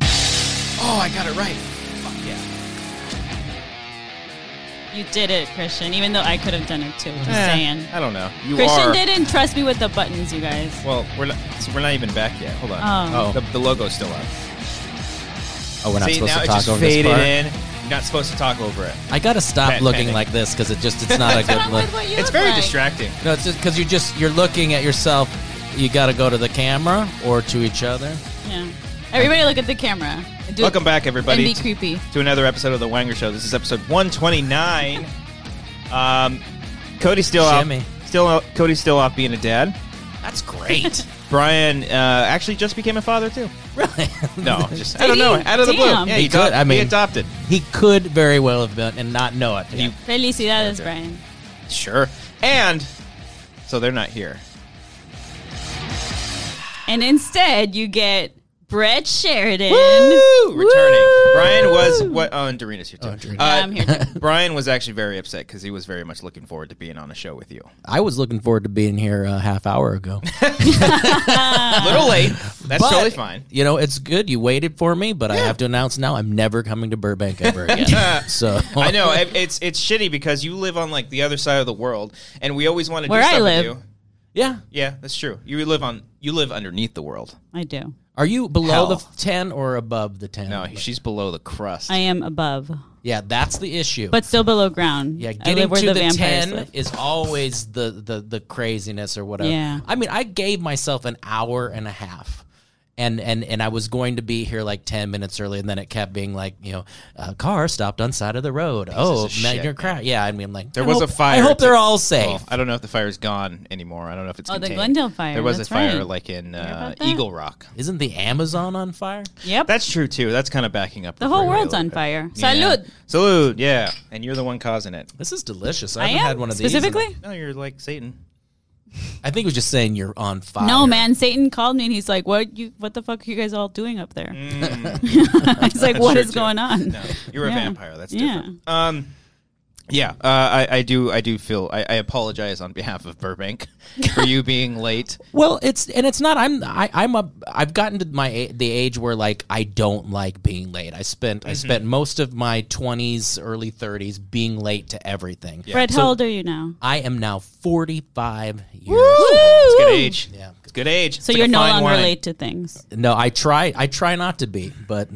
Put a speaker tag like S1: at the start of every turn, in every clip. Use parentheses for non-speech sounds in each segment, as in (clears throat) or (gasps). S1: Oh,
S2: I got it right. Fuck yeah.
S1: You did it, Christian, even though I could have done it too. Just
S3: Eh,
S1: saying.
S3: I don't know. You
S1: Christian
S3: are.
S1: didn't trust me with the buttons, you guys.
S3: Well, we're not, so we're not even back yet. Hold on.
S1: Oh.
S2: Oh.
S3: The, the logo's still up.
S2: Oh, we're not
S3: See,
S2: supposed
S3: now
S2: to
S3: it
S2: talk
S3: just
S2: over
S3: faded
S2: this part.
S3: in. You're not supposed to talk over it.
S2: I gotta stop
S3: Pat-
S2: looking
S3: panic.
S2: like this because it just (laughs) it's not a
S1: What's
S2: good
S1: wrong
S2: look.
S1: with what you
S3: It's
S1: look
S3: very
S1: like?
S3: distracting.
S2: No, it's just because you're just you're looking at yourself. You gotta go to the camera or to each other. (laughs)
S1: Yeah. Everybody look at the camera. Do-
S3: Welcome back, everybody.
S1: And be creepy.
S3: to another episode of the Wanger Show. This is episode 129. Um, Cody's still off,
S2: Jimmy.
S3: still uh, Cody's still off being a dad.
S1: (laughs)
S2: That's great.
S3: (laughs) Brian uh, actually just became a father too.
S2: really?
S1: (laughs)
S2: (laughs)
S3: No, just
S1: Did
S3: I don't know.
S1: he?
S3: Out of the
S1: Damn.
S3: blue, yeah,
S2: He
S3: he,
S2: could,
S3: adop-
S2: I mean-
S3: he adopted.
S2: He could very well have been and not know it. (laughs) He-
S1: Felicidades, Brian.
S3: Sure, and so they're not here.
S1: And instead, you get Brett Sheridan.
S3: Woo! Returning, Brian was what? Oh, and Dorina's here too.
S2: Oh, Dorina.
S3: Uh,
S1: Yeah, I'm here.
S3: (laughs)
S1: too.
S3: Brian was actually very upset because he was very much looking forward to being on a show with you.
S2: I was looking forward to being here a half hour ago.
S1: Ah.
S3: A little late. (laughs) That's
S2: But,
S3: totally fine.
S2: You know, it's good. You waited for me, but I have to announce now I'm never coming to
S3: (laughs)
S2: Burbank ever again. so
S3: I know it- it's it's shitty because you live on like the other side of the world, and we always want to
S1: Where
S3: do
S1: I
S3: stuff
S1: live.
S3: With you.
S2: (laughs) Yeah.
S3: Yeah, that's true. You live on you live underneath the world.
S1: I do.
S2: Are you below
S3: Hell.
S2: the f- ten or above the ten?
S3: No, she's below the crust.
S1: I am above,
S2: yeah, that's the issue.
S1: but still below ground.
S2: yeah,
S1: I
S2: getting
S1: live where
S2: to
S1: the,
S2: the,
S1: vampires
S2: ten
S1: live.
S2: is always the, the the craziness or whatever.
S1: Yeah.
S2: I mean, I gave myself an hour and a half. And, and and I was going to be here like ten minutes early, and then it kept being like you know, a car stopped on side of the road. oh,
S3: of shit,
S2: major crash! Yeah, I mean, like
S3: There
S2: I
S3: was
S2: hope-
S3: a fire
S2: I hope
S3: to-
S2: they're all
S3: Well,
S2: safe.
S3: I don't know if the fire's gone anymore. I don't know if it's
S1: Oh, the
S3: contained.
S1: Glendale fire,
S3: There was
S1: that's
S3: a fire
S1: right.
S3: like in uh,
S1: about that?
S3: Eagle Rock.
S2: Isn't the Amazon on fire?
S1: Yep.
S3: That's true too. That's kind of backing up.
S1: the whole
S3: Gregory a
S1: world's
S3: little
S1: on
S3: bit.
S1: fire.
S3: Yeah.
S1: Salud.
S3: Salud. Yeah, and you're the one causing it.
S2: This is delicious. I,
S1: I,
S2: haven't
S1: am.
S2: had one of these. in-
S1: Specifically?
S3: No, you're like Satan.
S2: I think it was just saying you're on fire.
S1: No, man. Satan called me and he's like, "What you? What the fuck are you guys all doing up there?" (laughs) I was like, "What
S3: Sure
S1: is
S3: Mm. too.
S1: going on?"
S3: No, you're a
S1: Yeah.
S3: vampire. That's
S1: Yeah.
S3: different. Um, yeah, uh, I, I do. I do feel. I, I apologize on behalf of Burbank for you being late.
S2: Well, it's and it's not. I'm I, I'm a. I've gotten to my a- the age where like I don't like being late. I spent
S3: Mm-hmm.
S2: I spent most of my twenties, early thirties, being late to everything.
S1: Brett,
S2: So-
S1: how old are you now?
S2: I am now forty five years.
S3: It's
S1: Woo!
S3: good age.
S2: Yeah.
S3: It's good age. It's
S1: So
S3: like
S1: you're
S3: a
S1: no
S3: fine
S1: longer
S3: wine.
S1: late to things.
S2: No, I try. I try not to be, but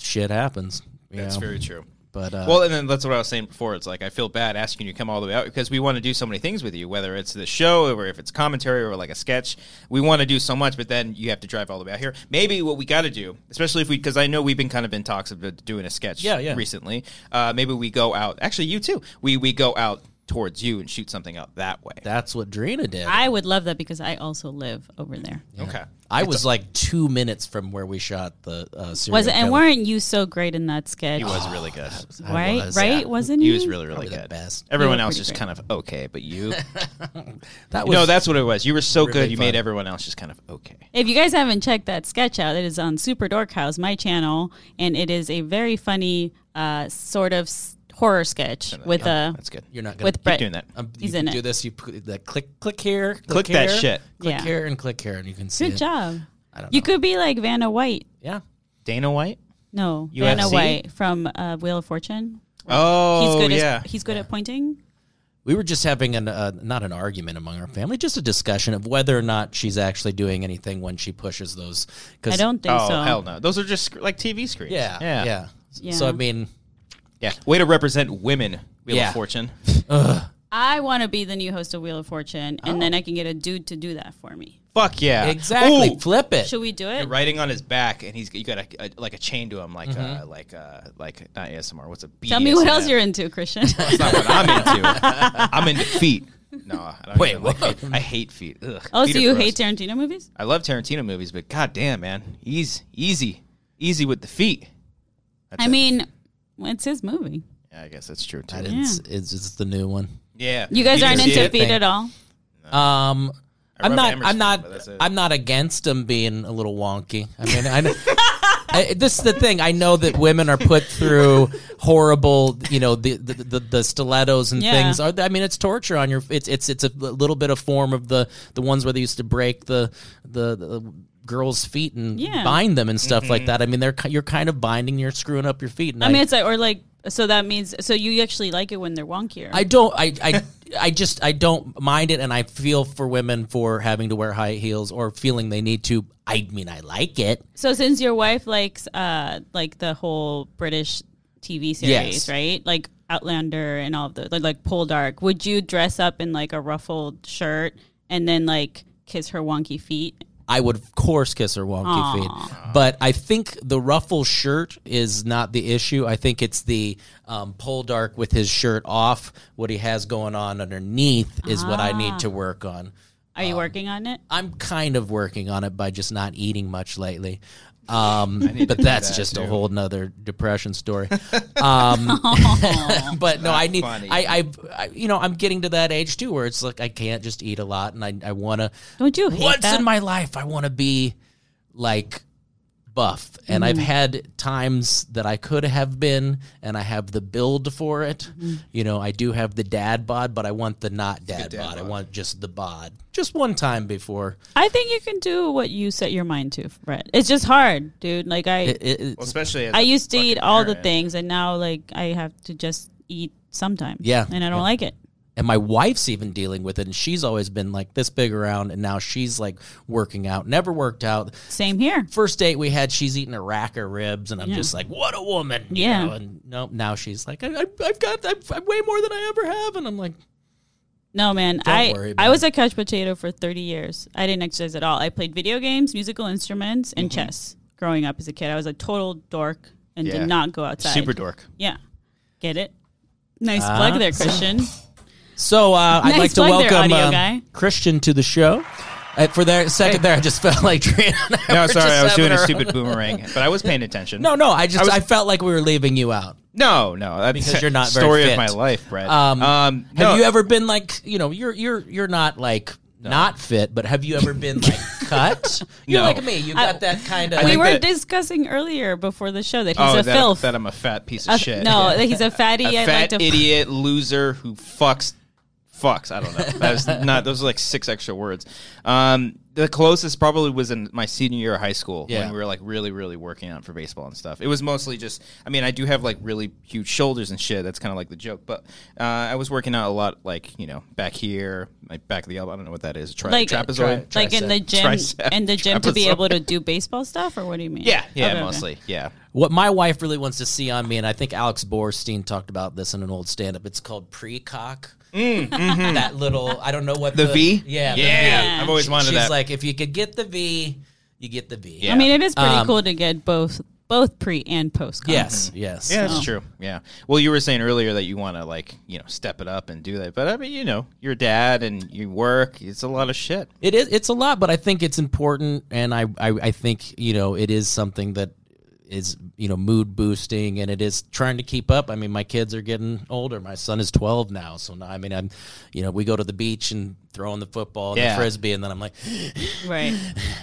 S2: shit happens. you
S3: That's
S2: know?
S3: very true.
S2: But uh,
S3: Well, and then that's what I was saying before. It's like I feel bad asking you to come all the way out because we want to do so many things with you, whether it's the show or if it's commentary or like a sketch. We want to do so much, but then you have to drive all the way out here. Maybe what we got to do, especially if we, because I know we've been kind of in talks about doing a sketch
S2: Yeah, yeah.
S3: recently. Uh, maybe we go out. Actually, you too. We we go out towards you and shoot something out that way.
S2: that's what Drina did.
S1: I would love that because I also live over there.
S3: Okay.
S2: I was like two minutes from where we shot the uh, serial
S1: Was it, and
S2: killer.
S1: weren't you so great in that sketch?
S3: He was really good.
S2: I
S1: right,
S2: was,
S1: right,
S2: yeah.
S1: wasn't he?
S3: He was really really
S2: Probably the
S3: good.
S2: best.
S3: Everyone
S1: You were
S3: else
S1: pretty
S3: just
S1: great.
S3: kind of okay, but you.
S2: (laughs) That was
S3: no, that's what it was. You were so good. You
S2: fun.
S3: made everyone else just kind of okay.
S1: If you guys haven't checked that sketch out, it is on Super Dork House, my channel, and it is a very funny uh, sort of s- horror sketch with uh, a
S3: That's good.
S2: You're not gonna
S1: with Brett.
S3: doing that.
S2: Um, you
S1: He's
S2: can
S1: in it.
S2: do this. You put the click, click here, click,
S3: Click that
S2: here,
S3: shit.
S2: click
S1: Yeah.
S2: here, and click here, and you can see.
S1: Good
S2: it.
S1: job.
S2: I don't
S1: You
S2: know.
S1: could be like Vanna White.
S2: Yeah,
S3: Dana White.
S1: No,
S3: UFC?
S1: Vanna White from uh, Wheel of Fortune. He's
S3: Oh,
S1: good.
S3: yeah.
S1: At, he's good at pointing.
S2: we were just having an uh, not an argument among our family, just a discussion of whether or not she's actually doing anything when she pushes those. Cause,
S1: I don't think
S3: oh
S1: so.
S3: hell no! Those are just sc- like TV screens.
S2: Yeah,
S3: yeah,
S2: yeah, So
S1: Yeah.
S2: I mean,
S3: Yeah. Way to represent women. Wheel
S2: Yeah.
S3: of Fortune.
S1: I want to be the new host of Wheel of Fortune, and
S2: Oh.
S1: then I can get a dude to do that for me.
S3: Fuck yeah!
S2: exactly.
S3: Ooh,
S2: Flip it.
S1: Should we do it?
S3: riding on his back, and he's you got a, a- like a chain to him, like uh, like uh, like not ASMR. What's a BDSM?
S1: Tell me what else you're into, Christian.
S3: That's
S1: (laughs)
S3: not what I'm into. I'm into feet. No, I don't
S2: Wait,
S3: even like
S2: what?
S3: feet. I hate feet. Ugh,
S1: oh,
S3: feet
S1: so
S3: are
S1: you
S3: gross.
S1: hate Tarantino movies?
S3: I love Tarantino movies, but goddamn, man, he's easy, easy with the feet.
S1: I mean, it's his movie.
S3: Yeah, I guess that's true
S2: I
S3: too.
S2: didn't s- it's, it's the new one.
S3: Yeah,
S1: You guys aren't
S3: didn't see
S1: into
S3: it?
S1: feet at
S2: Thank-
S1: all.
S3: Uh,
S2: Um, I'm
S3: remember
S2: not.
S3: Emerson,
S2: I'm not.
S3: but that's it.
S2: I'm not against them being a little wonky. I mean, I. know- (laughs) I, this is the thing. I know that women are put through horrible, you know, the the, the, the stilettos and
S1: Yeah.
S2: things. Are, I mean, it's torture on your. It's it's it's a little bit of form of the the ones where they used to break the the. the girls' feet and
S1: Yeah.
S2: bind them and stuff
S3: Mm-hmm.
S2: like that. I mean, they're ki- you're kind of binding, you're screwing up your feet. And
S1: I mean, it's like, or like, so that means, so you actually like it when they're wonkier.
S2: I don't. I. I I just I don't mind it, and I feel for women for having to wear high heels or feeling they need to. I mean, I like it.
S1: so since your wife likes, uh, like the whole British TV series,
S2: Yes.
S1: right? Like Outlander and all of the, like, like Pole Dark, would you dress up in like a ruffled shirt and then like kiss her wonky feet?
S2: I would of course kiss her wonky feet, but I think the ruffle shirt is not the issue. I think it's the um, pole dark with his shirt off. What he has going on underneath is what I need to work on.
S1: Are
S2: Uh,
S1: you working on it?
S2: I'm kind of working on it by just not eating much lately. Um, but
S3: do
S2: that's
S3: that,
S2: just
S3: too.
S2: a whole nother
S3: (laughs)
S2: depression story.
S1: (laughs) Oh.
S2: Um, (laughs) but no, I need,
S3: funny.
S2: I, I, I, you know, I'm getting to that age too where it's like I can't just eat a lot and I, I want to,
S1: Don't you hate
S2: once
S1: that?
S2: in my life I want to be like buff. And I've
S1: Mm-hmm.
S2: had times that I could have been and I have the build for it.
S1: Mm-hmm.
S2: You know, I do have the dad bod, but I want the not dad,
S3: dad
S2: bod. I
S3: bod.
S2: want just the bod. Just one time before.
S1: I think you can do what you set your mind to, Brett. It's just hard, dude. Like I,
S2: It, it, it's-
S3: Well, especially as
S1: I
S3: a
S1: used to eat
S3: fucking
S1: all the
S3: parent.
S1: things, and now like I have to just eat sometimes.
S2: Yeah.
S1: and I don't
S2: Yeah.
S1: like it.
S2: and my wife's even dealing with it and she's always been like this big around and now she's like working out never worked out
S1: Same here.
S2: first date we had she's eating a rack of ribs and i'm just like what a woman you
S1: Yeah.
S2: know? and nope now she's like I, I, i've got I've, I'm way more than i ever have and i'm like
S1: No, man. I
S2: worry about
S1: I was a couch potato for thirty years. I didn't exercise at all. I played video games, musical instruments, and chess. Growing up as a kid, I was a total dork
S3: Mm-hmm.
S1: and
S3: Yeah.
S1: did not go outside.
S3: Super Uh-huh. dork.
S1: Yeah, get it. Nice plug there,
S3: (laughs)
S1: Christian. (laughs)
S2: so uh, i'd
S1: Nice
S2: like to
S1: plug there,
S2: welcome
S1: audio
S2: um,
S1: guy.
S2: christian to the show uh, for their second there i just felt like (laughs) Trina and I
S3: No,
S2: were
S3: sorry,
S2: just
S3: I was doing a
S2: having our-
S3: stupid boomerang, but I was paying
S1: (laughs)
S3: attention.
S2: no no i just I,
S3: I was-
S2: felt like we were leaving you out
S3: no, no, that's
S2: Because you're not very
S3: story
S2: fit.
S3: of my life, Brett.
S2: Um,
S3: no,
S2: Have you ever been like you know you're you're you're not like not fit, but have you ever been
S3: (laughs)
S2: like cut? You're
S3: No.
S2: like me. You got that kind of.
S1: We
S3: think
S1: were
S3: that-
S1: discussing earlier before the show that he's
S3: Oh,
S1: a
S3: that,
S1: filth.
S3: that I'm a fat piece of
S1: A-
S3: shit.
S1: No,
S3: Yeah.
S1: that he's a
S3: (laughs)
S1: fatty.
S3: a
S1: I like
S3: fat
S1: to
S3: idiot loser who fucks fucks i don't know that was not those are like six extra words um the closest probably was in my senior year of high school
S2: Yeah.
S3: when we were like really really working out for baseball and stuff it was mostly just i mean i do have like really huge shoulders and shit that's kind of like the joke but uh, i was working out a lot like you know back here my back of the elbow i don't know what that is Tri-
S1: like
S3: trapezoid
S1: like in the
S3: Tricep?
S1: gym,
S3: Tricep?
S1: in the gym to be
S3: Trapezoid?
S1: able
S3: (laughs)
S1: to do baseball stuff, or what do you mean?
S3: yeah yeah
S1: Okay, okay.
S3: mostly yeah
S2: what my wife really wants to see on me, and I think Alex Borstein talked about this in an old stand-up. It's called pre-cock. that little I don't know what
S3: Mm, mm-hmm. The V?
S2: Yeah, the
S3: Yeah,
S2: V.
S3: I've always
S2: She-
S3: wanted
S2: she's
S3: that.
S2: like, if you could get the V, you get the V.
S3: Yeah.
S1: I mean, it is pretty
S2: Um,
S1: cool to get both both pre and post. comp.
S2: Yes. Yes.
S3: Mm-hmm. Yeah, that's true. Yeah. Well, you were saying earlier that you want to like you know step it up and do that, but I mean you know your dad and you work. It's a lot of shit.
S2: It is. It's a lot, but I think it's important, and I, I, I think you know it is something that is you know mood boosting, and it is trying to keep up. I mean, my kids are getting older. My son is twelve now, so now I mean, I'm, you know, we go to the beach and throwing the football and
S3: Yeah.
S2: the frisbee, and then I'm like, (sighs)
S1: right.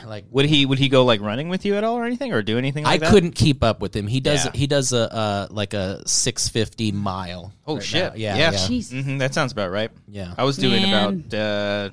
S2: like
S3: Would he would he go like running with you at all or anything or do anything?
S2: I
S3: Like that?
S2: couldn't keep up with him. He does.
S3: Yeah.
S2: He does a uh, like a six fifty mile.
S3: Oh
S2: right
S3: shit!
S2: now. Yeah.
S3: Yeah.
S2: yeah.
S1: Jesus.
S3: hmm that sounds about right.
S2: Yeah.
S3: I was doing
S1: Man.
S3: about. uh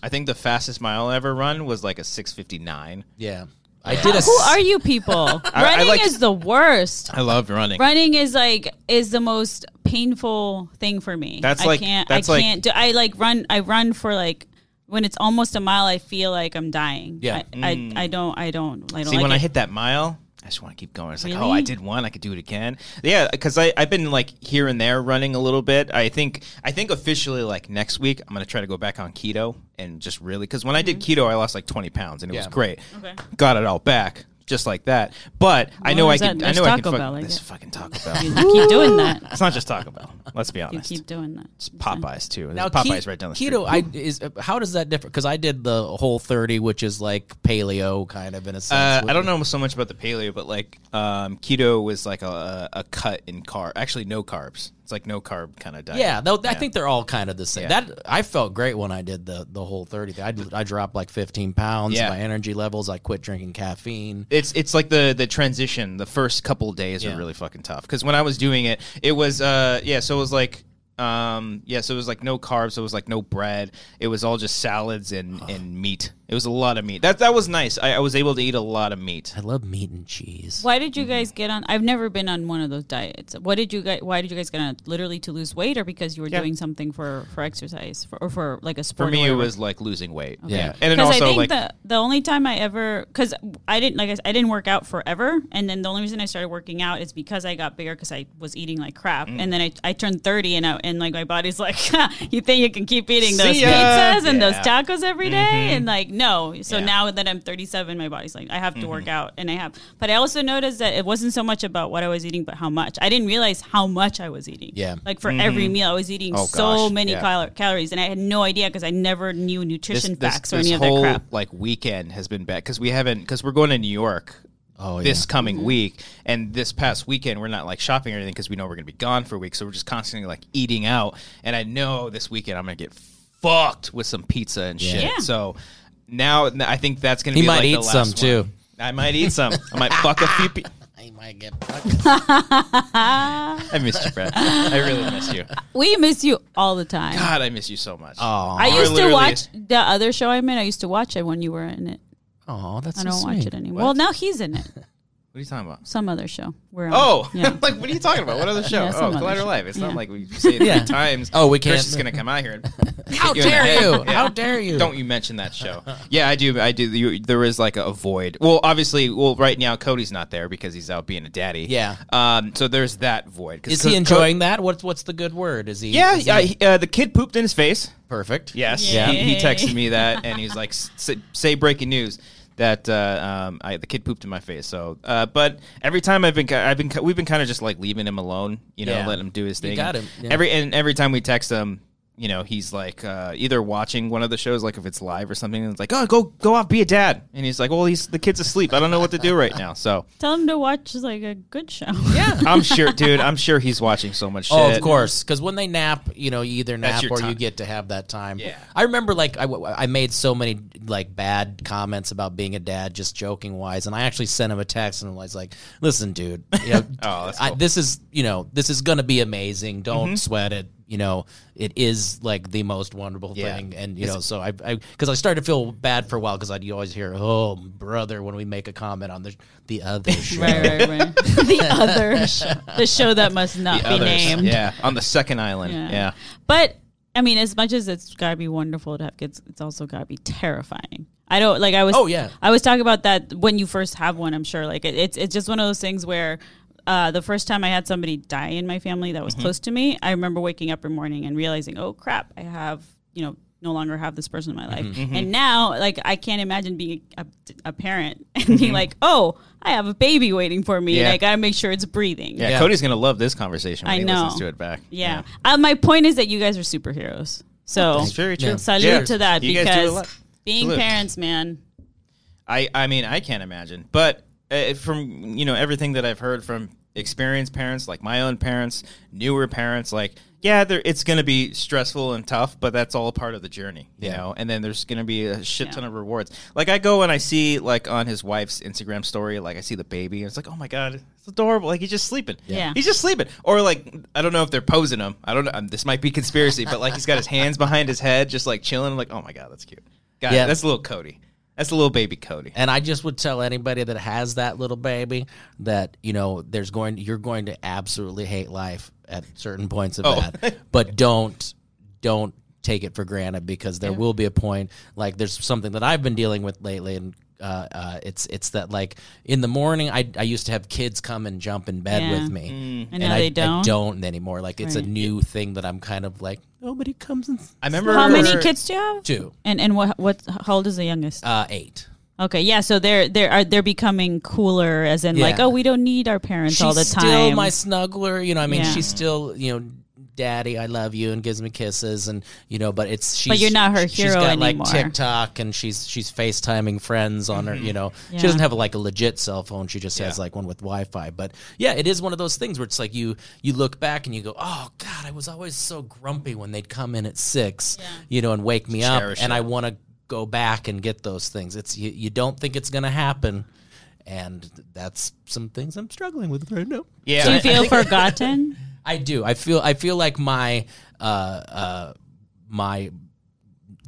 S3: I think the fastest mile I ever run was like a six fifty nine.
S2: Yeah. I did a.
S1: Who are you people? Running
S3: (laughs) I like-
S1: is the worst.
S3: I loved running.
S1: Running is like is the most painful thing for me.
S3: That's
S1: I
S3: like-
S1: can't.
S3: that's
S1: I
S3: like-
S1: can't do. I like run. I run for like. When it's almost a mile, I feel like I'm dying.
S2: Yeah.
S1: I, I, I don't. I don't. I
S3: Mm.
S1: don't.
S3: See,
S1: like
S3: when
S1: it.
S3: I hit that mile, I just want to keep going. It's like, oh,
S1: Really?
S3: I did one, I could do it again. Yeah, because I I've been like here and there running a little bit. I think I think officially like next week I'm gonna try to go back on keto and just really because when I did keto I lost like 20 pounds and it was
S2: Yeah.
S3: great.
S1: Mm-hmm. Okay.
S3: Got it all back. Just like that, but I
S1: Well,
S3: know I
S1: is that-
S3: can. I
S1: there's
S3: know I can.
S1: Taco
S3: fuck-
S1: Bell like
S3: this
S1: it.
S3: fucking Taco Bell.
S1: (laughs) You keep doing that.
S3: it's not just Taco Bell. Let's be
S1: You
S3: honest.
S1: keep doing that.
S3: It's Popeyes too. There's
S2: Now,
S3: Popeyes
S2: ke-
S3: right down the street.
S2: keto, I is how does that differ? Because I did the whole thirty, which is like paleo kind of in a
S3: Uh,
S2: sense.
S3: I don't know so much about the paleo, but like um, keto was like a, a cut in carb. Actually, no carbs. It's like no carb kind of diet.
S2: Yeah, though I think they're all kind of the same.
S3: Yeah.
S2: That I felt great when I did the the whole thirty. I, I dropped like fifteen pounds.
S3: Yeah.
S2: My energy levels. I quit drinking caffeine.
S3: it's it's like the the transition. The first couple days
S2: Yeah.
S3: are really fucking tough because when I was doing it, it was uh yeah. So it was like um yeah. So it was like no carbs. So it was like no bread. It was all just salads and and meat. It was a lot of meat. That that was nice. I, I was able to eat a lot of meat.
S2: I love meat and cheese.
S1: Why did you guys get on? I've never been on one of those diets. What did you guys? Why did you guys get on? it? Literally to lose weight, or because you were
S3: Yeah.
S1: doing something for for exercise, for, or for like a sport?
S3: For
S1: or
S3: me, it
S1: whatever?
S3: was like losing weight.
S2: Yeah.
S3: and then
S1: Because I
S3: also
S1: think
S3: like
S1: the the only time I ever because I didn't like I, said, I didn't work out forever, and then the only reason I started working out is because I got bigger because I was eating like crap,
S3: Mm.
S1: and then I, I turned thirty and I, and like my body's (laughs) like you think you can keep eating those
S3: See ya."
S1: pizzas and those
S3: Yeah. Mm-hmm.
S1: tacos every day? and like no. So
S3: Yeah. Mm-hmm.
S1: now that I'm thirty seven, my body's like I have to work out, and I have. But I also noticed that it wasn't so much about what I was eating, but how much. I didn't realize how much I was eating.
S2: Yeah.
S1: like for every meal I was eating
S3: Oh,
S1: so
S3: gosh.
S1: many
S3: Yeah.
S1: cal- calories, and I had no idea because I never knew nutrition facts or any of
S3: whole,
S1: that crap.
S3: Like weekend has been bad because we haven't because we're going to New York.
S2: Oh, yeah.
S3: this coming
S1: Mm-hmm.
S3: week and this past weekend we're not like shopping or anything because we know we're gonna be gone for a week so we're just constantly like eating out and I know this weekend I'm gonna get fucked with some pizza and shit
S1: Yeah.
S3: so now I think that's gonna
S2: He
S3: be
S2: might
S3: like, the
S2: eat
S3: last
S2: some,
S3: one.
S2: too.
S3: I might eat some I might fuck a
S2: (laughs)
S3: few pe-
S2: I might (laughs) get
S3: I missed you Brad I really miss you
S1: We miss you all the time.
S3: God I miss you so much
S2: Oh,
S1: I
S3: You are
S1: used to
S3: literally-
S1: watch the other show I'm in. I used to watch it when you were in it.
S2: oh, that's
S1: I don't
S2: so
S1: watch
S2: sweet.
S1: it anymore.
S3: What?
S1: Well, now he's in it.
S3: what are you talking about
S1: Some other show. We're on.
S3: Oh,
S1: yeah.
S3: (laughs) like what are you talking about? What other show?
S1: Yeah, some
S3: oh,
S1: other
S3: Collider
S1: show.
S3: Live. It's
S1: Yeah.
S3: not like we say it
S2: Yeah.
S3: three times.
S2: Oh, we can't-
S3: Chris is gonna come out here.
S2: (laughs)
S3: And
S2: How
S3: hit you in the
S2: dare
S3: head. (laughs)
S2: you?
S3: Yeah.
S2: How dare you?
S3: Don't you mention that show? Yeah, I do. I do. You, there is like a void. Well, obviously, well, right now Cody's not there because he's out being a daddy.
S2: Yeah.
S3: Um. So there's that void. 'Cause
S2: Is he
S3: Co-
S2: enjoying that? What's what's the good word? Is he?
S3: Co- yeah.
S2: is he-
S3: yeah, he- uh, the kid pooped in his face.
S2: perfect.
S3: Yes.
S2: Yeah.
S3: He, he
S1: Yay.
S3: texted me that, and he's
S2: (laughs)
S3: like, "S- say, "Say breaking news." That uh, um, I, the kid pooped in my face. So, uh, but every time I've been, ki- I've been, ki- we've been kind of just like leaving him alone, you know,
S2: Yeah.
S3: letting him do his
S2: You
S3: thing.
S2: got him, yeah.
S3: Every and every time we text him, you know, he's like uh, either watching one of the shows, like if it's live or something, and it's like, oh, go go off, be a dad, and he's like, well, he's the kid's asleep. I don't know what to do right now. So,
S1: Tell him to watch like a good show. (laughs)
S3: yeah, I'm sure, dude. I'm sure he's watching so much.
S2: Oh,
S3: shit.
S2: of course. Because when they nap, you know, you either nap
S3: your
S2: or
S3: time.
S2: you get to have that time.
S3: Yeah.
S2: I remember, like, I, w- I made so many, like, bad comments about being a dad, just joking wise. And I actually sent him a text and I was like, listen, dude, you know,
S3: (laughs) Oh, that's
S2: I,
S3: cool. Mm-hmm.
S2: this is, you know, this is going to be amazing. Don't sweat it. You know, it is like the most wonderful
S3: Yeah.
S2: thing. And, you know, so I, because I, started to feel bad for a while because I'd you always hear, oh, brother, when we make a comment on the,
S3: (laughs)
S2: the other show.
S1: right, right, right. (laughs) the other show. The show that must not be
S3: Others.
S1: named.
S3: Yeah, on the second island.
S1: Yeah.
S3: yeah.
S1: But I mean, as much as it's gotta be wonderful to have kids, it's also gotta be terrifying. I don't like. I was.
S2: Oh, yeah.
S1: I was talking about that when you first have one. I'm sure. Like it, it's it's just one of those things where. Uh, the first time I had somebody die in my family that was close to me, I remember waking up in the morning and realizing, oh crap, I have, you know, no longer have this person in my life. And now, like, I can't imagine being a, a parent and being like, oh, I have a baby waiting for me and
S3: Yeah.
S1: I got to make sure it's breathing.
S3: Yeah,
S2: Yeah.
S3: Cody's gonna love this conversation when
S1: I
S3: he
S1: know.
S3: listens to it back.
S1: Yeah. Uh, my point is that you guys are superheroes. So
S3: That's very true.
S1: Salute
S3: Cheers.
S1: to that
S3: You guys do a
S1: because
S3: lot.
S1: being
S3: Salute.
S1: parents, man.
S3: I, I mean, I can't imagine. But uh, from you know everything that I've heard from experienced parents, like my own parents, newer parents, like yeah, there- it's gonna be stressful and tough, but that's all part of the journey, you know. And then there's gonna be a shit
S1: Yeah.
S3: ton of rewards. Like I go and I see like on his wife's Instagram story, like I see the baby, and it's like, oh my god, it's adorable. Like he's just sleeping.
S1: Yeah.
S3: he's just sleeping. Or like I don't know if they're posing him. I don't know. Um, this might be conspiracy, but like he's got his hands (laughs) behind his head, just like chilling. I'm like, oh my god, that's cute. God,
S2: Yeah.
S3: that's a little Cody. That's a little baby Cody.
S2: And I just would tell anybody that has that little baby that you know there's going you're going to absolutely hate life at certain points of
S3: Oh.
S2: that, but don't don't take it for granted because there will be a point like there's something that I've been dealing with lately and. Uh, uh, it's it's that like in the morning I, I used to have kids come and jump in bed
S1: Yeah.
S3: Mm.
S2: with me
S1: And now they
S2: I
S1: don't?
S2: don't anymore like it's a
S1: Right.
S2: new thing that I'm kind of like nobody comes and
S3: I remember
S1: How many kids do you have?
S2: Two.
S1: And and what what how old is the youngest?
S2: uh, eight
S1: okay, yeah. So they're they're are they're becoming cooler, as in like,
S2: Yeah.
S1: oh, we don't need our parents all the time.
S2: still my snuggler. You know, I mean,
S1: Yeah.
S2: she's still you know, daddy, I love you, and gives me kisses, and you know, but it's she's
S1: you're not her
S2: She's
S1: hero
S2: got
S1: anymore.
S2: like TikTok, and she's she's FaceTiming friends on her. You know,
S1: Yeah.
S2: she doesn't have like a legit cell phone. She just has
S3: Mm-hmm. Yeah.
S2: like one with Wi-Fi. But yeah, it is one of those things where it's like you you look back and you go, oh God, I was always so grumpy when they'd come in at six, you know, and wake me up,
S3: Cherish
S2: and
S3: it.
S2: I want to go back and get those things. It's you, you don't think it's gonna happen. And that's some things I'm struggling with right now.
S3: Yeah,
S1: do
S3: I-
S1: you
S3: I
S1: feel
S3: think-
S1: forgotten?
S3: (laughs)
S2: I do. I feel. I feel like my uh, uh, my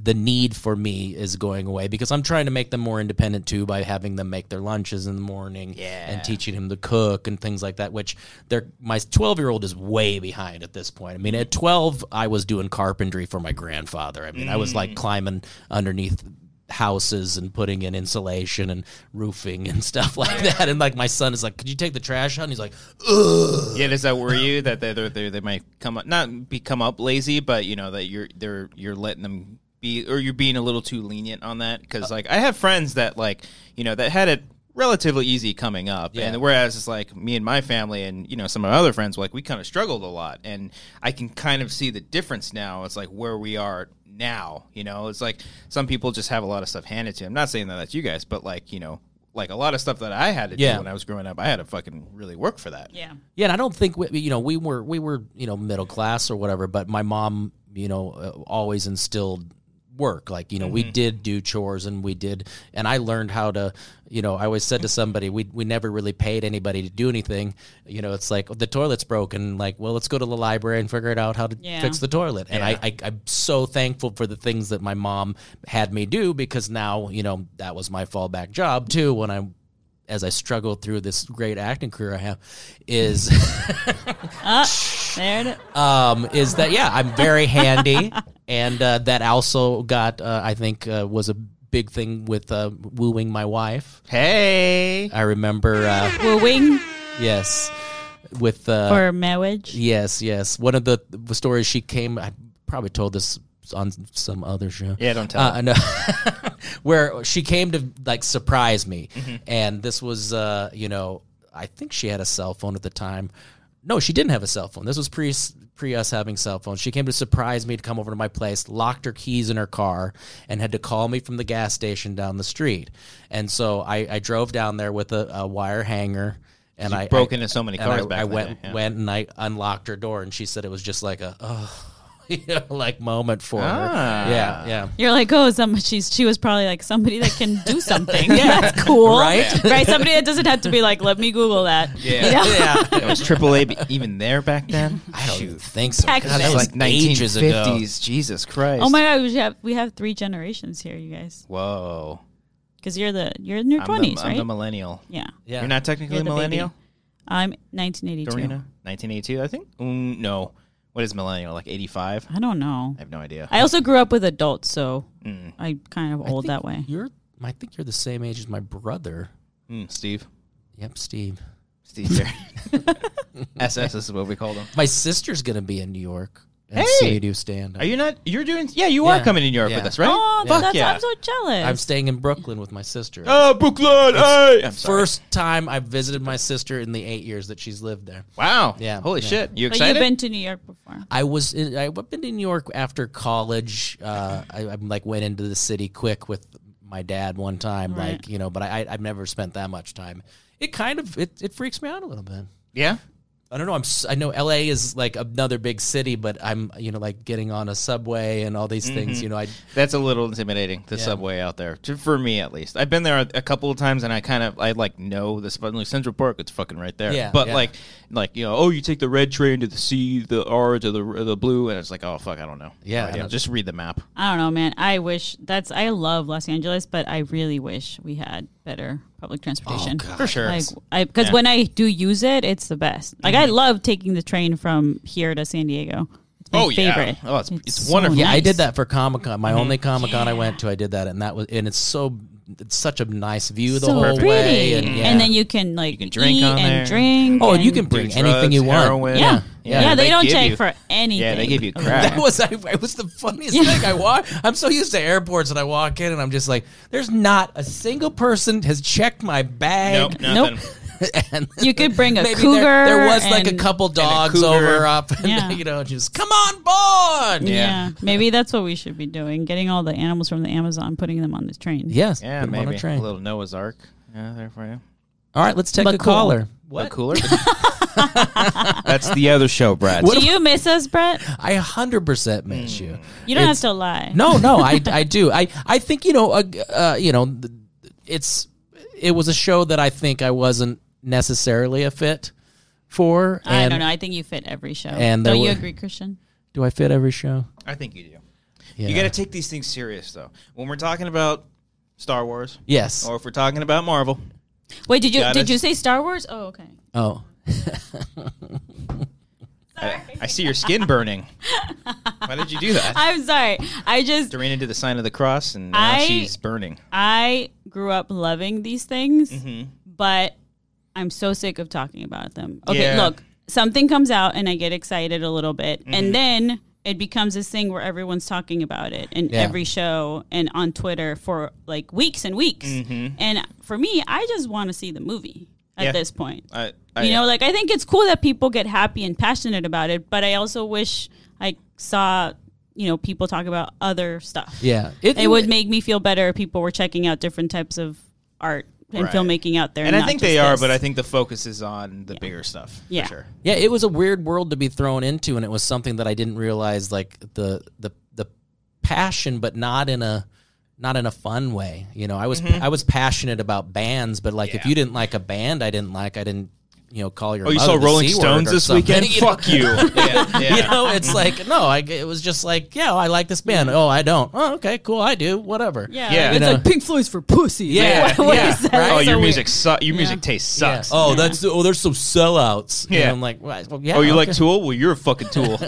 S2: the need for me is going away because I'm trying to make them more independent too by having them make their lunches in the morning
S3: Yeah.
S2: and teaching him to cook and things like that. Which they're my 12 year old is way behind at this point. I mean, at 12, I was doing carpentry for my grandfather. I mean, I was like climbing underneath houses and putting in insulation and roofing and (laughs) stuff like that. And like my son is like, "Could you take the trash out?" And he's like, "Ugh."
S3: Yeah, does that worry you that they they they might come up not become up lazy, but you know that you're they're you're letting them be or you're being a little too lenient on that because like I have friends that like you know that had it relatively easy coming up,
S2: Yeah.
S3: and whereas it's like me and my family and you know some of my other friends like we kind of struggled a lot, and I can kind of see the difference now. It's like where we are now, you know, it's like some people just have a lot of stuff handed to them. not saying that that's you guys, but like you know. Like a lot of stuff that I had to
S2: Yeah.
S3: do when I was growing up, I had to fucking really work for that.
S1: Yeah.
S2: Yeah, and I don't think we, you know we were we were you know middle class or whatever, but my mom you know uh, always instilled work. Like you know we did do chores and we did, and I learned how to you know I always said to somebody we we never really paid anybody to do anything. You know it's like the toilet's broken, like well let's go to the library and figure it out how to
S1: Yeah.
S2: fix the toilet. And I, I I'm so thankful for the things that my mom had me do because now you know that was my fallback job too when I. As I struggle through this great acting career I have, is (laughs)
S1: There it is.
S2: um, is that yeah, I'm very handy, and uh, that also got uh, I think uh, was a big thing with uh, wooing my wife.
S3: Hey.
S2: I remember, uh,
S1: Wooing
S2: yes, with uh,
S1: or marriage.
S2: yes, yes, one of the, the stories she came. I probably told this on some other show.
S3: Yeah, don't tell.
S2: Uh, I know. (laughs) where she came to like surprise me,
S3: Mm-hmm.
S2: and this was, uh, you know, I think she had a cell phone at the time. No, she didn't have a cell phone. This was pre pre us having cell phones. She came to surprise me to come over to my place, locked her keys in her car, and had to call me from the gas station down the street. And so I, I drove down there with a, a wire hanger, and I
S3: broke
S2: I-
S3: into so many
S2: and
S3: cars
S2: I,
S3: back
S2: I
S3: in the
S2: went
S3: day, yeah.
S2: went and I unlocked her door, and she said it was just like a (laughs) oh, you know, like moment for
S3: Ah.
S2: her. Yeah, yeah.
S1: You're like, oh, some, she's, she was probably like somebody that can
S3: (laughs)
S1: do something. (laughs) yeah. That's cool.
S2: Right?
S1: Right. Somebody that doesn't have to be like, let me Google that.
S3: (laughs) Yeah.
S1: You know?
S2: Yeah.
S3: It was AAA even there back (laughs) then?
S2: I don't think so.
S1: Heck
S2: God, that
S1: no.
S2: was
S3: like
S2: like ages ago.
S3: 1950s. Jesus Christ.
S1: Oh my God. We have, we have three generations here, you guys.
S3: Whoa.
S1: Because you're the, you're in your
S3: I'm,
S1: 20s,
S3: the, I'm
S1: right?
S3: the millennial.
S1: yeah.
S2: Yeah.
S3: You're not technically
S1: You're the
S3: millennial,
S1: I'm 1982.
S3: Dorina? 1982, I think? Mm, no. What is millennial? Like 85?
S1: I don't know.
S3: I Mm. have no idea.
S1: I also grew up with adults, so I'm kind of
S2: I
S1: old
S2: think
S1: that way.
S2: You're. I think you're the same age as my brother.
S3: Mm, Steve.
S2: Yep, Steve.
S3: Steve
S1: (laughs)
S3: here. SS is what we called him.
S2: My sister's gonna be in New York and
S3: Hey!
S2: see you do stand.
S3: Are you not? You're doing. Yeah, you are
S2: Yeah.
S3: coming to New York
S2: Yeah.
S3: with us, right?
S1: Oh,
S3: Fuck
S1: that's,
S3: yeah.
S1: I'm so jealous.
S2: I'm staying in Brooklyn with my sister.
S3: oh, Brooklyn. Hey! I'm sorry.
S2: First time I've visited my sister in the eight years that she's lived there.
S3: Wow.
S2: Yeah,
S3: Holy
S2: yeah.
S3: shit. You
S1: but you've
S3: excited?
S1: been to New York before.
S2: I was in, I- I've been to New York after college. Uh, I, I like went into the city quick with my dad one time,
S1: Right.
S2: like you know. But I, I I've never spent that much time. It kind of it, it freaks me out a little bit.
S3: yeah.
S2: I don't know. I'm. s- I know LA is like another big city, but I'm. You know, like getting on a subway and all these things. You know, I.
S3: That's a little intimidating. The
S2: Yeah.
S3: subway out there, to, for me at least. I've been there a, a couple of times, and I kind of I like know this, but like Central Park, it's fucking right there.
S2: Yeah,
S3: but
S2: yeah.
S3: like, like you know, oh, you take the red train to the sea, the R to the the blue, and it's like, oh fuck, I don't know.
S2: Yeah,
S3: No idea.
S2: I don't-
S3: just read the map.
S1: I don't know, man. I wish that's I love Los Angeles, but I really wish we had better public transportation.
S2: Oh,
S3: For sure.
S1: Like I because
S3: Yeah. Mm-hmm.
S1: when I do use it, it's the best. Like I love taking the train from here to San Diego. It's my
S3: Oh, yeah.
S1: favorite.
S3: Oh, it's- it's wonderful.
S2: Yeah, I
S1: nice.
S2: did that for Comic Con. My only Comic Con I went to, I did that, and that was, and it's so, it's such a nice view the
S1: so
S2: whole
S1: pretty.
S2: way, and, yeah.
S1: then you can like
S3: Mm. can drink
S1: eat
S3: on
S1: and
S3: there.
S1: drink.
S2: oh,
S1: and-
S2: you can bring
S3: Do
S2: anything
S3: drugs,
S2: you want.
S3: heroin.
S1: Yeah.
S3: Yeah.
S1: Yeah,
S3: Yeah,
S1: they,
S3: they
S1: don't
S3: give
S1: check
S3: you-
S1: for anything.
S3: Yeah, they give
S1: (laughs)
S3: you crap.
S2: (laughs) That was I, it was the funniest thing I wa I'm so used to airports, and I walk in, and I'm just like, "There's not a single person has checked my
S3: nope,
S2: bag." (laughs)
S3: nothing.
S1: Nope.
S2: and
S1: You could bring a
S2: (laughs) maybe
S1: cougar.
S2: there, there was like a
S1: and-
S2: couple dogs
S3: cougar.
S2: over up, and,
S1: Yeah.
S2: (laughs) you know, just come on board.
S1: Yeah.
S3: Yeah.
S1: maybe that's what we should be doing: getting all the animals from the Amazon, putting them on this train.
S2: Yes,
S3: Yeah,
S2: put 'em on a
S3: maybe a
S2: train.
S3: little Noah's Ark. Yeah, there for you.
S2: All right, let's take
S1: But
S2: a
S1: cool.
S2: caller.
S3: What
S1: (laughs)
S3: cooler? That's the other show,
S2: (laughs)
S3: Brad.
S1: Do you miss us, Brett?
S2: I 100% miss you.
S1: You don't
S2: It's-
S1: have to lie.
S2: Hmm. No, no, I, I do. I, I think, you know, uh, uh, you know, th- it's it was a show that I think I wasn't necessarily a fit for.
S1: I
S2: and-
S1: don't know. I think you fit every show.
S2: and there
S1: don't you
S2: were-
S1: agree, Christian?
S2: Do I fit every show?
S3: I think you do. You
S2: Yeah.
S3: got to take these things serious, though. When we're talking about Star Wars,
S2: Yes.
S3: or if we're talking about Marvel,
S1: Wait, did you
S3: Got
S1: did
S3: us.
S1: you say Star Wars? Oh, okay. (laughs)
S2: oh.
S3: I, I see your skin burning. Why did you do that?
S1: I'm sorry. I just
S3: Dorena did the sign of the cross, and now
S1: I-
S3: she's burning.
S1: I grew up loving these things,
S3: Mm-hmm.
S1: but I'm so sick of talking about them. Okay,
S3: Yeah.
S1: look, something comes out and I get excited a little bit,
S3: Mm-hmm.
S1: and then it becomes this thing where everyone's talking about it in
S2: Yeah.
S1: every show and on Twitter for like weeks and weeks. And for me, I just want to see the movie at
S3: Mm-hmm. Yeah.
S1: this point.
S3: I, I,
S1: you know, like I think it's cool that people get happy and passionate about it, but I also wish I saw, you know, people talk about other stuff
S2: Yeah.
S1: it would make me feel better if people were checking out different types of art and
S3: Right.
S1: filmmaking out there.
S3: and I
S1: not
S3: think
S1: just
S3: they are,
S1: this.
S3: but I think the focus is on the bigger stuff.
S1: Yeah.
S3: for sure.
S2: Yeah, it was a weird world to be thrown into, and it was something that I didn't realize like the the the passion, but not in a not in a fun way. You know, I was I was passionate about bands, but like if
S3: Mm-hmm. Yeah.
S2: you didn't like a band, I didn't like, I didn't you know call your.
S3: Oh, you
S2: mother
S3: saw
S2: the
S3: Rolling
S2: C word
S3: Stones
S2: or
S3: this
S2: something, (laughs)
S3: weekend?
S2: you know?
S3: Fuck
S1: (laughs)
S3: you. yeah, yeah.
S2: You know, it's like no, I, it was just like yeah, I like this
S3: Mm-hmm.
S2: band. Oh, I don't. Oh, okay, cool, I do. Whatever.
S3: Yeah.
S1: yeah, like,
S3: You
S1: it's
S2: know.
S1: like Pink Floyd's for pussy.
S2: Yeah, (laughs)
S1: Like, what- what
S2: yeah,
S1: is that?
S2: right?
S3: Oh,
S1: It's
S3: your
S1: so
S3: music
S1: weird.
S3: su- your music taste
S2: Yeah.
S3: sucks.
S2: Oh, that's oh, there's some sellouts. Yeah,
S3: Yeah.
S2: I'm like, well, yeah.
S3: Oh, you like
S2: okay.
S3: Tool? Well, you're a fucking
S2: (laughs)
S3: Tool.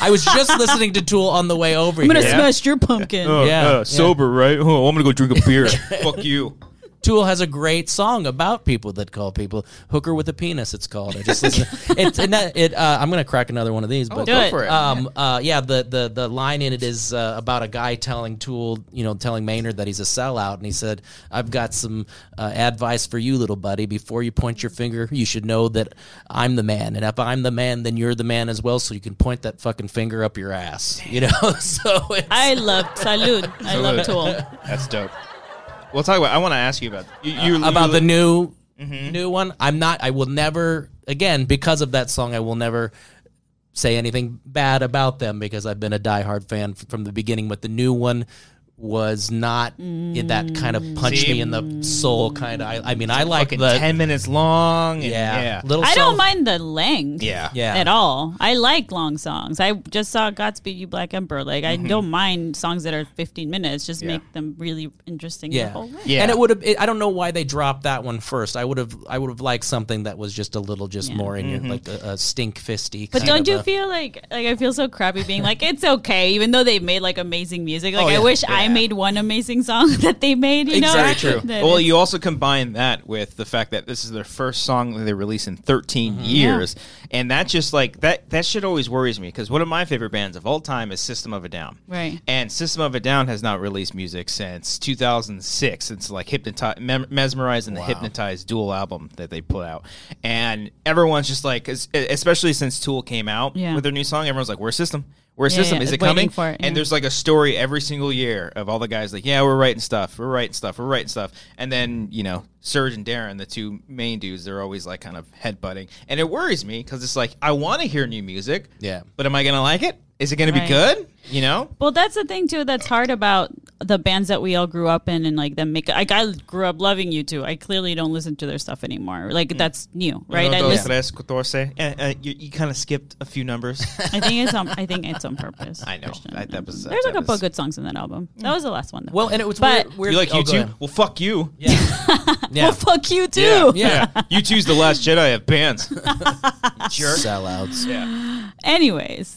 S2: I was just listening to Tool on the way over.
S1: I'm gonna
S2: here.
S3: Yeah.
S1: smash your pumpkin.
S3: Oh,
S2: Yeah,
S3: uh,
S2: yeah.
S3: sober, right? Oh, I'm gonna go drink a beer.
S2: (laughs)
S3: Fuck you.
S2: Tool has a great song about people that call people "hooker with a penis." It's called. I
S1: (laughs)
S2: just listen. it's and that, it. Uh, I'm gonna crack another one of these. But
S1: Oh, Do it. for
S2: um, uh, yeah, the, the the line in it is uh, about a guy telling Tool, you know, telling Maynard that he's a sellout, and he said, "I've got some uh, advice for you, little buddy. Before you point your finger, you should know that I'm the man, and if I'm the man, then you're the man as well. So you can point that fucking finger up your ass, you know." (laughs) so it's,
S1: I love Salud. I love
S3: Salud.
S1: Tool.
S3: (laughs) That's dope. We'll talk about. I want to ask you about you, you
S2: about
S3: you-
S2: the new
S3: Mm-hmm.
S2: new one. I'm not. I will never again because of that song. I will never say anything bad about them because I've been a diehard fan f- from the beginning. But the new one was not in that kind of punch
S3: See?
S2: me in the soul kind of. I, I mean, I like the
S3: Mm. fucking ten minutes long. and-
S2: yeah,
S3: yeah,
S2: little.
S1: I
S2: songs-
S1: don't mind the length.
S3: yeah,
S2: Yeah.
S1: At all, I like long songs. I just saw "Godspeed You Black Emperor." Like, I don't mind songs that are 15 minutes. Just
S3: Mm-hmm. Yeah.
S1: make them really interesting. The
S2: Yeah.
S1: whole way.
S3: Yeah.
S2: and it would have. I don't know why they dropped that one first. I would have. I would have liked something that was just a little, just more in
S3: Mm-hmm.
S2: your like a, a stink fisty.
S1: But
S2: kind
S1: don't
S2: of
S1: you
S2: a-
S1: feel like like I feel so crappy being like it's okay, even though they've made like amazing music. Like
S2: Oh, yeah.
S1: I wish I
S3: Yeah.
S1: made one amazing song (laughs) that they made.
S3: Very
S1: You know,
S3: true.
S1: That
S3: Well,
S1: it's-
S3: you also combine that with the fact that this is their first song that they released in 13 years, and that just like that that shit always worries me because one of my favorite bands of all time is System of a Down.
S1: Right.
S3: And System of a Down has not released music since 2006, since like hypnotize, mem- mesmerize and the hypnotized dual album that they put out, and everyone's just like, es- especially since Tool came out
S1: Yeah.
S3: with their new song, everyone's like, "Where's System? Where's
S1: Yeah,
S3: System?
S1: yeah,
S3: Is it
S1: waiting
S3: coming?"
S1: for it, yeah.
S3: And there's like a story every single year of all the guys like, yeah, we're writing stuff, we're writing stuff, we're writing stuff. And then, you know, Serge and Darren, the two main dudes, they're always like kind of headbutting. And it worries me because it's like, I want to hear new music.
S2: Yeah.
S3: But am I going to like it? Is it going to be
S1: Right.
S3: good? You know?
S1: Well, that's the thing too that's hard about the bands that we all grew up in and like them make like I grew up loving you too. I clearly don't listen to their stuff anymore.
S2: Mm.
S1: Like that's new, right? I, listen,
S3: Uh, you kind of skipped a few numbers.
S1: I think it's on I think it's on
S2: (laughs)
S1: purpose.
S3: (laughs) I know.
S1: Christian.
S3: That- that was-
S1: There's
S3: that
S1: a couple
S3: was-
S1: good songs in that album. That was the last one. Though.
S2: Well, and it was
S1: But-
S2: weird.
S3: you
S2: weird
S3: like
S2: oh,
S3: you
S2: go
S3: two?
S2: ahead.
S3: Well, fuck you.
S2: Yeah.
S1: well, fuck you too. (laughs)
S2: Yeah.
S3: you two's the last Jedi of bands. Jerk.
S2: Sellouts.
S3: Yeah.
S1: Anyways,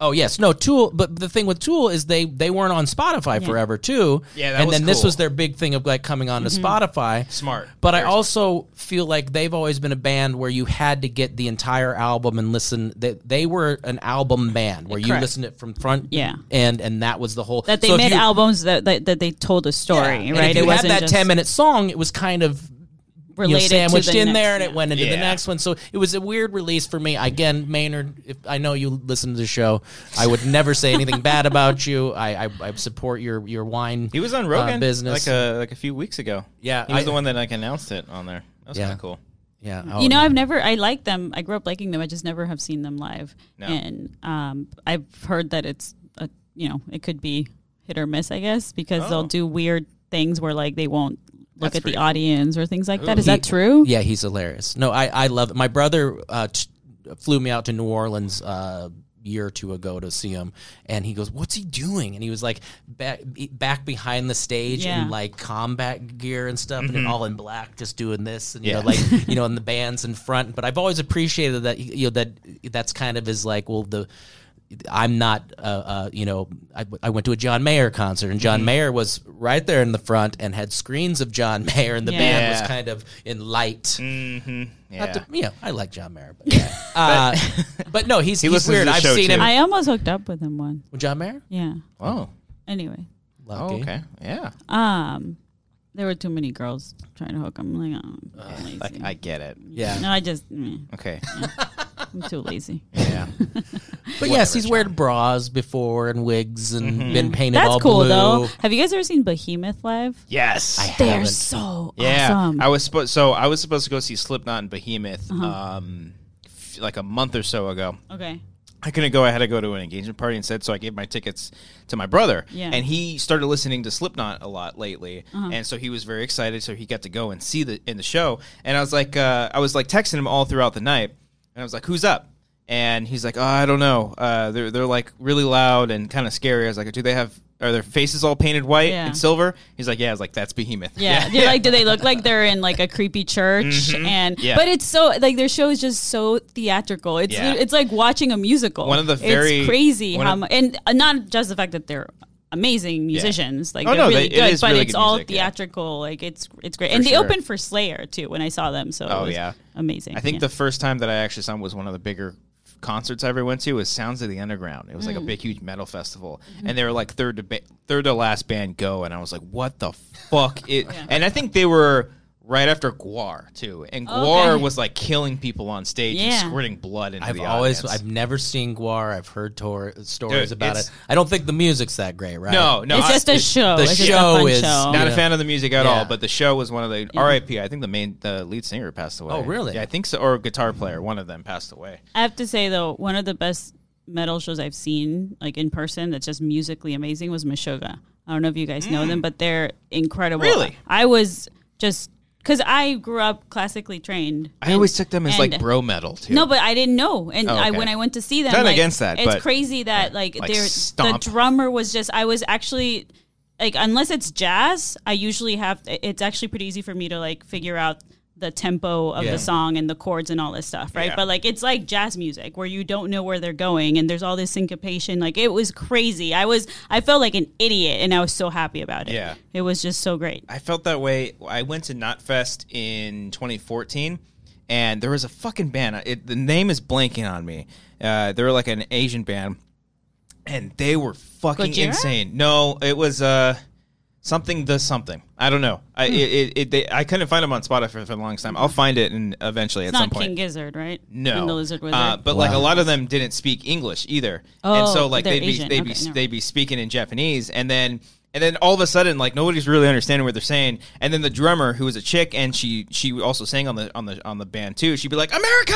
S2: Oh yes, no Tool. But the thing with Tool is they they weren't on Spotify
S1: Yeah.
S2: forever too.
S3: Yeah, that
S2: and
S3: was
S2: then this
S3: cool.
S2: was their big thing of like coming onto
S1: Mm-hmm.
S2: Spotify.
S3: Smart.
S2: But I
S3: Very
S2: also feel like they've always been a band where you had to get the entire album and listen. They, they were an album band where you
S1: Correct.
S2: listened it from front
S1: Yeah.
S2: end, and that was the whole.
S1: that they
S2: so if
S1: made
S2: you-
S1: albums that, that that they told a
S2: Yeah,
S1: story,
S2: and
S1: right?
S2: If you had that ten minute song, it was kind of you know,
S1: related
S2: sandwiched
S1: to the
S2: in
S1: next-
S2: there, and
S1: yeah.
S2: it went into
S3: Yeah.
S2: the next one. So it was a weird release for me. Again, Maynard, if I know you listen to the show, I would never say anything bad about you. I, I, I support your your wine.
S3: He was on
S2: uh,
S3: Rogan
S2: business.
S3: like a like a few weeks ago.
S2: Yeah,
S3: he was
S2: I-
S3: the one that like announced it on there. That was
S2: Yeah.
S3: kind of cool.
S2: yeah, oh,
S1: you know,
S2: yeah.
S1: I've never. I like them. I grew up liking them. I just never have seen them live.
S3: No.
S1: And um, I've heard that it's a, you know it could be hit or miss. I guess because
S3: Oh.
S1: they'll do weird things where like they won't look
S3: That's
S1: at the
S3: pretty cool.
S1: audience or things like that. Is
S2: He-
S1: that true?
S2: Yeah, he's hilarious. No, I I love it. My brother uh, t- flew me out to New Orleans. Uh, year or two ago to see him and he goes what's he doing and he was like back, back behind the stage
S1: Yeah.
S2: in like combat gear and stuff and all in black just doing this and you
S3: Yeah.
S2: know like you know and the bands in front but i've always appreciated that you know that that's kind of his like well the I'm not, uh, uh, you know, I, I went to a John Mayer concert, and John Mayer was right there in the front and had screens of John (laughs) Mayer, and the
S1: Yeah.
S2: band
S3: Yeah. Mm.
S2: was kind of in light.
S3: Yeah.
S2: Not to- you know, I like John Mayer,
S1: (laughs)
S2: but, uh, (laughs) but no, he's, he's
S3: listens to
S2: weird.
S3: the
S2: I've
S3: show,
S2: seen
S3: too.
S2: him.
S1: I almost hooked up with him once.
S2: John Mayer,
S1: Yeah.
S3: oh.
S1: Anyway,
S2: lucky.
S3: Oh, okay. Yeah.
S1: um, there were too many girls trying to hook him. I'm like, oh, I'm lazy.
S3: Like, I get it.
S2: Yeah,
S1: no, I just, mm,
S3: Okay.
S1: I'm too lazy.
S3: Yeah.
S2: but yes, he's weared bras before and wigs and
S3: Mm-hmm.
S2: been painted
S1: That's
S2: all
S1: cool
S2: blue.
S1: though. Have you guys ever seen Behemoth live?
S3: yes.
S1: They're
S2: haven't.
S1: so
S3: yeah.
S1: awesome.
S3: I was supposed so I was supposed to go see Slipknot and Behemoth um f- like a month or so ago. (laughs)
S1: okay.
S3: I couldn't go. I had to go to an engagement party instead, so I gave my tickets to my brother.
S1: Yeah. Uh-huh.
S3: And he started listening to Slipknot a lot lately, and so he was very excited. So he got to go and see the in the show. And I was like, uh, I was like texting him all throughout the night, and I was like, "Who's up?" And he's like, oh, "I don't know. Uh, they're they're like really loud and kind of scary." I was like, "Do they have are their faces all painted white
S1: Yeah.
S3: and silver?" He's like, "Yeah." I was like, "That's Behemoth." (laughs)
S1: Yeah. They're like, do they look like they're in like a creepy church? And
S3: Mm-hmm. Yeah.
S1: but it's so like their show is just so theatrical. It's
S3: Yeah.
S1: it's like watching a musical.
S3: One of the very-
S1: it's crazy
S3: one
S1: how
S3: of-
S1: mu- and uh, not just the fact that they're amazing musicians like
S3: Oh,
S1: they're
S3: no,
S1: really
S3: they- it
S1: good
S3: is
S1: but
S3: really
S1: it's
S3: good
S1: all
S3: music, yeah.
S1: theatrical like it's it's great and they
S3: sure.
S1: opened for slayer too when i saw them so
S3: Oh,
S1: it was
S3: yeah.
S1: amazing
S3: I think
S1: yeah.
S3: the first time that I actually saw him was one of the bigger concerts I ever went to was Sounds of the Underground. It was
S1: Mm.
S3: like a big, huge metal festival,
S1: Mm-hmm.
S3: and they were like third to ba- third to last band go, and I was like, "What the
S1: (laughs)
S3: fuck?" It, And I think they were right after Guar too, and Guar
S1: Oh, Okay.
S3: was like killing people on stage
S1: Yeah.
S3: and squirting blood into
S2: I've
S3: the
S2: always,
S3: audience.
S2: I've never seen Guar. I've heard tor- stories
S3: Dude,
S2: about
S3: it's-
S2: it. I don't think the music's that great, right?
S3: no, no,
S1: it's
S3: I-
S1: just a show
S2: the
S1: it's just a
S2: show
S1: fun
S2: is-
S1: show.
S3: Not a
S2: Yeah.
S3: fan of the music at all,
S2: Yeah.
S3: but the show was one of the R.I.P. I think the main, the lead singer passed away.
S2: Oh, really?
S3: Yeah, I think so. Or guitar player, one of them passed away.
S1: I have to say though, one of the best metal shows I've seen, like in person, that's just musically amazing was Meshuggah. I don't know if you guys know them, but they're incredible.
S3: Really?
S1: I was just because I grew up classically trained.
S3: I always took them as like
S1: and-
S3: bro metal too.
S1: No, but I didn't know, and
S3: Oh,
S1: I
S3: okay.
S1: when I went to see them,
S3: Nothing
S1: like,
S3: against that,
S1: it's
S3: but-
S1: crazy that like,
S3: Like,
S1: they're the
S3: stomp.
S1: drummer was just. I was actually like, unless it's jazz, I usually have. It's actually pretty easy for me to like figure out the tempo of
S2: Yeah.
S1: the song and the chords and all this stuff, right?
S3: Yeah.
S1: But like, it's like jazz music where you don't know where they're going, and there's all this syncopation. Like, it was crazy. I was, I felt like an idiot, and I was so happy about it.
S3: Yeah.
S1: it was just so great.
S3: I felt that way. I went to Knotfest in 2014, and there was a fucking band. It, the name is blanking on me. Uh, they were like an Asian band, and they were fucking
S1: Gojira?
S3: insane. No, it was uh, something the something. I don't know. I
S1: Hmm.
S3: it, it, it they, I couldn't find them on Spotify for, the longest time. I'll find it and eventually
S1: It's
S3: at some
S1: not
S3: point.
S1: King Gizzard, right?
S3: No,
S1: and the Lizard Wizard.
S3: Uh, but like a lot of them didn't speak English either, and
S1: Oh,
S3: so like
S1: they're
S3: they'd be
S1: Asian.
S3: they'd
S1: Okay,
S3: be
S1: never
S3: they'd be speaking in Japanese, and then and then all of a sudden like nobody's really understanding what they're saying, and then the drummer who was a chick and she she also sang on the on the on the band too. She'd be like America,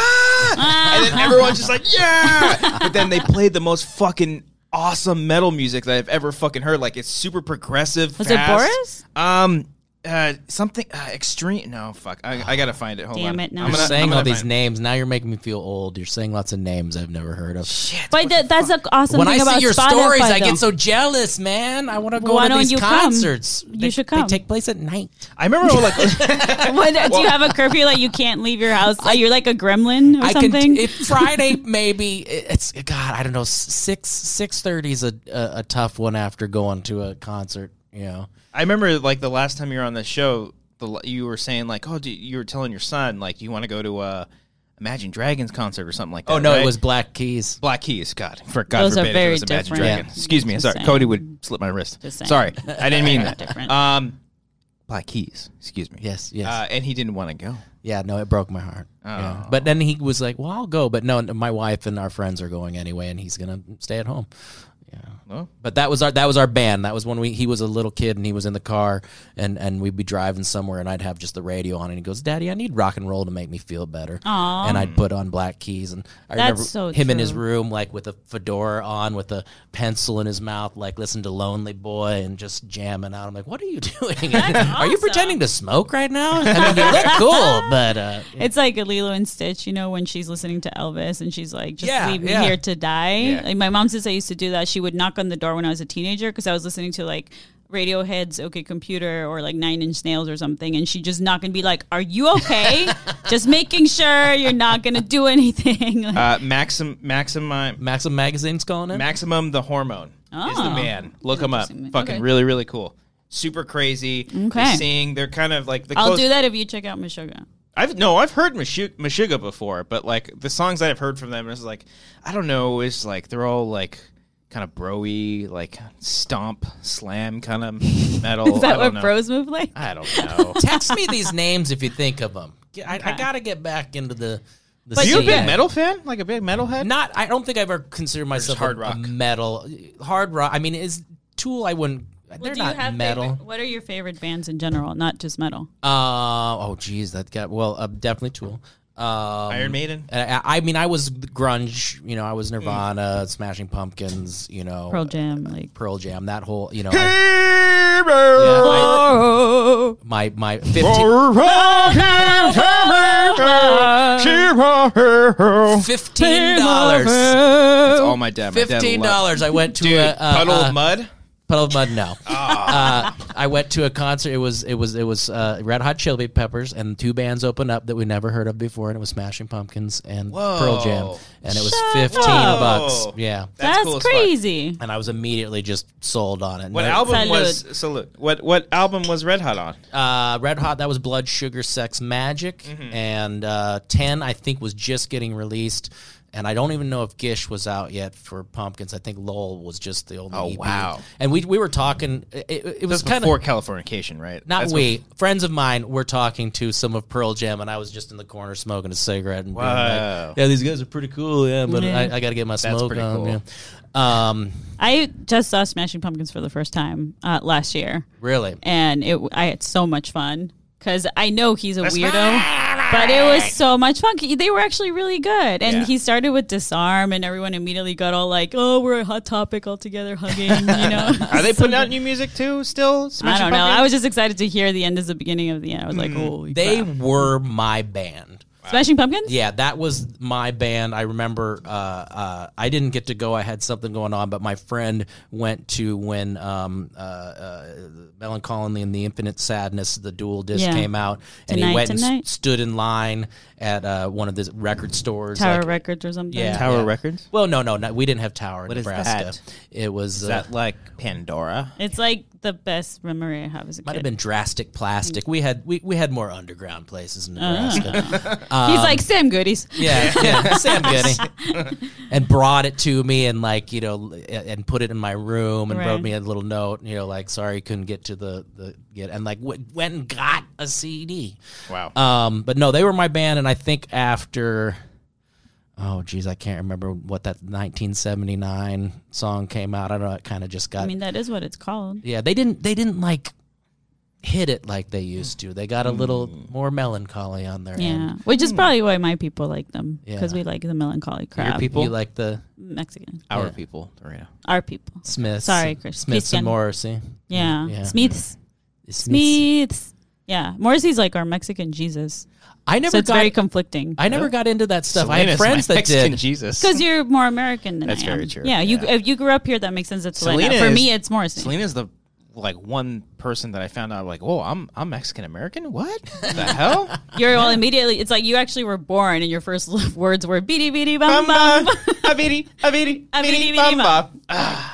S3: and then everyone's just like yeah, but then they played the most fucking. Awesome metal music that I've ever fucking heard. Like it's super progressive.
S1: Was it
S3: fast.
S1: Boris?
S3: Um, uh, something uh, extreme. No, fuck. I, I gotta find it. Hold
S1: Damn
S3: on.
S1: it, no.
S3: I'm
S1: You're
S2: You're
S3: gonna- I'm
S2: saying all
S3: gonna
S2: these
S3: find it.
S2: names. Now you're making me feel old. You're saying lots of names I've never heard of.
S1: But that, that's the awesome
S2: when
S1: thing
S2: I
S1: about
S2: see your
S1: Spotify,
S2: stories, I
S1: though.
S2: get so jealous, man. I want to go
S1: Why
S2: to
S1: don't
S2: these
S1: you come?
S2: concerts.
S1: You
S2: They-
S1: should
S2: They
S1: come.
S2: take place at night.
S3: I remember like
S1: (laughs) What, do you have a curfew? Like you can't leave your house? Like, you're like a gremlin or
S2: I
S1: something?
S2: can. If Friday maybe it's God. I don't know. Six six thirty is a, a a tough one after going to a concert. You know.
S3: I remember like the last time you were on the show, the l- you were saying like, oh, do, you were telling your son like, do you want to go to a Imagine Dragons concert or something like that?
S2: Oh no,
S3: right?
S2: it was Black Keys.
S3: Black Keys. God, for God
S1: Those are
S3: forbid
S1: very
S3: if it was Imagine
S1: different.
S3: Dragon.
S2: Yeah.
S3: Excuse me,
S1: Just
S3: sorry,
S1: saying.
S3: Cody would slip my wrist.
S1: Just saying.
S3: Sorry, I didn't mean
S1: (laughs)
S3: that.
S1: Different.
S3: Um, Black Keys. Excuse me.
S2: Yes, yes.
S3: Uh, and he didn't want to go.
S2: Yeah, no, it broke my heart. Yeah. But then he was like, "Well, I'll go," but no, my wife and our friends are going anyway, and he's gonna stay at home. Yeah.
S3: Oh.
S2: But that was our that was our band. That was when we he was a little kid and he was in the car and and we'd be driving somewhere and I'd have just the radio on and he goes, "Daddy, I need rock and roll to make me feel better."
S1: Aw.
S2: And I'd put on Black Keys and I
S1: That's
S2: remember
S1: so
S2: him in his
S1: true.
S2: room like with a fedora on with a pencil in his mouth like listen to Lonely Boy and just jamming out. I'm like, "What are you (laughs) doing? Are you
S1: awesome.
S2: pretending to smoke right now?" I mean, you look
S1: (laughs)
S2: cool, but uh,
S1: It's like Lilo and Stitch, you know, when she's listening to Elvis and she's like, "Just
S2: Yeah,
S1: leave me
S2: yeah.
S1: here to die."
S3: Yeah.
S1: Like my mom says, I used to do that. She would knock on the door when I was a teenager because I was listening to like Radiohead's "OK Computer" or like Nine Inch Nails or something, and she'd just knock and be like, "Are you
S3: (laughs)
S1: okay? just making sure you're not gonna do anything." (laughs) Like,
S3: Uh, Maxim, Maximum,
S2: Maxim magazine's calling it.
S3: Maximum the Hormone is the
S1: Oh.
S3: man. Look him up.
S1: Interesting.
S3: Fucking
S1: Okay.
S3: really, really cool. Super crazy.
S1: Okay.
S3: They sing. They're kind of like the.
S1: I'll
S3: close-
S1: do that if you check out Meshuggah.
S3: I've no, I've heard Mashu- Meshuggah before, but like the songs that I've heard from them is like I don't know, it's like they're all like kind of broy, like stomp, slam kind of metal.
S1: Is that
S3: I don't
S1: what
S3: know.
S1: bros move like?
S3: I don't know.
S2: Text me these names if you think of them. I, I gotta get back into the. the
S1: But
S3: Are you a
S2: scene.
S3: big metal fan? Like a big metalhead?
S2: Not. I don't think I've ever considered myself
S3: hard
S2: a-
S3: rock?
S2: a metal. Hard rock. I mean, is Tool? I wouldn't. they're
S1: do you
S2: not
S1: have
S2: metal.
S1: favorite- what are your favorite bands in general, not just metal?
S2: Uh, oh, geez, that got well. Uh, definitely Tool. Um,
S3: Iron Maiden.
S2: I, I- I mean, I was grunge. You know, I was Nirvana, Smashing Pumpkins. You know,
S1: Pearl Jam, like.
S2: Pearl Jam. That whole. You know, I-
S3: Hero!
S2: I- my my 15,
S3: For rockin' Jamaica, Sheba hero.
S2: fifteen dollars.
S3: That's all my dad. My dad
S2: Fifteen
S3: loved-
S2: dollars. Uh, I went to
S3: Dude,
S2: a, a-
S3: puddle
S2: a-
S3: of mud.
S2: Puddle of
S3: (laughs)
S2: Mud, no.
S3: Ah.
S2: Uh, I went to a concert. It was it was it was uh, Red Hot Chili Peppers, and two bands opened up that we never heard of before, and it was Smashing Pumpkins and
S3: Whoa.
S2: Pearl Jam, and it was
S1: Shut
S2: fifteen
S1: up.
S2: bucks. Yeah,
S1: That's,
S3: cool as fuck.
S1: crazy.
S2: and I was immediately just sold on it.
S3: What
S2: No-
S3: album
S1: Salute.
S3: was salute? What what album was Red Hot on?
S2: Uh, Red Hot that was Blood Sugar Sex Magic,
S3: Mm-hmm.
S2: and uh, Ten I think was just getting released. And I don't even know if Gish was out yet for Pumpkins. I think Lowell was just the only.
S3: Oh,
S2: EP.
S3: wow.
S2: And we we were talking. It, it, it was
S3: That's
S2: kind of
S3: before Californication, right?
S2: Not
S3: That's
S2: we. Friends of mine were talking to some of Pearl Jam, and I was just in the corner smoking a cigarette and being
S3: Wow.
S2: like, "Yeah, these guys are pretty cool. Yeah, but
S1: Yeah.
S2: I, I got to get my smoke
S3: pretty
S2: on."
S3: cool.
S2: Yeah. Um,
S1: I just saw Smashing Pumpkins for the first time uh, last year,
S2: really,
S1: and it I had so much fun because I know he's a weirdo, but it was so much fun. They were actually really good, and
S3: Yeah.
S1: he started with Disarm, and everyone immediately got all like, "Oh, we're a hot topic all together, hugging." You know,
S3: (laughs) Are they putting out new music too? Still?
S1: (laughs) I
S3: Smashing
S1: don't know.
S3: Pumpkins? Mm.
S1: I was just excited to hear the end is the beginning of the end. I was like, "Holy
S2: they
S1: crap.
S2: were my band.
S1: Smashing Pumpkins."
S2: Yeah, that was my band. I remember uh, uh, I didn't get to go. I had something going on, but my friend went to when um, uh, uh, Melancholy and the Infinite Sadness, the dual disc
S1: Yeah.
S2: came out, and he
S1: Tonight,
S2: went and
S1: tonight?
S2: s- stood in line at uh, one of the record stores.
S1: Tower
S2: like,
S1: Records or something.
S2: Yeah.
S3: Tower Records?
S2: Well, no, no, no, we didn't have Tower in
S3: What is
S2: Nebraska.
S3: that?
S2: It was
S3: Is
S2: uh,
S3: that like Pandora?
S1: It's like the best memory I have as a
S2: might
S1: kid.
S2: have been drastic plastic. We had we, we had more underground places in Nebraska.
S1: He's like Sam Goodies.
S2: yeah,
S3: (laughs)
S2: yeah, Sam Goody, and brought it to me and like you know l- and put it in my room and wrote
S1: Right.
S2: me a little note. You know, like sorry couldn't get to the the get and like w- went and got a CD.
S3: Wow.
S2: Um, but no, they were my band, and I think after, oh geez, I can't remember what that 1979 song came out. I don't know. It kind of just got.
S1: I mean, that is what it's called.
S2: yeah, they didn't. They didn't like hit it like they used to. They got a little
S3: Hmm.
S2: more melancholy on their
S1: Yeah,
S2: end.
S1: which is probably why my people like them because
S2: Yeah.
S1: we like the melancholy crap.
S3: Your people?
S2: You like the
S1: Mexican,
S3: Our
S2: yeah.
S3: people, Dorina.
S1: our people.
S2: Smiths?
S1: Sorry, Chris.
S2: Smiths and
S1: Christian.
S2: Morrissey.
S1: Yeah,
S2: Yeah.
S1: Smiths,
S2: The
S1: Smiths. Yeah, Morrissey's like our Mexican Jesus,
S2: I never
S1: so it's
S2: got.
S1: very conflicting.
S2: I never got into that stuff. I had
S3: Selena's
S2: friends
S3: my
S2: that
S3: Mexican
S2: did.
S3: Jesus.
S1: Because you're more American than
S3: That's
S1: I am.
S3: very true.
S1: Yeah, you
S3: Yeah.
S1: if you grew up here, that makes sense. It's Selena.
S3: Selena
S1: For
S3: is-
S1: me, it's Morrissey.
S3: Selena's the like one person that I found out like, whoa, I'm I'm Mexican American. What the hell?
S1: You're all immediately. It's like you actually were born, and your first (laughs) words were "beady beady (laughs) bum bum." (laughs)
S3: Bamba, abidi, abidi,
S1: Abidi,
S3: abidi,
S1: bidi,
S3: bamba.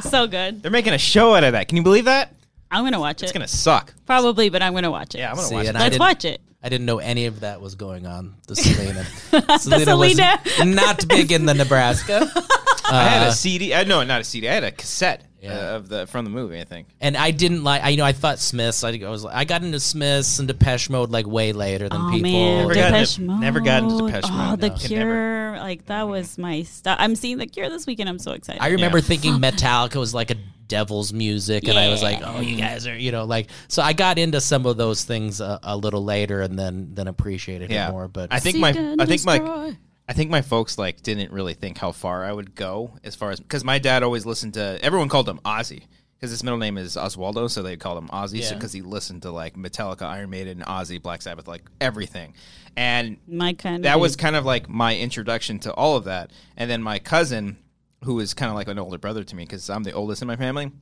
S1: so good.
S3: They're making a show out of that. Can you believe that?
S1: I'm gonna watch it.
S3: It's gonna suck.
S1: Probably, but I'm gonna watch it.
S3: Yeah, I'm gonna
S2: See,
S3: watch
S2: and
S3: it.
S2: I
S1: Let's
S2: didn't-
S1: watch it. (laughs)
S2: I didn't know any of that was going on. The Selena. Selena, was
S1: Selena. (laughs)
S2: not big in the Nebraska. Uh-huh. Uh,
S3: uh, I had a CD. I, no, not a CD. I had a cassette. uh, of the from the movie. I think.
S2: And I didn't like. I you know I thought Smiths. I, I was I got into Smiths and Depeche Mode like way later than
S1: Oh
S2: people.
S1: man,
S3: Never got
S1: Depeche
S3: into-
S1: Mode.
S3: never got into Depeche
S1: Oh,
S3: Mode,
S1: The
S3: no. Could never.
S1: Cure, like that was my stuff. I'm seeing The Cure this weekend. I'm so excited.
S2: I remember
S3: Yeah.
S2: thinking Metallica was like a devil's music, and I was like,
S1: Yeah.
S2: "Oh, you guys are," you know, like. So I got into some of those things a, a little later, and then then appreciated
S3: Yeah.
S2: it more. But
S3: I think my I think my I think my folks like didn't really think how far I would go as far as because my dad always listened to everyone called him Ozzy because his middle name is Oswaldo, so they called him Ozzy
S2: Yeah.
S3: because he listened to like Metallica, Iron Maiden, Ozzy, Black Sabbath, like everything, and
S1: my kind.
S3: that was kind of like my introduction to all of that. And then my cousin, who is kind of like an older brother to me because I'm the oldest in my family,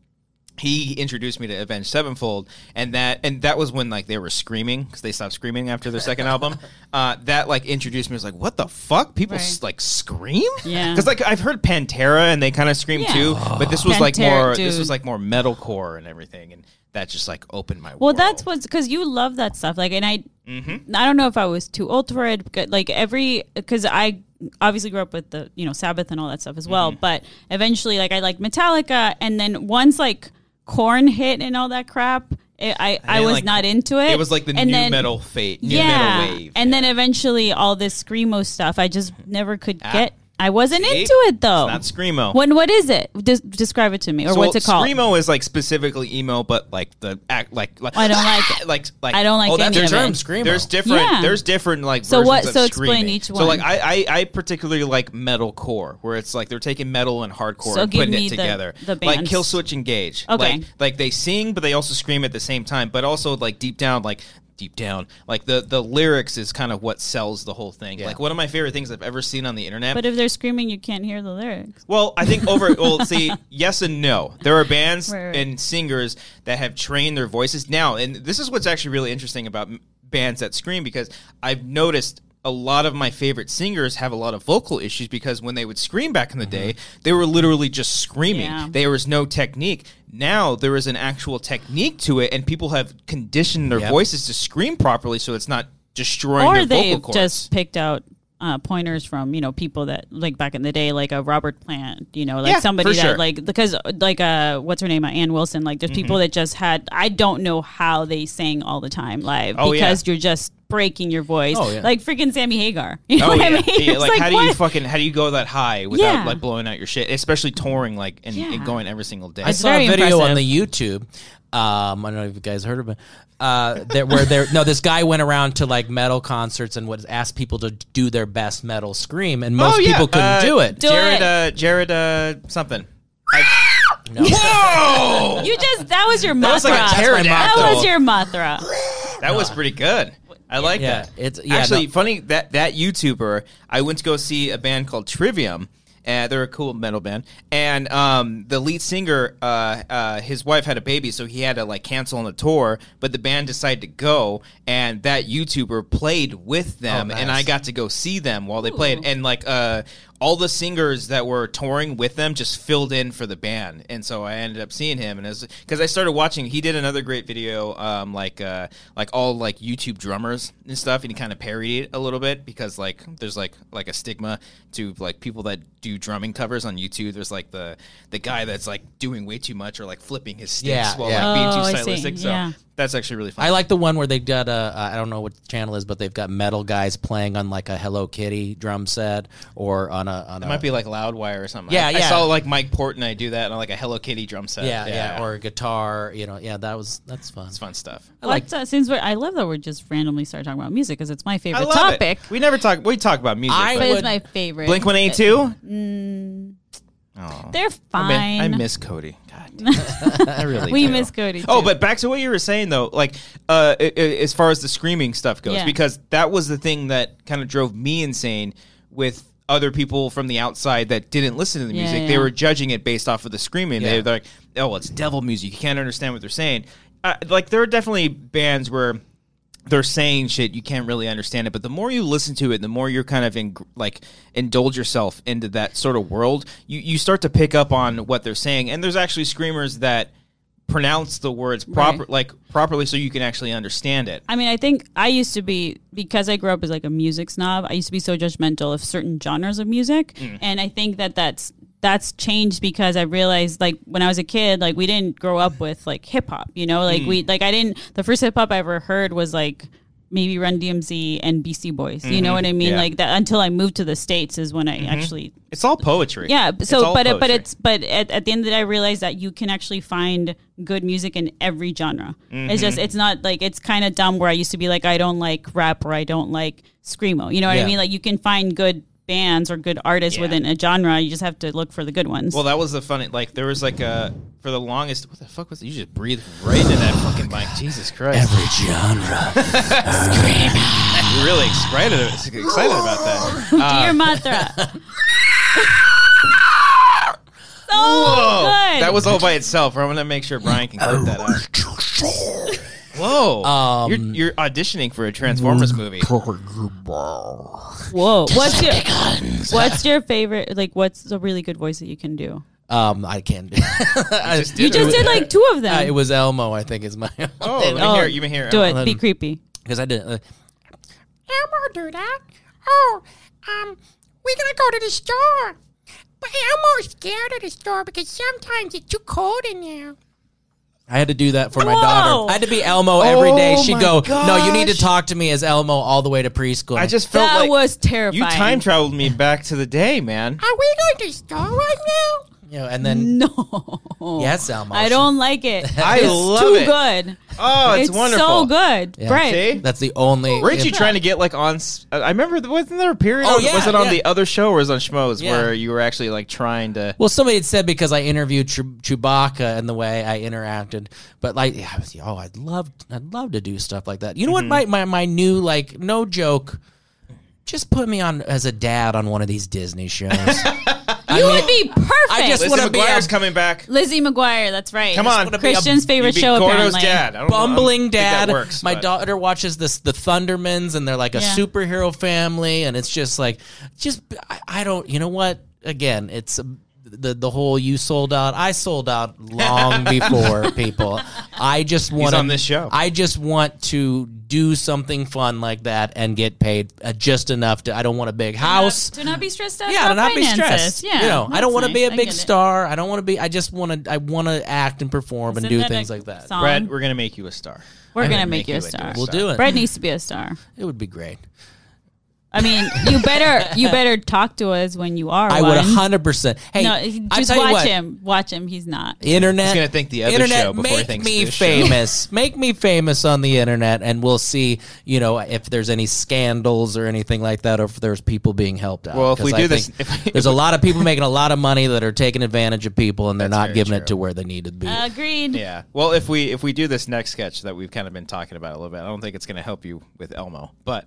S3: he introduced me to Avenged Sevenfold, and that and that was when like they were screaming because they stopped screaming after their second
S1: (laughs)
S3: album. Uh, that like introduced me I was like, what the fuck? People
S1: Right.
S3: s- like scream?
S1: Yeah.
S3: Because like I've heard Pantera and they kind of scream
S1: Yeah.
S3: too, but this was like
S1: Pantera,
S3: more this
S1: dude.
S3: was like more metalcore and everything, and that just like opened my
S1: Well,
S3: world.
S1: that's what's because you love that stuff. Like, and I,
S3: Mm-hmm.
S1: I don't know if I was too old for it. But like every, because I obviously grew up with the you know Sabbath and all that stuff as well.
S3: Mm-hmm.
S1: But eventually, like I liked Metallica, and then once like Corn hit and all that crap, it, I I,
S3: didn't
S1: was
S3: like-
S1: not into it.
S3: it was like the
S1: And
S3: new
S1: then-
S3: metal fate, new
S1: yeah,
S3: metal wave. Mm-hmm.
S1: and then eventually all this screamo stuff. I just never could get. I wasn't
S3: Ah. See?
S1: into it though.
S3: not screamo.
S1: When what is it? Des- describe it to me, or
S3: So
S1: what's it called?
S3: Screamo is like specifically emo, but like the act like, like
S1: I
S3: (laughs)
S1: don't like it.
S3: like like
S1: I don't like
S3: that's
S1: any
S3: a
S1: of
S2: term
S1: it.
S2: screamo.
S3: There's different.
S1: Yeah.
S3: There's different like.
S1: So
S3: versions
S1: what-
S3: Of
S1: so explain
S3: screaming.
S1: each
S3: So
S1: one.
S3: like I, I I particularly like metalcore, where it's like they're taking metal and hardcore
S1: So
S3: and
S1: give
S3: putting
S1: me
S3: it
S1: the-
S3: together.
S1: the
S3: like
S1: bands.
S3: Kill Switch Engage.
S1: Okay.
S3: Like, like they sing, but they also scream at the same time. But also like deep down, like deep down, like the the lyrics is kind of what sells the whole thing. Like one of my favorite things I've ever seen on the internet.
S1: But if they're screaming, you can't hear the lyrics.
S3: Well, I think
S1: (laughs)
S3: over. Well, see, yes and no. There are bands
S1: Right, right.
S3: and singers that have trained their voices now, and this is what's actually really interesting about m- bands that scream because I've noticed a lot of my favorite singers have a lot of vocal issues because when they would scream back in the day, they were literally just screaming.
S1: Mm-hmm. Yeah.
S3: There was no technique. Now there is an actual technique to it, and people have conditioned their
S2: Yep.
S3: voices to scream properly, so it's not destroying
S1: or
S3: their
S1: they've
S3: vocal cords.
S1: just picked out uh, pointers from you know people that like back in the day, like a Robert Plant, you know, like
S3: Yeah,
S1: somebody
S3: for
S1: that
S3: sure.
S1: like because like uh what's her name, uh, Ann Wilson. Like there's
S3: Mm-hmm.
S1: people that just had I don't know how they sang all the time live
S3: Oh, yeah.
S1: because you're just breaking your voice,
S2: Oh, yeah.
S1: like freaking Sammy Hagar. (laughs) You know
S3: Oh
S1: what
S3: yeah,
S1: I mean?
S3: yeah.
S1: It's
S3: Like, how do you
S1: what?
S3: fucking how do you go that high without
S1: Yeah.
S3: like blowing out your shit? Especially touring like and,
S1: Yeah.
S3: and going every single day.
S2: I saw a
S1: very
S2: video
S1: impressive.
S2: on the YouTube. Um, I don't know if you guys heard of it. Uh, that where there no, this guy went around to like metal concerts and would ask people to do their best metal scream, and most
S3: Oh, yeah.
S2: people couldn't
S3: Uh,
S2: do it.
S1: Do
S3: Jared,
S1: it.
S3: uh, Jared, uh,
S1: (laughs)
S3: something.
S2: No.
S3: Whoa,
S1: You just that was your mantra.
S3: was like a pterodactyl.
S1: that was your mantra.
S3: that was pretty good. I like
S2: Yeah,
S3: that.
S2: it's- yeah,
S3: actually
S2: no.
S3: funny that that YouTuber. I went to go see a band called Trivium. Uh, they're a cool metal band, and um, the lead singer, uh, uh, his wife had a baby, so he had to like cancel on the tour. But the band decided to go, and that YouTuber played with them,
S2: Oh,
S3: and
S2: nice.
S3: I got to go see them while they played, and like uh, all the singers that were touring with them just filled in for the band, and so I ended up seeing him, and because I started watching, he did another great video, um, like uh, like all like YouTube drummers and stuff, and he kind of parodied it a little bit because like there's like like a stigma to like people that do drumming covers on YouTube. There's like the the guy that's like doing way too much or like flipping his sticks
S2: Yeah,
S3: while
S2: yeah.
S3: like
S1: Oh, I
S3: being
S1: see.
S3: too stylistic. So
S1: Yeah.
S3: that's actually really fun.
S2: I like the one where they've got a I don't know what the channel is, but they've got metal guys playing on like a Hello Kitty drum set or on a on a
S3: It might be like Loudwire or something.
S2: Yeah,
S3: I, I
S2: yeah.
S3: saw like Mike Portnoy do that on like a Hello Kitty drum set.
S2: yeah, yeah or a guitar. You know, yeah, that was that's fun.
S3: it's fun stuff.
S1: Let's, uh, since we're, I love that we're just randomly start talking about music because it's my favorite
S3: I love
S1: topic.
S3: it. We never talk. We talk about music.
S2: I
S1: But
S2: would-
S1: it's my favorite.
S3: Blink One Eighty Two.
S1: They're fine.
S3: Oh, I miss Cody. God, damn
S2: (laughs)
S3: it. I really.
S1: we
S3: do.
S1: miss Cody. Too.
S3: Oh, but back to what you were saying though, like uh, i- i- as far as the screaming stuff goes,
S1: Yeah.
S3: because that was the thing that kind of drove me insane with other people from the outside that didn't listen to the
S1: Yeah,
S3: music.
S1: yeah.
S3: They were judging it based off of the screaming. They,
S2: Yeah.
S3: they're like, "Oh, it's devil music. You can't understand what they're saying." Uh, like there are definitely bands where they're saying shit you can't really understand it but the more you listen to it the more you're kind of in, like indulge yourself into that sort of world you you start to pick up on what they're saying and there's actually screamers that pronounce the words proper
S1: Right.
S3: like properly so you can actually understand it
S1: I mean, I think I used to be because I grew up as
S3: Mm.
S1: like a music snob. I used to be so judgmental of certain genres of music, and I think that that's that's changed because I realized like when I was a kid, like we didn't grow up with like hip hop, you know,
S3: Mm.
S1: like we like I didn't the first hip hop I ever heard was like maybe Run DMC and BC Boys. You know what I mean?
S3: Mm-hmm. Yeah. Mm-hmm.
S1: Like that until I moved to the states is when I actually
S3: It's all poetry.
S1: yeah. b-
S3: It's
S1: So
S3: all
S1: but it, but
S3: poetry.
S1: it's but at, at the end of the day, I realized that you can actually find good music in every genre. It's
S3: Mm-hmm.
S1: just it's not like it's kind of dumb where I used to be like I don't like rap or I don't like screamo. You know what
S2: Yeah.
S1: I mean? Like you can find good bands or good artists
S3: Yeah.
S1: within a genre. You just have to look for the good ones.
S3: Well, that was the funny. Like there was like a for the longest. What the fuck was it? You just breathed right into that fucking mic. Jesus Christ!
S2: Every genre.
S3: You're really excited excited about that.
S1: Dear Matra.
S3: (laughs)
S1: so
S3: Whoa!
S1: good.
S3: That was all by itself. I'm gonna make sure Brian can clip that out. Whoa!
S2: Um,
S3: you're, you're auditioning for a Transformers movie.
S1: whoa. What's your What's your favorite? Like, what's a really good voice that you can do?
S2: Um, I can't. (laughs) I
S3: just did
S1: You just
S3: it.
S1: did like two of
S2: Uh,
S1: them.
S2: it was Elmo, I think, is (laughs) my
S3: Oh, let me hear. it, You may hear.
S1: Do
S3: Oh,
S1: it. Be creepy.
S2: because I didn't. Uh,
S4: Elmo do that? Oh, um, we're gonna go to the store. But Elmo's scared of the store because sometimes it's too cold in there.
S2: I had to do that for my
S1: Whoa.
S2: daughter. I had to be Elmo every day.
S3: Oh
S2: She'd
S3: my
S2: go, "No, you need to
S3: gosh.
S2: talk to me as Elmo all the way to preschool."
S3: I just felt
S1: That
S3: like
S1: was terrifying.
S3: you time traveled me back to the day, man.
S4: Are we going to the store right now?
S2: you know, and then
S1: (laughs) No.
S2: Yes, Elmo.
S1: I don't like
S3: (laughs)
S1: it.
S3: I
S1: it's
S3: love
S1: too
S3: it.
S1: good.
S3: Oh, it's, wonderful.
S1: so good.
S2: Yeah.
S1: Right.
S3: See?
S2: that's the only.
S3: Weren't you
S2: if-
S3: trying to get like on? s- I remember th- wasn't there a period?
S2: Oh,
S3: on-
S2: yeah,
S3: was it on
S2: yeah.
S3: the other show or was it on Schmoes
S2: Yeah.
S3: where you were actually like trying to?
S2: Well, somebody had said because I interviewed Chew- Chewbacca and the way I interacted, but like, yeah, I was, oh, I'd love, I'd love to do stuff like that. You know what? My, my my new like no joke, just put me on as a dad on one of these Disney shows.
S1: You would be perfect.
S2: I just
S3: Lizzie
S2: wanna be
S3: McGuire's
S2: a-
S3: coming back.
S1: Lizzie McGuire. That's right.
S3: Come on,
S1: Christian's favorite
S3: You beat
S1: show.
S3: Gordo's
S1: apparently.
S3: dad. I don't know- I don't
S2: bumbling
S3: think that
S2: dad.
S3: works,
S2: My
S3: but-
S2: daughter watches this the Thundermans, and they're like a
S1: Yeah.
S2: superhero family, and it's just like, just I, I don't. You know what? Again, it's. um, the, the whole you sold out I sold
S3: (laughs)
S2: out long before people I just want
S3: on this show.
S2: I just want to do something fun like that and get paid uh, just enough to I don't want a big house
S1: To not be stressed out.
S2: yeah, to
S1: about
S2: not be
S1: finances.
S2: stressed.
S1: Yeah,
S2: you know, I don't
S1: that's
S2: want to
S1: nice.
S2: be a
S1: I
S2: big
S1: get it.
S2: star. I don't want to be. I just want to. I want to act and perform and
S1: Isn't
S2: do
S1: that
S2: things
S1: a
S2: like that.
S1: song?
S3: Brad, we're gonna make you a star.
S1: We're
S3: I'm
S1: gonna make you a star. (laughs)
S2: We'll do it.
S1: Brad needs to be a star.
S2: It would be great.
S1: I mean, you better
S2: (laughs)
S1: you better talk to us when you are.
S2: I
S1: one.
S2: would hundred percent. Hey,
S1: No,
S2: I
S1: just
S2: tell you
S1: watch
S2: what,
S1: him. Watch him. He's not.
S2: Internet.
S3: He's gonna think the other
S2: internet,
S3: show before he
S2: make
S3: thinks
S2: me
S3: this show.
S2: famous. (laughs) Make me famous on the internet, and we'll see. You know, if there's any scandals or anything like that, or if there's people being helped out.
S3: Well, if
S2: 'Cause
S3: we
S2: I
S3: do
S2: think
S3: this- (laughs) if we-
S2: there's a lot of people making a lot of money that are taking advantage of people, and they're not
S3: very
S2: giving
S3: true.
S2: it to where they need to be.
S3: (laughs)
S1: Agreed.
S3: Yeah. Well, if we if we do this next sketch that we've kind of been talking about a little bit, I don't think it's gonna help you with Elmo, but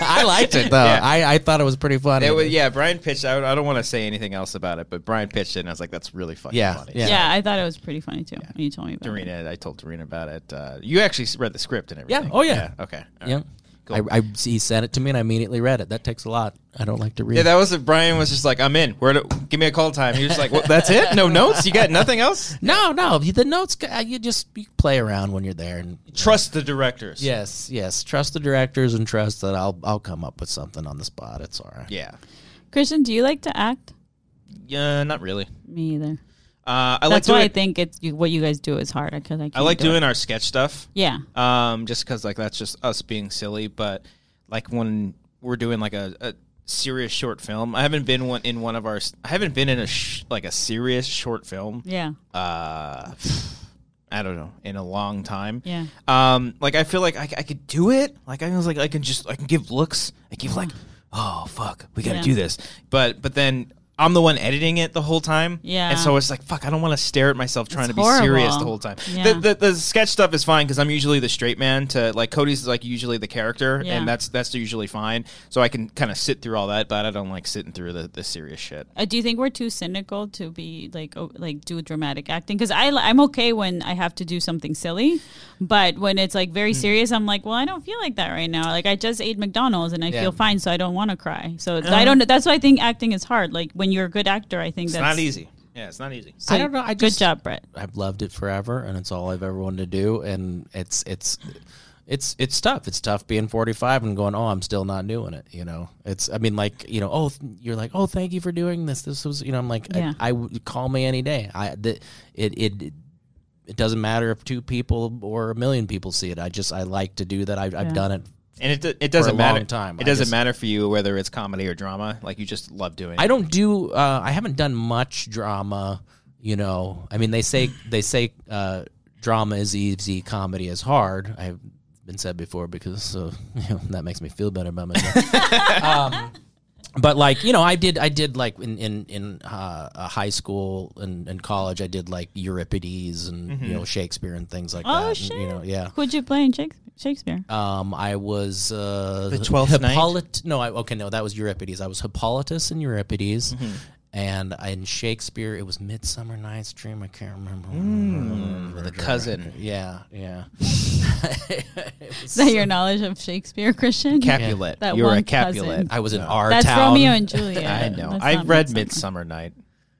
S3: (laughs)
S2: I liked it though.
S3: Yeah.
S2: I, I thought it was pretty funny.
S3: it was, yeah. Brian pitched. I, I don't want to say anything else about it, but Brian pitched it, and I was like, that's really fucking
S2: Yeah,
S3: funny.
S2: yeah.
S1: Yeah, I thought it was pretty funny too when you told me about it.
S3: (laughs) Doreen, I told Doreen about it. Uh, you actually s- read the script and everything.
S2: Yeah. Oh, yeah.
S3: Okay. All
S2: Yeah.
S3: right. Cool.
S2: I, I, he sent it to me and I immediately read it. That takes a lot. I don't like to read.
S3: Yeah, that was it. Brian was just like, "I'm in. Where do, give me a call time." He was like, well, "That's it. No notes. You got nothing else."
S2: no, no. you- The notes, uh, you just you play around when you're there. And
S3: Trust the directors.
S2: yes, yes. Trust the directors and trust that I'll I'll come up with something on the spot. It's all right.
S3: Yeah.
S1: Christian, do you like to act?
S3: Yeah. Not really.
S1: Me either.
S3: Uh, I like
S1: That's why I
S3: doing.
S1: think it's you, what you guys do is hard because I, can't
S3: I like
S1: do it.
S3: doing our sketch stuff.
S1: Yeah,
S3: um, just because like that's just us being silly. But like when we're doing like a, a serious short film, I haven't been one in one of our. I haven't been in a sh- like a serious short film.
S1: yeah,
S3: Uh, (sighs) I don't know in a long time.
S1: yeah.
S3: Um, like I feel like I, c- I could do it. Like I was like I can just I can give looks. I give like, oh fuck, we gotta
S1: Mm-hmm.
S3: do
S1: Yeah.
S3: this. But but then I'm the one editing it the whole time.
S1: Yeah.
S3: And so it's like fuck, I don't want to stare at myself trying
S1: It's
S3: to be serious
S1: horrible.
S3: the whole time.
S1: Yeah.
S3: The, the the sketch stuff is fine because I'm usually the straight man. To like Cody's like usually the character,
S1: Yeah.
S3: and that's that's usually fine. So I can kind of sit through all that, but I don't like sitting through the, the serious shit.
S1: Uh, do you think we're too cynical to be like o like do dramatic acting? Because I li- I'm okay when I have to do something silly, but when it's like
S3: Hmm.
S1: very serious, I'm like, well, I don't feel like that right now. Like I just ate McDonald's and I
S2: Yeah.
S1: feel fine, so I don't want to cry. So I don't. That's why I think acting is hard. Like when you're a good actor, I think
S3: Uh-huh. It's
S1: that's
S3: not easy. Yeah, it's not easy.
S1: so
S2: I don't know, I
S1: good
S2: just-
S1: job, Brett.
S2: I've loved it forever, and it's all I've ever wanted to do. And it's it's it's it's tough. It's tough being 45 and going, "Oh, I'm still not doing it." You know, it's I mean, like you know, oh, th- you're like, "Oh, thank you for doing this." This was, you know, I'm like,
S1: Yeah.
S2: I, I would call me any day. I the, it it it doesn't matter if two people or a million people see it. I just I like to do that. I've, I've
S1: Yeah.
S2: done it.
S3: And it, do- it doesn't
S2: a
S3: matter.
S2: long time.
S3: It
S2: I
S3: doesn't
S2: just-
S3: matter for you whether it's comedy or drama. Like you just love doing.
S2: I
S3: it.
S2: don't do. Uh, I haven't done much drama. You know, I mean, they say they say uh, drama is easy, comedy is hard. I've been said before because uh, (laughs) you know, that makes me feel better about myself.
S1: (laughs)
S2: Um, but like you know i did i did like in in in uh, uh, high school and, and college i did like euripides and you know shakespeare and things like that
S1: Mm-hmm. Oh,
S2: and,
S1: shit.
S2: you know yeah
S1: Who'd you play in Shakes- Shakespeare?
S3: Uh,
S2: um i was uh
S3: The Twelfth Night?
S2: Hippolyt- no I, okay no that was euripides i was hippolytus and euripides
S3: Mm-hmm.
S2: and in shakespeare it was midsummer night's dream i can't remember
S3: Mm. The cousin
S2: yeah
S3: (laughs)
S2: yeah
S1: Is that your knowledge of Shakespeare, Christian?
S3: Capulet.
S1: That
S3: You're a
S1: one
S3: Capulet.
S1: cousin.
S2: i was in our
S1: That's
S2: town
S1: Romeo and
S2: (laughs)
S1: Juliet.
S3: I know.
S1: That's
S3: I
S1: not
S3: read
S1: Midsummer.
S3: Midsummer Night.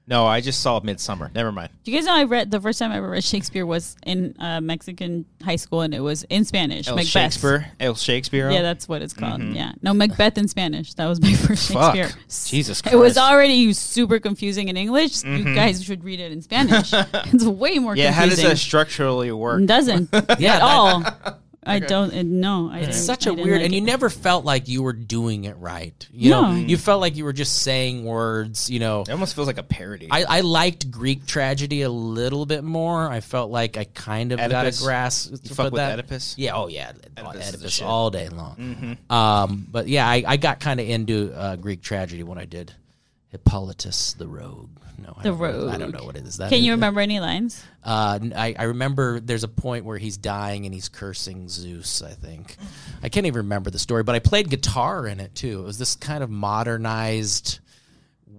S3: No, I just saw Midsummer. Never mind.
S1: Do you guys know I read the first time I ever read Shakespeare was in uh, Mexican high school and it was in Spanish.
S2: Oh,
S3: El
S1: Macbeth.
S3: Shakespeare. El Shakespeare.
S1: Yeah, that's what it's called.
S2: Mm-hmm.
S1: Yeah. No, Macbeth in Spanish. That was my (laughs) first
S3: Fuck.
S1: Shakespeare.
S3: Jesus
S1: It was
S3: Christ.
S1: already super confusing in English.
S2: Mm-hmm.
S1: You guys should read it in Spanish.
S2: (laughs)
S1: it's way more
S3: Yeah, how does
S1: confusing. Mm.
S3: that structurally work?
S1: It doesn't
S2: uh, (laughs) Yeah,
S1: at all. I don't uh, no. I
S2: It's
S1: didn't-
S2: such
S1: I
S2: a
S1: didn't
S2: weird,
S1: like
S2: and
S1: it.
S2: you never felt like you were doing it right. You know,
S1: No.
S2: you felt like you were just saying words. You know,
S3: It almost feels like a parody.
S2: I, I liked Greek tragedy a little bit more. I felt like I kind of got a
S3: Oedipus?
S2: grasp
S3: You
S2: for
S3: fuck with
S2: that.
S3: Oedipus?
S2: Yeah. Oh yeah.
S3: Oedipus
S2: Oedipus,
S3: is the shit. Mm-hmm.
S2: all day long. Um, but yeah, I, I got kind of into uh, Greek tragedy when I did Hippolytus the Rogue. No, I
S1: The
S2: don't know- I don't
S1: Rogue.
S2: know what it is. That
S1: Can
S2: is-
S1: you
S2: (laughs)
S1: remember any lines?
S2: uh, n- I, I remember there's a point where he's dying and he's cursing Zeus, I think. I can't even remember the story, but I played guitar in it too. It was this kind of modernized,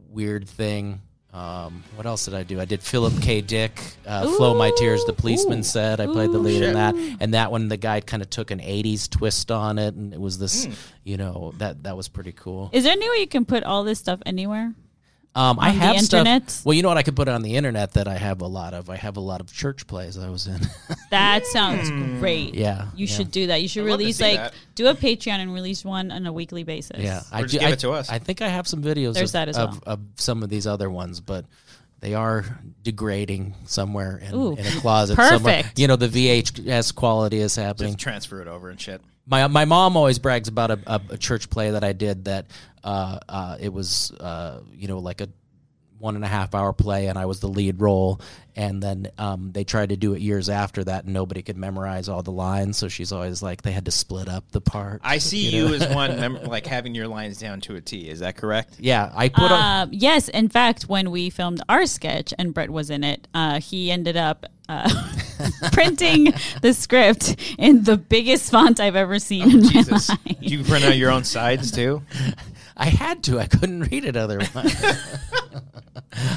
S2: weird thing. Um, what else did I do? I did Philip K. Dick, uh, Flow My Tears, The Policeman Said. I played the lead in that. And that one, the guy kind of took an 80s twist on it. And it was
S1: Hmm.
S2: this, you know, that, that was pretty cool.
S1: Is there any way you can put all this stuff anywhere?
S2: Um, I
S1: On the
S2: have
S1: internet?
S2: stuff. Well, you know what I could put on the internet that I have a lot of? I have a lot of church plays I was in. (laughs)
S1: That sounds great.
S2: Yeah,
S1: You
S2: yeah.
S1: should do that. You should
S3: I'd love to
S1: release
S3: see
S1: like
S3: that.
S1: do a Patreon and release one on a weekly basis.
S2: Yeah, I
S3: just
S2: do-
S3: give
S2: I-
S3: it to us.
S2: I think I have some videos
S1: There's
S2: of,
S1: that as
S2: of,
S1: well.
S2: of some of these other ones, but they are degrading somewhere in,
S1: Ooh.
S2: in a closet. Somewhere.
S1: Perfect.
S2: You know, the VHS quality is happening.
S3: Just transfer it over and shit.
S2: My my mom always brags about a, a, a church play that I did that uh, uh, it was uh, you know like a one and a half hour play and I was the lead role and then um, they tried to do it years after that and nobody could memorize all the lines so she's always like they had to split up the part.
S3: I see you, as
S1: (laughs)
S3: one, mem- like having your lines down to a T. Is that correct?
S2: yeah, I put on.
S1: Um, yes, in fact, when we filmed our sketch and Brett was in it, uh, he ended up
S2: (laughs)
S1: uh, printing the script in the biggest font I've ever seen. in my
S3: Oh, Jesus.
S1: life.
S3: Do you print out your own sides too?
S2: I had to. I couldn't read it otherwise.
S3: (laughs)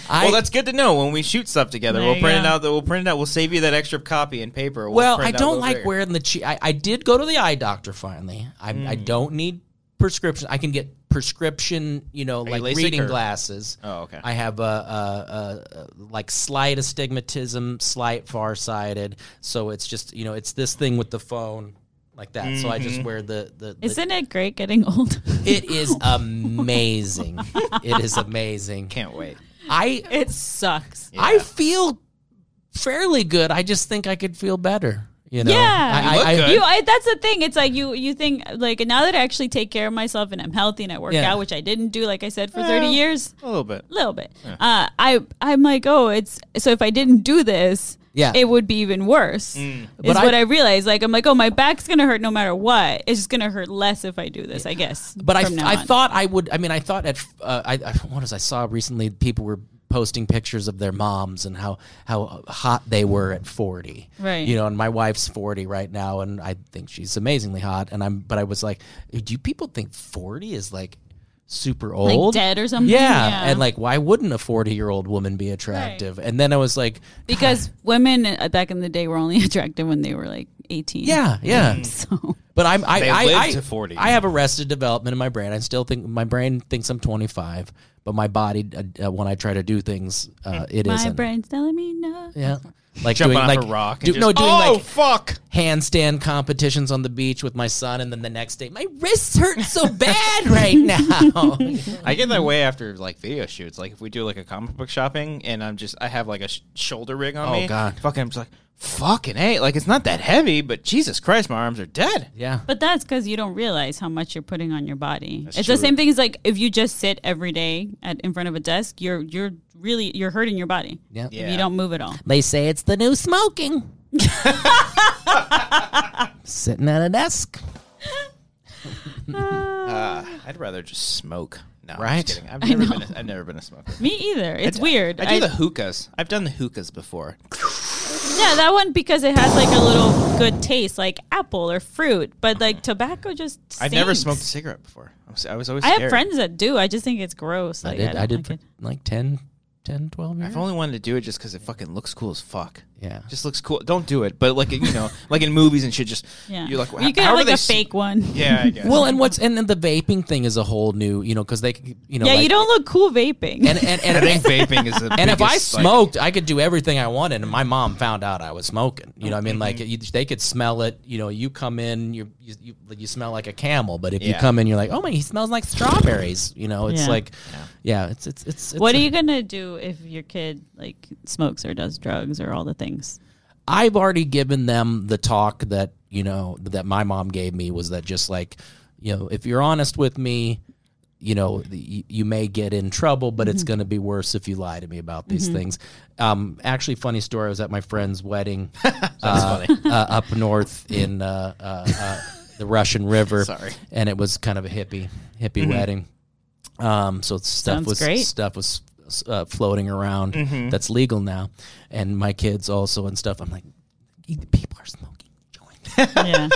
S2: I,
S3: well, that's good to know. When we shoot stuff together,
S1: There
S3: we'll
S1: you
S3: print it
S1: go.
S3: out. We'll print it out. We'll save you that extra copy and paper. We'll
S2: well,
S3: print
S2: I
S3: it out
S2: don't
S3: those
S2: like
S3: later.
S2: wearing the cheat. I, I did go to the eye doctor finally. I, I
S3: Hmm.
S2: don't need prescription. I can get prescription, you know, like
S3: LASIK
S2: reading
S3: or-
S2: glasses.
S3: Oh, okay.
S2: I have a, a, a, a like slight astigmatism, slight farsighted. So it's just you know, it's this thing with the phone like that. So I
S3: Mm-hmm.
S2: just wear the the. the-
S1: Isn't it great getting old? (laughs)
S2: it is amazing. it is amazing.
S3: Can't wait.
S2: I
S1: it sucks.
S2: I feel fairly good. I just think I could feel better. You know,
S1: Yeah.
S2: I,
S3: You look
S2: I- I-
S3: good.
S1: You, I, that's the thing. It's like you, you think like now that I actually take care of myself and I'm healthy and I work
S2: Yeah.
S1: out, which I didn't do, like I said, for thirty years.
S3: A little bit.
S1: little bit. Uh, I I'm like, oh, it's so if I didn't do this,
S2: Yeah. Mm.
S1: it would be even worse. Is
S2: But I-
S1: what I, realized. Like I'm like, oh, my back's gonna hurt no matter what. It's just gonna hurt less if I do this, I guess.
S2: but I,
S1: from now
S2: I
S1: on.
S2: thought I would. I mean, I thought at uh, I, I what is I saw recently. People were posting pictures of their moms and how how hot they were at forty.
S1: Right.
S2: You know, and my wife's forty right now, and I think she's amazingly hot. And I'm, but I was like, do people think forty is like super old,
S1: dead or something?
S2: Yeah.
S1: Yeah.
S2: And like, why wouldn't a forty year old woman be attractive? And then I was like,
S1: (laughs) because women uh, back in the day were only attractive when they were like 18.
S2: yeah, yeah.
S1: (laughs) So
S2: But I'm I
S3: They
S2: I,
S3: live
S2: I-
S3: to 40.
S2: I have arrested development in my brain. I still think my brain thinks I'm 25, but my body uh, uh, when I try to do things, uh, it
S1: Mm. My
S2: not
S1: brain's telling me no.
S2: Yeah. Like
S3: Jump
S2: doing
S3: off
S2: like
S3: a rock. and
S2: do-
S3: just-
S2: no, doing
S3: oh
S2: like
S3: fuck!
S2: handstand competitions on the beach with my son, and then the next day, my wrists hurt so
S1: (laughs)
S2: bad right now. (laughs)
S3: I get that way after like video shoots. Like if we do like a comic book shopping, and I'm just I have like a sh- shoulder rig on
S2: Oh,
S3: me.
S2: God.
S3: fucking, I'm just like fucking a. Like it's not that heavy, but Jesus Christ, my arms are dead.
S2: yeah.
S1: But that's because you don't realize how much you're putting on your body.
S3: That's
S1: it's
S3: true.
S1: the same thing as like if you just sit every day at in front of a desk, you're you're really you're hurting your body.
S2: Yeah.
S1: If you don't move at all.
S2: They say it's the new
S3: (laughs)
S2: smoking. Sitting at a desk.
S3: Uh, I'd rather just smoke. No, I'm just
S2: Right?
S3: kidding. I've never been. A, I've never been a smoker.
S1: Me either. It's weird.
S3: I do the hookahs. I've done the hookahs before.
S1: yeah, that one because it has like a little good taste, like apple or fruit. But like tobacco just.
S3: I've never smoked
S1: stinks.
S3: a cigarette before. I was, I was always.
S1: I have
S3: scared.
S1: friends that do. I just think it's gross.
S2: I
S1: Like,
S2: did.
S1: don't
S2: I, did
S1: like
S2: for
S1: it.
S2: like 10, 10, 12 years.
S3: I've only wanted to do it just because it fucking looks cool as fuck.
S2: Yeah.
S3: Just looks cool. Don't do it, but like you know, like in movies and shit. Just
S1: Yeah,
S3: you're like,
S1: you
S3: how
S1: can have
S3: are
S1: like
S3: they
S1: a
S3: s-
S1: fake one.
S3: Yeah, I guess.
S2: Well, and what's and then the vaping thing is a whole new, you know, because they, c- you know,
S1: yeah,
S2: like-
S1: you don't look cool vaping.
S2: and
S3: (laughs)
S2: and
S3: (laughs)
S2: and,
S3: I think vaping is the
S2: and if I
S3: biggest, like-
S2: smoked, I could do everything I wanted, and my mom found out I was smoking. You know, what I
S3: Mm-hmm.
S2: mean, like you, they could smell it. You know, you come in, you you you, like, you smell like a camel, but if you
S3: Yeah.
S2: come in, you're like, oh my, he smells like strawberries. You know, it's
S1: Yeah.
S2: like, yeah, it's it's it's. it's
S1: what
S2: a-
S1: are you gonna do if your kid like smokes or does drugs or all the things?
S2: I've already given them the talk that you know that my mom gave me was that just like you know if you're honest with me you know the- you, you may get in trouble but
S1: Mm-hmm.
S2: it's going to be worse if you lie to me about these things um, actually funny story i was at my friend's wedding uh, uh, up north in uh, uh, uh, the russian river
S3: Sorry.
S2: and it was kind of a hippie hippie wedding um, so stuff
S1: Sounds
S2: was
S1: great.
S2: stuff was uh, floating around that's legal now, and my kids also and stuff. I'm like, people are smoking joints. (laughs)
S1: yeah.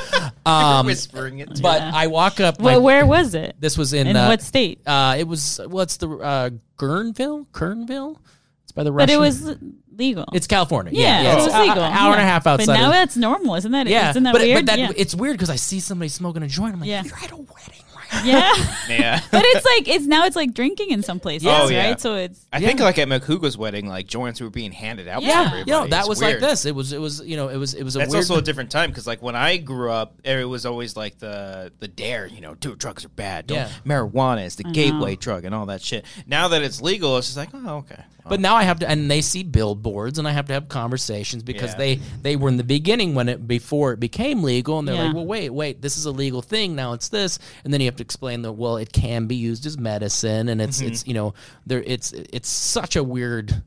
S2: Um,
S3: whispering it. To
S2: but
S1: Yeah.
S2: I walk up. my-
S1: Well, where was it?
S2: this was in
S1: in
S2: uh,
S1: what state?
S2: Uh, it was what's the uh, Guerneville? Kernville? It's by the
S1: But
S2: Russian.
S1: it was legal.
S2: It's California.
S1: yeah, it
S2: it's
S1: was
S2: a-
S1: legal.
S2: a hour and a
S1: Yeah.
S2: half outside.
S1: But now
S2: of,
S1: that's normal, isn't that?
S2: yeah,
S1: isn't that
S2: but,
S1: weird?
S2: but that
S1: yeah.
S2: it's weird because I see somebody smoking a joint. I'm like,
S1: Yeah.
S2: you're at a wedding, right?
S3: (laughs)
S1: yeah.
S2: (laughs)
S3: yeah.
S1: but it's like it's now it's like drinking in some places,
S3: Yeah. Oh,
S1: right?
S3: yeah.
S1: So it's
S3: I think like at McHuga's wedding, like joints were being handed out.
S1: Yeah.
S3: to
S2: Yeah,
S3: everybody.
S2: you know, that
S3: It's
S2: was
S3: weird.
S2: like this. It was, it was, you know, it was, it was a
S3: That's
S2: weird.
S3: also a different time because, like, when I grew up, it was always like the the dare, you know, do drugs are bad. Don't,
S2: Yeah.
S3: marijuana is the gateway drug and all that shit. Now that it's legal, it's just like, oh, okay.
S2: But now I have to, and they see billboards, and I have to have conversations because
S3: Yeah.
S2: they they were in the beginning when it before it became legal, and they're
S1: Yeah.
S2: like, well, wait, wait, this is a legal thing now. It's this, and then you have to explain that well, it can be used as medicine, and it's it's you know there it's it's such a weird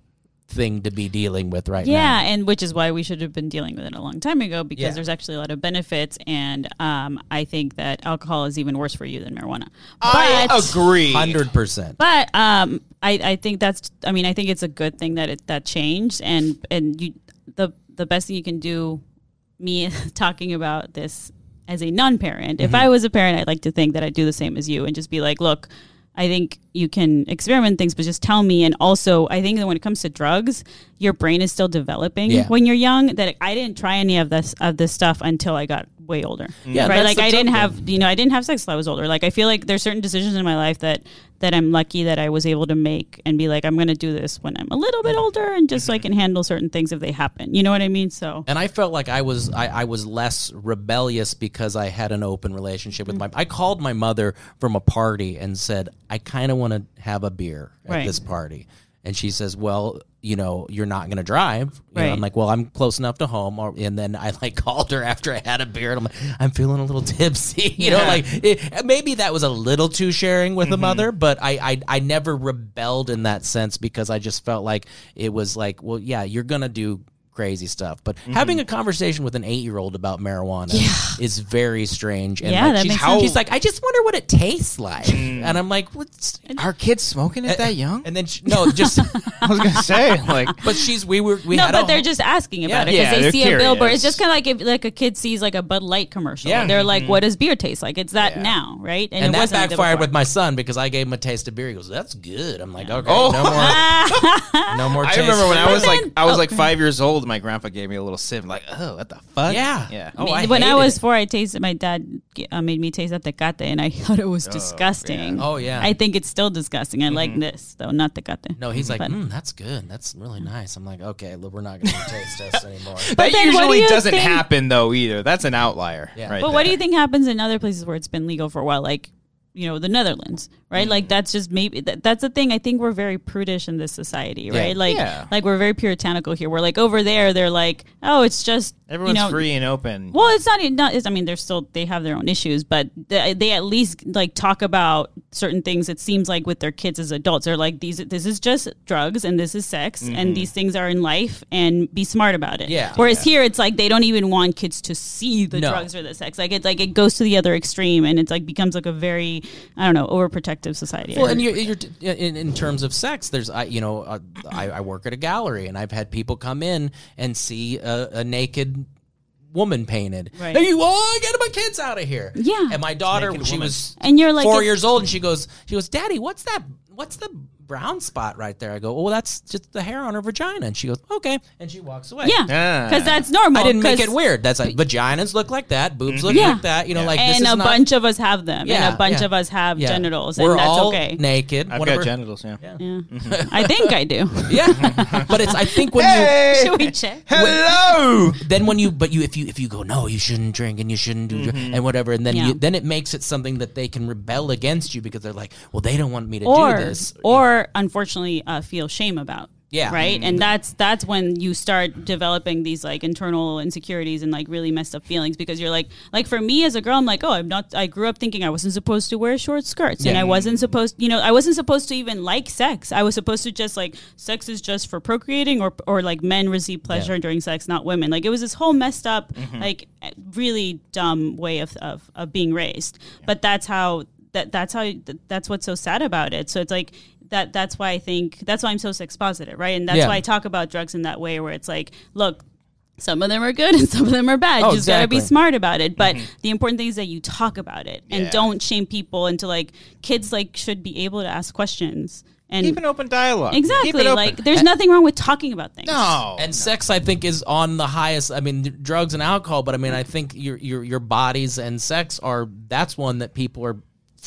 S2: thing to be dealing with right
S1: yeah,
S2: now.
S1: and which is why we should have been dealing with it a long time ago because
S2: Yeah.
S1: there's actually a lot of benefits, and um, I think that alcohol is even worse for you than marijuana.
S3: I
S1: But-
S3: agree.
S2: Hundred percent.
S1: But um, I, I think that's I mean I think it's a good thing that it that changed and and you the the best thing you can do me (laughs) talking about this as a non-parent. If
S2: Mm-hmm.
S1: I was a parent, I'd like to think that I'd do the same as you and just be like, look, I think you can experiment things, but just tell me. And also, I think that when it comes to drugs, your brain is still developing
S2: Yeah.
S1: when you're young. That I didn't try any of this of this stuff until I got way older.
S2: Yeah,
S1: right.
S2: that's
S1: Like
S2: the
S1: I didn't
S2: tough
S1: have you know, I didn't have sex till I was older. Like I feel like there's certain decisions in my life that that I'm lucky that I was able to make and be like, I'm gonna do this when I'm a little bit older and just so I can handle certain things if they happen. You know what I mean? So
S2: and I felt like I was I, I was less rebellious because I had an open relationship
S1: Mm.
S2: with my. I called my mother from a party and said I kind of want to have a beer at
S1: Right.
S2: this party, and she says, "Well, you know, you're not going to drive." You know,
S1: Right.
S2: I'm like, "Well, I'm close enough to home," or, and then I like (laughs) called her after I had a beer, and I'm like, "I'm feeling a little tipsy," (laughs) you know,
S3: Yeah.
S2: like it, maybe that was a little too sharing with a mother, but I, I I never rebelled in that sense because I just felt like it was like, well, yeah, you're gonna do crazy stuff, but having a conversation with an eight year old about marijuana is very strange. And
S1: Yeah,
S2: like,
S1: that
S2: she's,
S1: makes sense.
S2: she's like, I just wonder what it tastes like, and I'm like, what's
S3: Are kids smoking at that young?
S2: and then she,
S1: (laughs)
S2: no, just
S3: I was gonna say, like,
S2: but she's we were we
S1: no,
S2: had
S1: but
S2: a
S1: they're
S2: whole-
S1: just asking about
S2: Yeah.
S1: it
S3: Yeah,
S1: because
S3: they're
S1: they see a billboard.
S3: curious.
S1: It's just kind of like if like a kid sees like a Bud Light commercial.
S2: Yeah. Mm-hmm.
S1: They're like, "What is beer taste like?" It's that
S3: Yeah.
S1: now, right?
S2: And
S1: it
S2: that
S1: wasn't like (laughs)
S2: backfired
S1: before.
S2: with my son because I gave him a taste of beer. He goes, "That's good." I'm like, "Okay,
S3: Oh.
S2: no more, no more."
S3: I
S2: Taste.
S1: Oh.
S3: remember when (laughs) I was like,
S1: then-
S3: I was
S1: oh.
S3: like five years old, old, my grandpa gave me a little sip. Like, oh, what the fuck?
S2: Yeah.
S3: yeah.
S2: Oh, I
S1: when I
S2: hated
S1: was
S2: it.
S1: four, I tasted my dad g- uh, made me taste a tecate, and I (laughs) thought it was disgusting.
S2: Oh, yeah. Mm-hmm.
S1: I think it's still disgusting. I like this though, not tecate.
S2: No, he's like,
S1: But-
S2: mm, that's good. That's really nice. I'm like, okay, look, we're not going to
S1: (laughs)
S2: taste test anymore.
S3: That
S1: then what do
S3: usually
S1: you
S3: doesn't
S1: think-
S3: happen though either. That's an outlier.
S2: Yeah.
S3: Right
S1: But what do
S3: there.
S1: you think happens in other places where it's been legal for a while, like you know the Netherlands, right?
S3: Mm.
S1: Like that's just maybe that, that's the thing. I think we're very prudish in this society, right? Like
S3: Yeah.
S1: like we're very puritanical here. We're like over there, they're like, oh, it's just
S3: Everyone's
S1: you know,
S3: free and open.
S1: Well, it's not. Not. It's, I mean, they're still. They have their own issues, but they, they at least like talk about certain things. It seems like with their kids as adults, they're like these. This is just drugs, and this is sex, and these things are in life, and be smart about it.
S2: Mm-hmm. Yeah.
S1: Whereas here, it's like they don't even want kids to see the
S2: No.
S1: drugs or the sex. Like it's like it goes to the other extreme, and it's like becomes like a very, I don't know, overprotective society.
S2: Well, and you're, you're in, in terms of sex, there's I you know uh, I, I work at a gallery and I've had people come in and see a, a naked woman painted.
S1: Right.
S2: Hey, you all get my kids out of here.
S1: Yeah.
S2: And my daughter, she was
S1: And you're like,
S2: four
S1: it's-
S2: years old, and she goes, she goes, Daddy, what's that? What's the brown spot right there? I go, well, that's just the hair on her vagina. And she goes, okay, and she walks away.
S1: yeah,
S3: Ah.
S1: because that's normal.
S2: I didn't make
S1: 'cause- Mm-hmm.
S2: it weird. That's like vaginas look like that, boobs look
S1: Yeah.
S2: like that. You know, like this
S1: and
S2: is
S1: a
S2: not-
S1: bunch of us have them, and
S2: Yeah,
S1: a bunch
S2: yeah.
S1: of us have
S2: Yeah.
S1: genitals,
S2: We're
S1: and that's
S2: all
S1: okay.
S2: naked.
S3: I've
S2: whatever.
S3: got genitals. Yeah.
S1: Yeah. I think I do.
S2: (laughs) Yeah, but it's I think when
S1: (laughs) Should we check?
S3: Hello.
S2: you then when you but you if you if you go no you shouldn't drink and you shouldn't do dr-
S3: Mm-hmm.
S2: and whatever and then
S1: Yeah.
S2: you then it makes it something that they can rebel against you because they're like well they don't want me to
S1: Or,
S2: do this
S1: or unfortunately, uh, feel shame about.
S2: Yeah.
S1: Right. And that's that's when you start developing these like internal insecurities and like really messed up feelings because you're like like for me as a girl, I'm like, oh, I'm not. I grew up thinking I wasn't supposed to wear short skirts, and
S2: Yeah.
S1: I wasn't supposed, you know, I wasn't supposed to even like sex. I was supposed to just like sex is just for procreating or or like men receive pleasure during sex, not women. Like it was this whole messed up, like really dumb way of of, of being raised. But that's how that that's how that's what's so sad about it. So it's like that that's why I think that's why I'm so sex positive, right? And that's
S2: Yeah.
S1: why I talk about drugs in that way where it's like, look, some of them are good (laughs) and some of them are bad.
S2: Oh,
S1: you just gotta be
S2: exactly.
S1: smart about it. But the important thing is that you talk about it and
S3: Mm-hmm. Yeah.
S1: don't shame people into like kids like should be able to ask questions and
S3: Keep an open dialogue.
S1: exactly
S3: Keep it open. Uh,
S1: like there's nothing wrong with talking about things.
S3: Oh, no.
S2: and sex I think is on the highest I mean drugs and alcohol but I mean I think your your your bodies and sex are that's one that people are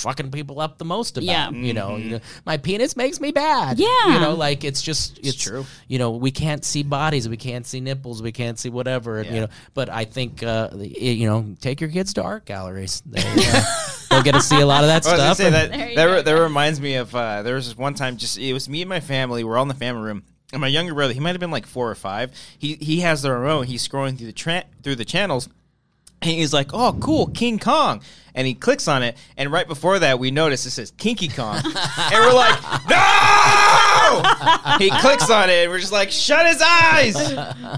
S2: fucking people up the most about
S1: Yeah.
S2: you know
S3: Mm-hmm.
S2: you know, my penis makes me bad
S1: Yeah.
S2: you know like it's just it's,
S3: true.
S2: you know we can't see bodies we can't see nipples we can't see whatever and, you
S3: Yeah.
S2: know but I think uh the- it- you know take your kids to art galleries they, uh, (laughs) they'll get to see a lot of that
S3: I was gonna
S2: stuff
S3: say
S2: and-
S3: that
S1: There you
S3: that,
S1: go.
S3: re- that reminds me of uh, there was this one time just it was me and my family we're all in the family room and my younger brother he might have been like four or five he he has the remote he's scrolling through the tra- through the channels and he's like oh cool King Kong and he clicks on it and right before that we notice it says Kinky
S1: (laughs)
S3: Kong and we're like no he clicks on it and we're just like shut his eyes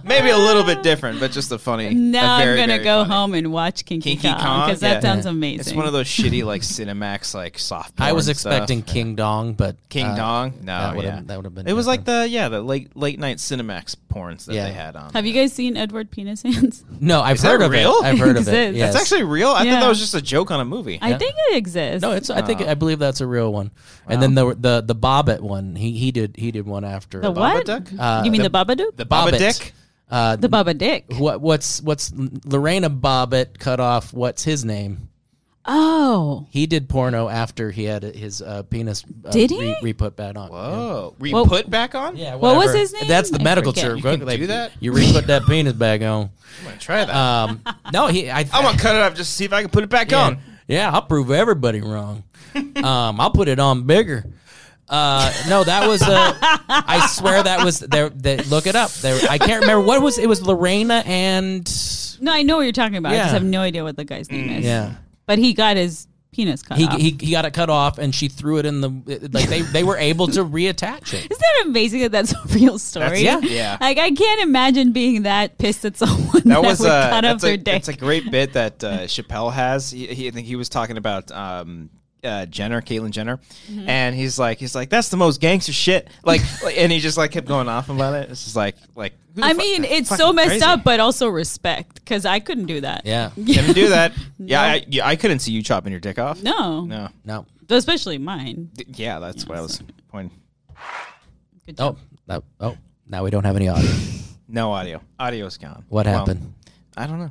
S3: maybe a little bit different but just a funny
S1: Now
S3: a very,
S1: I'm gonna
S3: very
S1: go
S3: funny.
S1: home and watch Kinky,
S3: Kinky
S1: Kong because that
S3: yeah.
S1: sounds amazing.
S3: It's one of those shitty like Cinemax like soft.
S2: I was
S3: porn stuff.
S2: expecting King Dong but
S3: King
S2: uh,
S3: Dong. No,
S2: that would've-
S3: yeah.
S2: that would've been
S3: It was like the yeah the late late night Cinemax porns that
S2: Yeah.
S3: they had on.
S1: Have you guys seen Edward
S3: (laughs)
S1: Penis Hands?
S2: no I've
S3: that
S2: heard of
S3: real?
S2: it I've heard of it
S1: Exists.
S2: yes.
S3: That's actually real. I
S1: Yeah.
S3: thought that was just a joke on a movie.
S1: I think it exists.
S2: No, it's. I think I believe that's a real one. And then the the the Bobbit one. He he did he did one after
S1: the what?
S3: Babadook? Uh,
S1: you mean
S2: the-
S1: the, Babadook?
S3: the Baba
S2: Bobbit.
S3: Dick.
S2: Uh,
S1: the Babadook.
S2: what what's what's Lorena Bobbitt cut off? What's his name?
S1: Oh,
S2: He did porno after he had his uh, penis. Uh,
S1: Did
S2: re-
S1: he?
S2: Re put back on.
S3: Oh, we
S1: Well-
S3: put back on.
S2: Yeah.
S1: What was
S2: whatever.
S1: his name?
S2: That's the
S1: I
S2: medical
S1: forget.
S2: term.
S1: You
S3: can
S2: They-
S3: do that?
S2: You re put that penis back on.
S3: I'm gonna try that.
S1: Uh,
S2: Um, no, he. I,
S3: I'm gonna cut it off just to see if I can put it back
S2: yeah,
S1: (laughs)
S3: on.
S2: Yeah, I'll prove everybody (laughs) wrong. um, I'll put it on bigger. Uh, no, that was uh, I swear that was there. They, look it up. There, I can't remember what was. It was Lorena and
S1: No, I know what you're talking about. I just
S2: Yeah. Mm,
S1: have no idea what the guy's name is.
S2: yeah. Um,
S1: But he got his penis cut
S2: He,
S1: off.
S2: he, he got it cut off, and she threw it in the like they, they were able to reattach it.
S1: Isn't that amazing that that's a (laughs) real story?
S2: That's-
S3: yeah. Yeah.
S1: Like, I can't imagine being that pissed at (laughs) someone that,
S3: That was
S1: would
S3: uh,
S1: cut off
S3: that's
S1: their
S3: a,
S1: dick.
S3: that's a great bit that
S1: (laughs)
S3: uh, Chappelle has. He, he, I think he was talking about um, uh, Jenner, Caitlyn Jenner,
S1: Mm-hmm.
S3: and he's like, he's like, that's the most gangster shit.
S1: (laughs)
S3: Like, like- and he just like kept going off about it. It's just like, like, who the
S1: I
S3: fu-
S1: mean, it's
S3: fucking
S1: so messed
S3: crazy.
S1: up, but also respect because I couldn't do that.
S2: Yeah.
S3: Didn't do that. Yeah, I, yeah, I couldn't see you chopping your dick off.
S1: No.
S3: no,
S2: No.
S1: Especially mine.
S3: D- yeah, that's what I was pointing.
S1: Good job.
S2: Oh. That, oh. Now we don't have any audio.
S3: No audio. Audio's gone.
S2: What
S3: Well,
S2: happened?
S3: I don't know.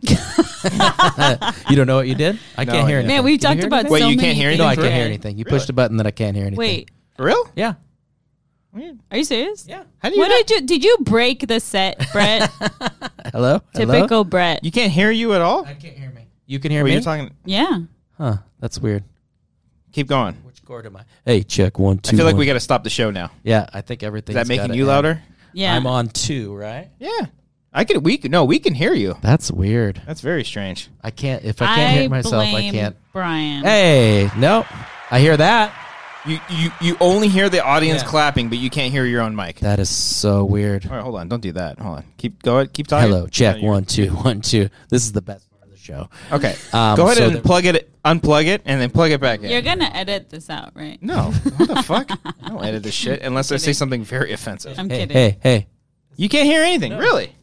S2: you don't know what you did? I
S3: No,
S2: can't hear
S3: I
S2: anything.
S3: didn't.
S1: Man, we
S2: Can you
S1: talked
S2: hear
S1: about
S2: anything?
S3: Wait,
S1: so
S3: you can't
S1: many
S3: hear anything?
S2: No, I
S1: things
S2: can't
S1: today.
S2: hear anything. You
S3: Really?
S2: pushed a button that I can't hear anything.
S1: Wait,
S3: Real?
S2: Yeah.
S1: are you serious?
S2: Yeah.
S3: How do you?
S1: What
S3: not-
S1: did you did you break the set,
S2: (laughs)
S1: Brett?
S2: Hello? Hello?
S1: Typical Brett.
S3: you can't hear you at all?
S2: I can't hear me. You can hear
S3: Were
S2: me?
S3: you talking?
S1: yeah.
S2: huh. That's weird.
S3: Keep going.
S2: Which chord am I? Hey, check one,
S3: I
S2: two.
S3: feel like
S2: one.
S3: we got to stop the show now.
S2: Yeah, I think everything
S3: Is that making you louder?
S1: Yeah.
S2: I'm on two, right?
S3: Yeah. I could. We could. No, we can hear you.
S2: That's weird.
S3: That's very strange.
S2: I can't. If I can't hear myself, I
S1: blame
S2: can't.
S1: Brian.
S2: Hey, no, I hear that.
S3: You you you only hear the audience
S2: Yeah.
S3: clapping, but you can't hear your own mic.
S2: That is so weird.
S3: All right, hold on. Don't do that. Hold on. Keep go ahead. Keep talking.
S2: Hello, check
S3: No, you're-
S2: one, two, one, two. This is the best part of the show.
S3: Okay.
S2: Um,
S3: go ahead
S2: so
S3: and
S2: the-
S3: plug it, unplug it, and then plug it back in.
S1: You're gonna edit this out, right?
S3: no, what the
S1: (laughs)
S3: fuck? I don't edit this shit unless I say something very offensive.
S1: I'm
S2: Hey,
S1: kidding.
S2: hey, hey.
S3: You can't hear anything, really.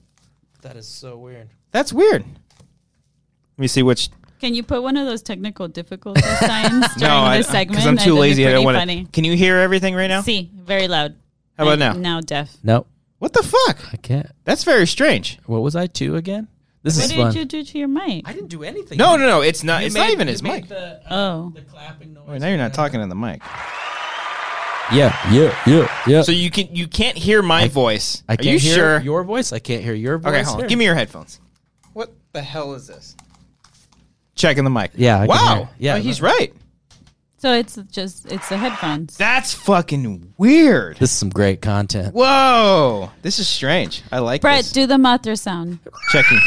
S2: That is so weird.
S3: That's weird. Let me see which.
S1: Can you put one of those technical difficulty (laughs) signs during
S3: I-
S1: this segment?
S3: I'm too lazy. I don't
S1: want
S3: want to. Can you hear everything right now?
S1: See, very loud.
S3: How about now?
S1: I'm Now deaf.
S2: No,
S3: What the fuck?
S2: I can't.
S3: That's very strange.
S2: What was I two again? This
S1: What
S2: is
S1: did
S2: fun.
S1: you do to your mic?
S2: I didn't do anything.
S3: No, no, no. It's not. it's not even his mic.
S1: Oh,
S2: clapping noise.
S3: Wait, now you're not talking in the mic.
S2: Yeah, yeah, yeah, yeah.
S3: So you can you can't hear my voice.
S2: I can't
S3: Are you
S2: hear
S3: sure?
S2: your voice. I can't hear your voice.
S3: okay, hold on.
S2: Here.
S3: Give me your headphones. What the hell is this? Checking the mic.
S2: Yeah, I can hear
S3: wow.
S2: it. Yeah,
S3: Oh, he's
S2: no.
S3: right.
S1: so it's just it's the headphones.
S3: That's fucking weird.
S2: This is some great content.
S3: Whoa. This is strange. I like
S1: Brett,
S3: this.
S1: do the Matra sound.
S2: Uh,
S3: Checking.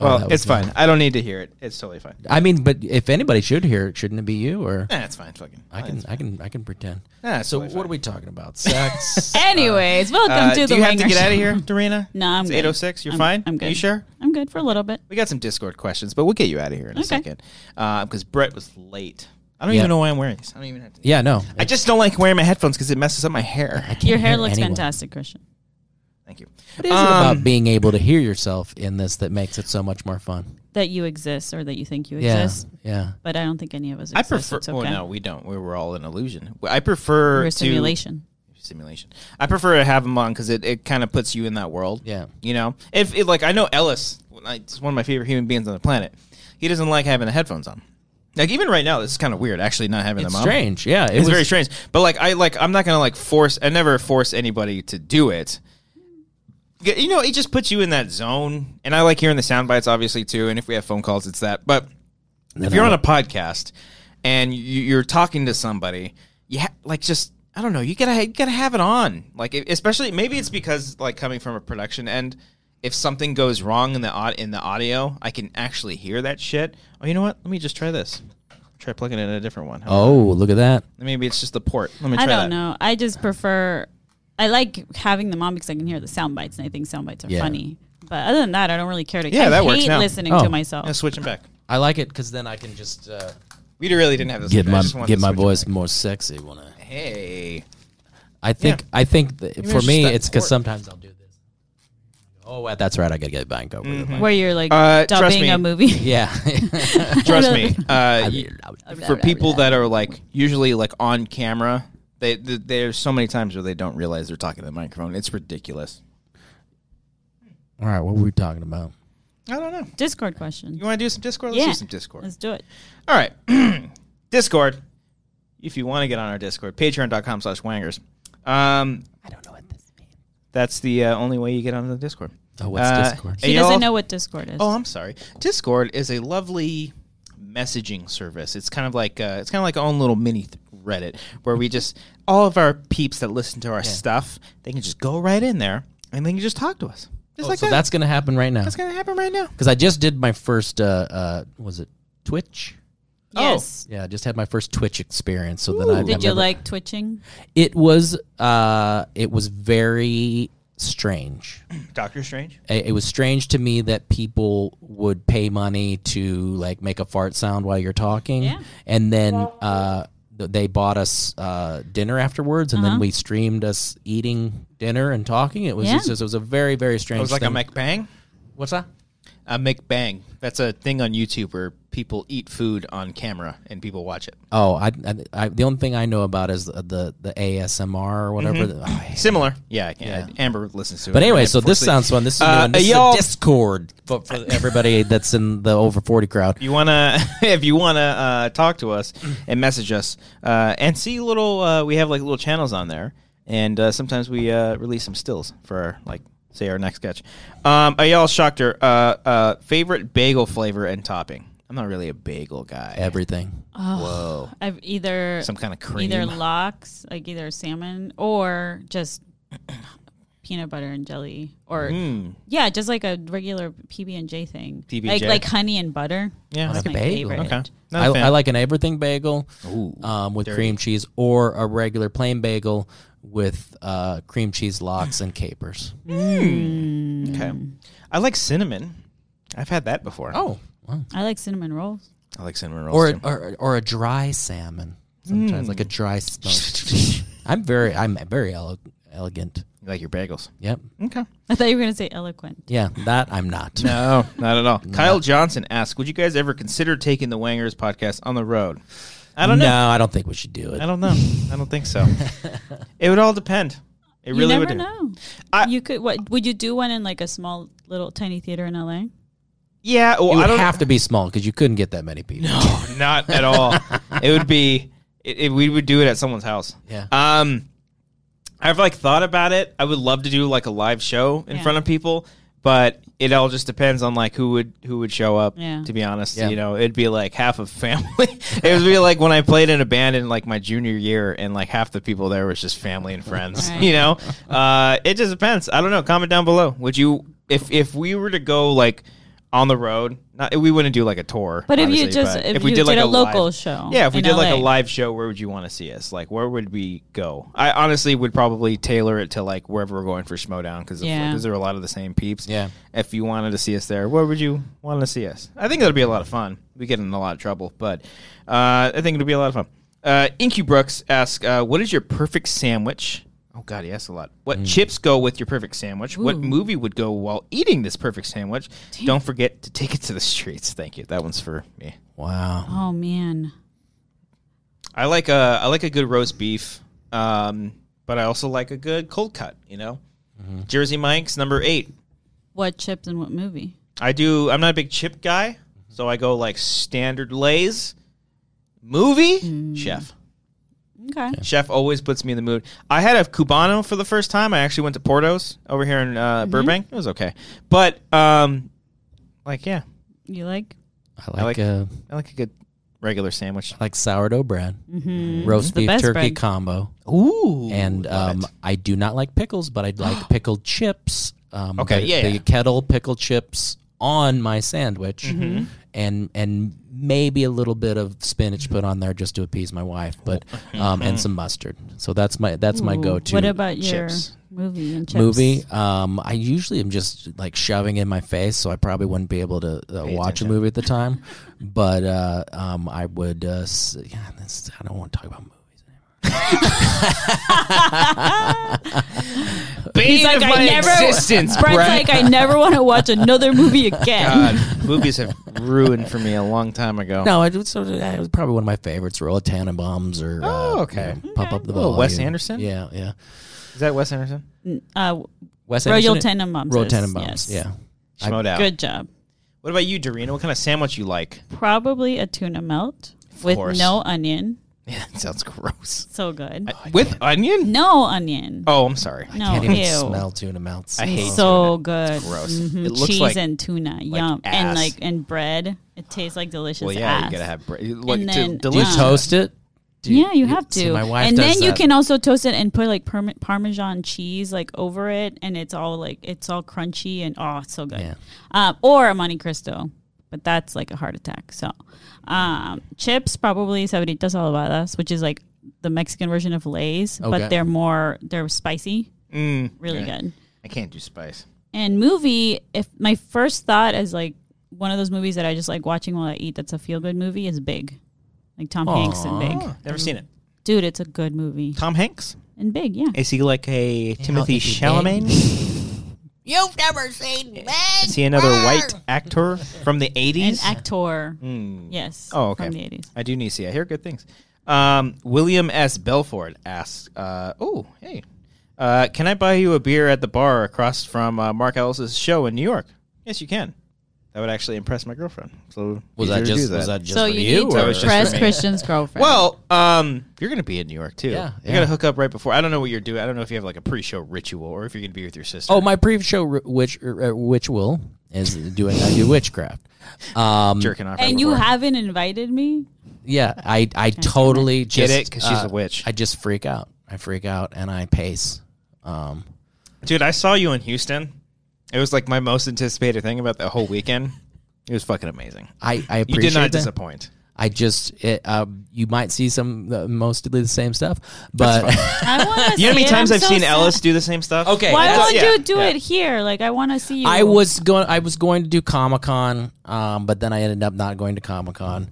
S2: Oh, that
S3: Well,
S2: was
S3: it's fine. I don't need to hear it. It's totally fine.
S2: I mean, but if anybody should hear it, shouldn't it be you? Or
S3: Nah, it's fine. Fucking.
S2: I can, I can, I can pretend.
S3: Nah, it's
S2: so
S3: totally
S2: what
S3: fine.
S2: are we talking
S3: (laughs)
S2: about? Sex.
S1: Anyways, welcome
S3: Uh,
S1: to
S3: do
S1: the
S3: you have to
S1: Wanger
S3: get out of
S1: Show. (laughs)
S3: here, Dorina?
S1: No, I'm
S3: It's
S1: good.
S3: 806. You're
S1: I'm-
S3: fine?
S1: I'm good.
S3: You sure?
S1: I'm good for a little bit.
S3: We got some Discord questions, but we'll get you out of here in a
S1: Okay.
S3: second. Because Brett was late. I don't
S2: Yeah.
S3: even know why I'm wearing this. I don't even have to.
S2: yeah, no.
S3: I just don't like wearing my headphones because it messes up my hair.
S2: can't
S1: Your hair
S2: hear
S1: looks
S2: anyone.
S1: fantastic, Christian.
S3: Thank you. Um,
S2: What is it about being able to hear yourself in this that makes it so much more fun?
S1: That you exist or that you think you
S2: Yeah,
S1: exist,
S2: yeah.
S1: but I don't think any of us.
S3: I
S1: Exist.
S3: prefer.
S1: It's okay.
S3: Well, no, we don't. We were all an illusion. I prefer
S1: We're a
S3: to
S1: simulation.
S3: simulation. I prefer to have them on because it, it kind of puts you in that world.
S2: Yeah.
S3: You know, if it, like I know Ellis, it's one of my favorite human beings on the planet. He doesn't like having the headphones on. Like even right now, this is kind of weird. Actually, not having
S2: It's
S3: them on.
S2: strange. Yeah, it
S3: It's
S2: was,
S3: very strange. But like I like I'm not gonna like force. I never force anybody to do it. Y- You know, it just puts you in that zone. And I like hearing the sound bites, obviously too. And if we have phone calls, it's that. But if you're on a podcast and you, you're talking to somebody, you ha- like just I don't know. You gotta you gotta have it on. Like e- especially maybe it's because like coming from a production end. If something goes wrong in the au- in the audio, I can actually hear that shit. Oh, you know what? Let me just try this. Try plugging in a different one. How about
S2: Oh, look at that.
S3: Maybe it's just the port. Let me try
S1: I
S3: that.
S1: don't know. I just prefer. I like having them on because I can hear the sound bites, and I think sound bites are
S2: Yeah.
S1: funny. But other than that, I don't really care to.
S3: Yeah,
S1: I
S3: that
S1: hate
S3: works now.
S1: listening
S2: Oh.
S1: to myself.
S3: Yeah, switch them back.
S2: I like it because then I can just uh,
S3: We really didn't have this.
S2: get
S3: one. I
S2: my
S3: just wanted
S2: get
S3: to
S2: my
S3: switch 'em
S2: voice
S3: back.
S2: more sexy when I.
S3: Hey,
S2: I think
S3: Yeah.
S2: I think that for
S3: it's just
S2: me
S3: that
S2: it's because
S3: port.
S2: sometimes I'll do this. Oh, well, that's right. I gotta get back over. mm
S1: Where you're like
S3: Uh, trust
S1: dubbing
S3: me.
S1: a
S3: (laughs)
S1: movie.
S2: (laughs) Yeah.
S3: trust
S1: (laughs)
S3: me. Uh, y- for people that are like usually like on camera, they, th there's so many times where they don't realize they're talking to the microphone. It's ridiculous.
S2: All right, what were we talking about?
S3: I don't know.
S1: Discord question.
S3: You want to do some Discord? Let's
S1: Yeah.
S3: do some Discord.
S1: Let's do it.
S3: All right. (clears throat) Discord. If you want to get on our Discord, patreon.com slash wangers. Um,
S2: I don't know what this means.
S3: that's the uh, only way you get on the Discord.
S2: Oh, what's
S3: Uh,
S2: Discord?
S1: He
S3: and
S1: doesn't
S3: y'all-
S1: know what Discord is.
S3: Oh, I'm sorry. Discord is a lovely messaging service. It's kind of like uh, it's kind of like our own little mini th- Reddit where we just all of our peeps that listen to our stuff, they can just go right in there and they can just talk to us. Just
S2: Oh,
S3: like
S2: so
S3: that.
S2: that's gonna happen right now.
S3: That's gonna happen right now.
S2: Because I just did my first. Uh, uh, was it Twitch?
S1: yes.
S2: Yeah, I just had my first Twitch experience. So then I
S1: Did you
S2: remember-
S1: like twitching?
S2: It was. Uh, it was very strange.
S3: Doctor Strange.
S2: it, it was strange to me that people would pay money to like make a fart sound while you're talking
S1: Yeah.
S2: and then uh th- they bought us uh, dinner afterwards, and then we streamed us eating dinner and talking. It was
S1: Uh-huh. Yeah.
S2: just, it was Oh, a very very strange.
S3: It was like a
S2: thing.
S3: McBang.
S2: What's that?
S3: A McBang. That's a thing on YouTube where people eat food on camera and people watch it.
S2: Oh, I, I, I the only thing I know about is the the, the ASMR or whatever.
S3: Mm-hmm.
S2: Oh, I-
S3: Similar. Yeah, I can. Amber listens to it.
S2: but anyway,
S3: I
S2: so this
S3: forcibly-
S2: sounds fun. This is, new
S3: Uh,
S2: and this
S3: y'all-
S2: is a Discord for, for everybody that's in the over forty
S3: (laughs)
S2: crowd.
S3: you wanna if you wanna uh, talk to us and message us uh, and see little uh, we have like little channels on there and uh, sometimes we uh, release some stills for our, like say our next sketch um ayal Schachter, uh, uh, favorite bagel flavor and topping i'm not really a bagel guy
S2: Everything.
S1: Oh,
S3: whoa
S1: I've either
S3: some kind of cream
S1: either lox, like either salmon or just (clears throat) peanut butter and jelly, or
S3: Hmm.
S1: yeah, just like a regular PB and J thing,
S3: PB&J.
S1: like like honey and butter.
S3: Yeah,
S1: that's
S3: like
S2: a
S1: my
S2: bagel.
S1: favorite.
S3: okay Not a
S2: I,
S3: fan.
S2: I like an everything bagel
S3: Ooh,
S2: um, with cream cheese or a regular plain bagel with uh, cream cheese lox
S3: (laughs)
S2: and capers.
S3: okay i like cinnamon i've had that before
S2: Mm. Oh, wow.
S1: I like cinnamon rolls. (laughs)
S3: i like cinnamon rolls
S2: or,
S3: too.
S2: or or a dry salmon sometimes,
S3: Mm.
S2: like a (laughs) dry smoked. I'm very I'm very ele- elegant.
S3: You like your bagels
S2: Yep.
S3: okay
S1: I thought you were gonna say eloquent.
S2: Yeah, that I'm not. (laughs)
S3: No, not at all. Kyle Johnson asks, "Would you guys ever consider taking the Wangers podcast on the road?" I don't
S2: no,
S3: know.
S2: I don't think we should do it.
S3: I don't know. I don't think
S2: (laughs)
S3: so. it would all depend. It
S1: you
S3: really
S1: never
S3: would. de-
S1: know.
S3: I-
S1: you could what would you do one in like a small little tiny theater in LA?
S3: Yeah. Well,
S2: It
S3: I
S2: would
S3: don't
S2: have to be small because you couldn't get that many people.
S3: Not at all. it would be. It, it- we would do it at someone's house.
S2: (laughs) Yeah.
S3: Um, I've like thought about it. I would love to do like a live show in
S1: Yeah.
S3: front of people, but it all just depends on like who would who would show up.
S1: Yeah.
S3: To be honest,
S2: Yeah.
S3: you know, it'd be like half of family. (laughs) it would be like when I played in a band in like my junior year, and like half the people there was just family and friends. (laughs)
S1: Right.
S3: You know, uh, it just depends. I don't know. Comment down below. Would you if if we were to go like. On the road, not, we wouldn't do like a tour.
S1: But if you
S3: obviously,
S1: just-
S3: but
S1: if you did a local show
S3: yeah, if we
S1: in
S3: did like a
S1: LA.
S3: live show, where would you want to see us? Like, where would we go? I honestly would probably tailor it to like wherever we're going for Schmodown because
S1: Yeah.
S3: there are a lot of the same peeps.
S2: Yeah.
S3: If you wanted to see us there, where would you want to see us? I think that'd be a lot of fun. We get in a lot of trouble, but uh, I think it'd be a lot of fun. Uh, Inky Brooks asks, uh, "What is your perfect sandwich?" Oh God, he asks a lot. What chips go with your perfect sandwich? What movie would go while eating this perfect sandwich? Don't forget to take it to the streets. Thank you. That one's for me.
S2: Wow.
S1: Oh man.
S3: I like a I like a good roast beef, um, but I also like a good cold cut. You know, Jersey Mike's number eight.
S1: What chips and what movie?
S3: I do. I'm not a big chip guy, so I go like standard Lay's, movie
S1: Mm.
S3: chef.
S1: Okay.
S3: Chef always puts me in the mood. I had a cubano for the first time. I actually went to Porto's over here in
S1: Mm-hmm.
S3: uh, Burbank. It was okay, but um, like yeah,
S1: You like?
S2: I like,
S3: like-
S2: uh,
S3: I like a good regular sandwich.
S2: I like sourdough bread, roast
S3: Mm-hmm.
S1: the
S2: beef
S1: best
S2: turkey
S1: bread.
S2: combo,
S3: Ooh,
S2: and
S3: love
S2: um,
S3: it.
S2: I do not like pickles, but I
S3: (gasps)
S2: like pickled chips. Um,
S3: Okay,
S2: the,
S3: yeah,
S2: the
S3: yeah.
S2: kettle pickle chips on my sandwich,
S3: Mm-hmm.
S2: and and maybe a little bit of spinach put on there just to appease my wife,
S3: (laughs)
S2: but um, and some mustard. So that's my that's my
S1: Ooh,
S2: go to.
S1: What about your
S3: chips.
S1: movie and chips?
S2: movie. Um, I usually am just like shoving in my face, so I probably wouldn't be able to uh, watch a movie at
S3: (laughs)
S2: the time. but uh, um, I would. Uh, s- yeah, this, I don't want to talk about movies.
S3: Bane
S1: like,
S3: of
S1: I
S3: my
S1: never-
S3: existence,
S1: Brett's
S3: Brett.
S1: like, I never want to watch another
S2: (laughs)
S1: movie
S3: (laughs)
S1: again.
S3: God, movies have ruined for me a long time ago.
S2: No, it was, sort of- it was probably one of my favorites. Roll of Tannenbaums or
S3: Oh,
S2: uh,
S3: okay.
S2: you know, Pump Up the
S3: Little
S2: Volume.
S3: Wes Anderson?
S2: Yeah, yeah.
S3: Is that Wes Anderson?
S1: Uh,
S2: Wes
S1: Royal
S2: Anderson-
S1: Tenenbaums.
S2: Royal
S1: is-
S2: Tannenbaums.
S1: yes.
S2: Yeah. I-
S3: Schmoed out.
S1: Good job.
S3: What about you, Dorina? What kind of sandwich you like?
S1: Probably a tuna melt with
S3: course.
S1: no onion.
S3: Yeah, that sounds gross.
S1: So good.
S3: With onion?
S1: no onion.
S3: Oh, I'm sorry.
S1: no,
S2: Can't even
S1: ew.
S2: smell tuna melts.
S3: I hate
S1: so good.
S3: gross.
S1: Mhm.
S3: It looks
S1: Cheese
S3: like-
S1: and tuna. Yum.
S3: ass.
S1: And like and bread. It tastes like delicious
S3: Well, yeah,
S1: ass.
S3: you gotta have bread. Look,
S1: And
S3: to-
S1: then,
S2: Do you
S3: delicious.
S1: um,
S2: toast it? Do
S1: yeah, you have to.
S2: see, my wife
S1: and
S2: does
S1: then you
S2: that.
S1: can also toast it and put like parme- parmesan cheese like over it, and it's all like it's all crunchy and oh, it's so good.
S2: Yeah.
S1: Um, or a Monte Cristo, but that's like a heart attack. So, um, chips probably sabritas salvadas, which is like the Mexican version of Lay's,
S2: Okay.
S1: but they're more they're spicy,
S3: Mm,
S1: really
S3: yeah.
S1: good.
S3: I can't do spice.
S1: And movie, if my first thought is like one of those movies that I just like watching while I eat. That's a feel good movie. Is Big, like Tom Hanks and Big.
S3: Oh, never seen it.
S1: Dude, it's a good movie.
S3: Tom Hanks?
S1: And big, yeah.
S3: Is he like a
S2: Timothy Chalamet?
S4: You've never seen me.
S3: Is he another white actor from the
S1: An
S3: eighties?
S1: actor. Yes.
S3: Oh, okay.
S1: From the 80s.
S3: I do need to see. I hear good things. Um, William S. Belford asks, uh, "Oh, hey, uh, can I buy you a beer at the bar across from uh, Mark Ellis's show in New York?" Yes, you can. That would actually impress my girlfriend. So
S2: Was
S3: easier
S2: that
S3: to do
S2: just was that just
S1: so
S2: for
S1: you,
S2: you?
S1: need
S3: That
S1: to
S3: was just for
S1: impress
S3: me.
S1: Christian's girlfriend.
S3: Well, um, you're gonna be in New York too.
S2: Yeah,
S3: you
S2: yeah.
S3: gotta hook up right before. I don't know what you're doing. I don't know if you have like a pre-show ritual or if you're gonna be with your sister.
S2: Oh, my pre-show ri- witch uh, witch will is doing I do witchcraft. Um,
S3: jerking off. right
S1: and you
S3: before.
S1: haven't invited me?
S2: yeah, I I totally
S3: Get
S2: just, uh,
S3: it? 'Cause she's a witch.
S2: I just freak out. I freak out and I pace. Um,
S3: Dude, I saw you in Houston. It was like my most anticipated thing about the whole weekend. It was fucking amazing.
S2: I I
S3: You
S2: appreciate
S3: did not
S2: that.
S3: disappoint.
S2: I just it, um, you might see some uh, mostly the same stuff, but
S1: I want to
S3: (laughs)
S1: see
S3: You know how many
S1: it.
S3: times
S1: I'm
S3: I've
S1: so
S3: seen
S1: sad.
S3: Ellis do the same stuff?
S2: Okay.
S1: Why
S2: That's-
S1: won't
S3: yeah,
S1: you do
S3: yeah.
S1: it here? Like, I want to see (laughs) you.
S2: I was going. I was going to do Comic Con, um, but then I ended up not going to Comic Con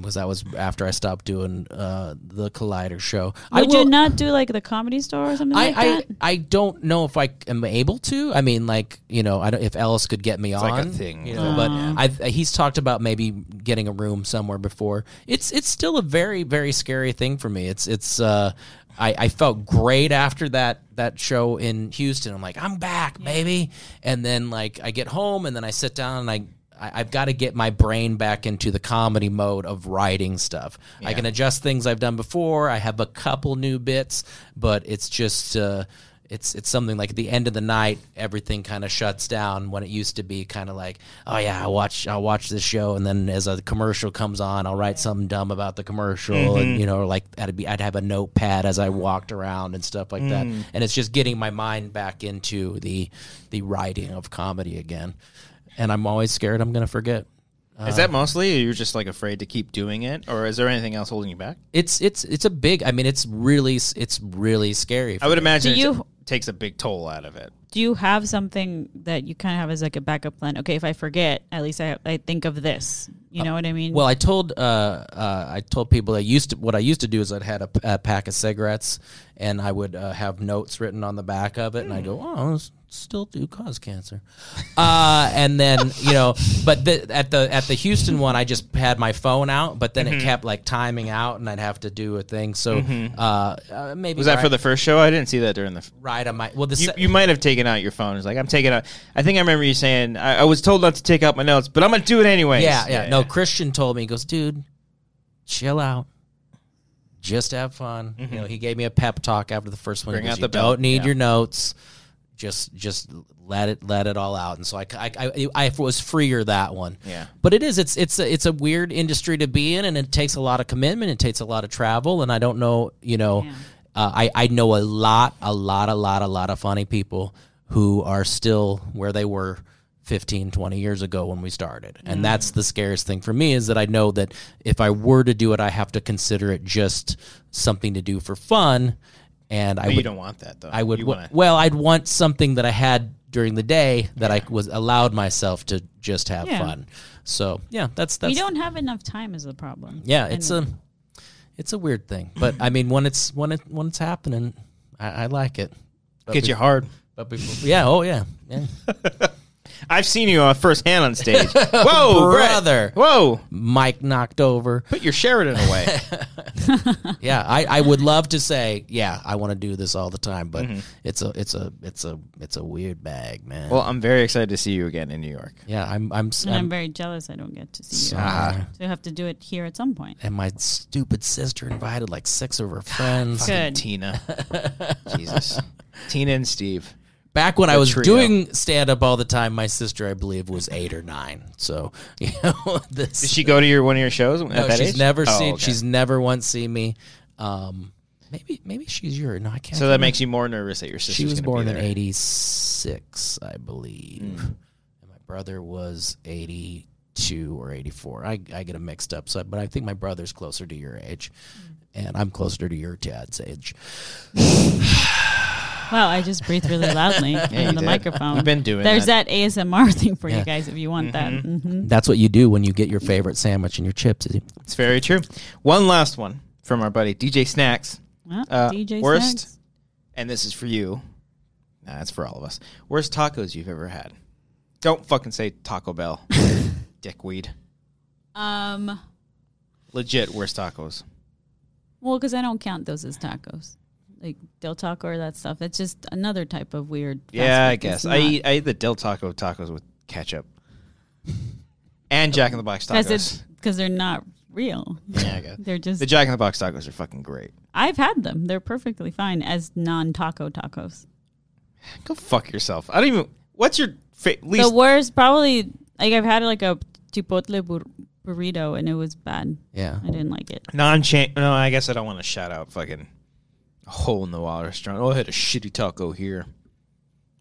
S2: because that was after I stopped doing uh, the Collider show. I
S1: Would you
S2: will-
S1: not do like the comedy store or something like
S2: I,
S1: that?
S2: I I don't know if I am able to. I mean, like you know, I don't if Ellis could get me on
S3: like a thing,
S2: you
S3: yeah.
S2: know. But I he's talked about maybe getting a room somewhere before. It's it's still a very very scary thing for me. It's it's uh, I I felt great after that that show in Houston. I'm like I'm back, baby. And then like I get home and then I sit down and I. I- I've got to get my brain back into the comedy mode of writing stuff. I can adjust things I've done before. I have a couple new bits, but it's just uh, it's it's something like at the end of the night, everything kind of shuts down when it used to be kind of like, oh yeah, I watch I'll watch this show, and then as a commercial comes on, I'll write something dumb about the commercial, and you know, like I'd be I'd have a notepad as I walked around and stuff like that, and it's just getting my mind back into the the writing of comedy again, and I'm always scared I'm gonna forget.
S3: Is that mostly or you're just like afraid to keep doing it? Or is there anything else holding you back?
S2: It's it's it's a big. I mean, it's really s- it's really scary.
S3: I would imagine
S1: Do
S3: it
S1: you-
S3: takes a big toll out of it.
S1: do you have something that you kind of have as like a backup plan? Okay, if I forget, at least I, I think of this. You know what I mean?
S2: Well, I told uh, uh, I told people I used to what I used to do is I'd had a, p- a pack of cigarettes and I would uh, have notes written on the back of it, and I would go,
S3: Hmm.
S2: oh. s- Still do cause cancer, uh, and then you know. But the, at the at the Houston one, I just had my phone out, but then
S3: Mm-hmm.
S2: it kept like timing out, and I'd have to do a thing. So uh, uh, maybe
S3: Was that for
S2: ride-
S3: the first show? I didn't see that during the. f-
S2: ride on my well the
S3: You,
S2: se-
S3: you might have taken out your phone. It's like, I'm taking out. I think I remember you saying, I, I was told not to take out my notes, but I'm going to do it anyways.
S2: Yeah, yeah. No, Christian told me, he goes, dude, chill out. Just have fun. You know, he gave me a pep talk after the first one. He
S3: Mm-hmm. Bring
S2: goes,
S3: out the
S2: you don't
S3: belt."
S2: need
S3: Yeah.
S2: your notes. Just just let it let it all out. And so I, I, I, I was freer that one.
S3: Yeah.
S2: But it is it's it's a, it's a weird industry to be in, and it takes a lot of commitment. It takes a lot of travel, and I don't know. You know, uh, I I know a lot, a lot, a lot, a lot of funny people who are still where they were 15 20 years ago when we started and that's the scariest thing for me is that i know that if i were to do it i have to consider it just something to do for fun and i
S3: But you
S2: would
S3: don't want that, though.
S2: I would
S3: You
S2: wa-
S3: wanna-
S2: well, I'd want something that I had during the day that I was allowed myself to just have
S1: Yeah.
S2: fun. So yeah, that's
S1: we
S2: that's
S1: don't have enough time is the problem.
S2: yeah, it's a it's a weird thing, but I mean when it's when it when it's happening, I, I like it. But
S3: get
S2: bef-
S3: you hard.
S2: but before, yeah, oh yeah, yeah.
S3: I've seen you uh, firsthand on
S2: (laughs)
S3: stage. Whoa, Brett.
S2: Brother.
S3: Whoa,
S2: Mike knocked over.
S3: put your Sheridan
S2: (laughs)
S3: away.
S2: Yeah, I, I would love to say yeah, I want to do this all the time, but
S3: Mm-hmm.
S2: it's a it's a it's a it's a weird bag, man.
S3: well, I'm very excited to see you again in New York.
S2: yeah, I'm I'm, s-
S1: and I'm
S2: I'm
S1: very jealous I don't get to see you.
S2: Ah.
S1: So you have to do it here at some point.
S2: and my stupid sister invited like
S1: (sighs)
S2: six of her friends.
S1: Good.
S3: Tina.
S2: (laughs)
S3: Jesus. Tina and Steve.
S2: back when I was
S3: trio.
S2: doing stand up all the time, my sister, I believe, was eight or nine. So (laughs) you know,
S3: Did
S2: this
S3: she go to your one of your shows at
S2: no,
S3: that
S2: she's
S3: age?
S2: never
S3: Oh,
S2: seen.
S3: okay.
S2: She's never once seen me. Um, maybe maybe she's your no. I can't.
S3: So that
S2: remember.
S3: makes you more nervous that your sister's
S2: she was
S3: gonna
S2: born
S3: be
S2: in
S3: there. Hmm.
S2: eighty six, I believe, and my brother was eighty two or eighty four. I I get them mixed up. So, but I think my brother's closer to your age. And I'm closer to your dad's age.
S1: Wow, I just
S3: (laughs)
S1: breathed really loudly
S3: you
S1: in the
S3: did.
S1: microphone.
S3: We've been doing
S1: There's
S3: that.
S1: that, ASMR thing for you guys if you want that.
S3: Mm-hmm.
S1: hmm
S2: That's what you do when you get your favorite sandwich and your chips.
S3: It's very true. One last one from our buddy DJ Snacks.
S1: Well,
S3: Uh,
S1: DJ
S3: worst,
S1: Snacks.
S3: and this is for you. Nah, that's for all of us. Worst tacos you've ever had? Don't fucking say Taco
S2: (laughs)
S3: Bell, dickweed.
S1: Um,
S3: Legit worst tacos.
S1: well, because I don't count those as tacos, like Del Taco or that stuff. It's just another type of weird. fast
S3: Yeah, I
S1: food that's
S3: guess I
S1: not-
S3: eat, I eat the Del Taco tacos with ketchup and Jack in the Box
S1: That's
S3: tacos.
S1: because they're not real.
S3: Yeah, I guess.
S1: They're just.
S3: The Jack in the Box tacos are fucking great.
S1: I've had them. They're perfectly fine as non-taco tacos.
S3: Go fuck yourself. I don't even. What's your fa- least?
S1: The worst, probably. Like I've had like a chipotle bur- burrito, and it was bad.
S2: Yeah.
S1: I didn't like it.
S3: non chain no i guess i don't want to shout out fucking a hole in the wall restaurant oh i had a shitty taco here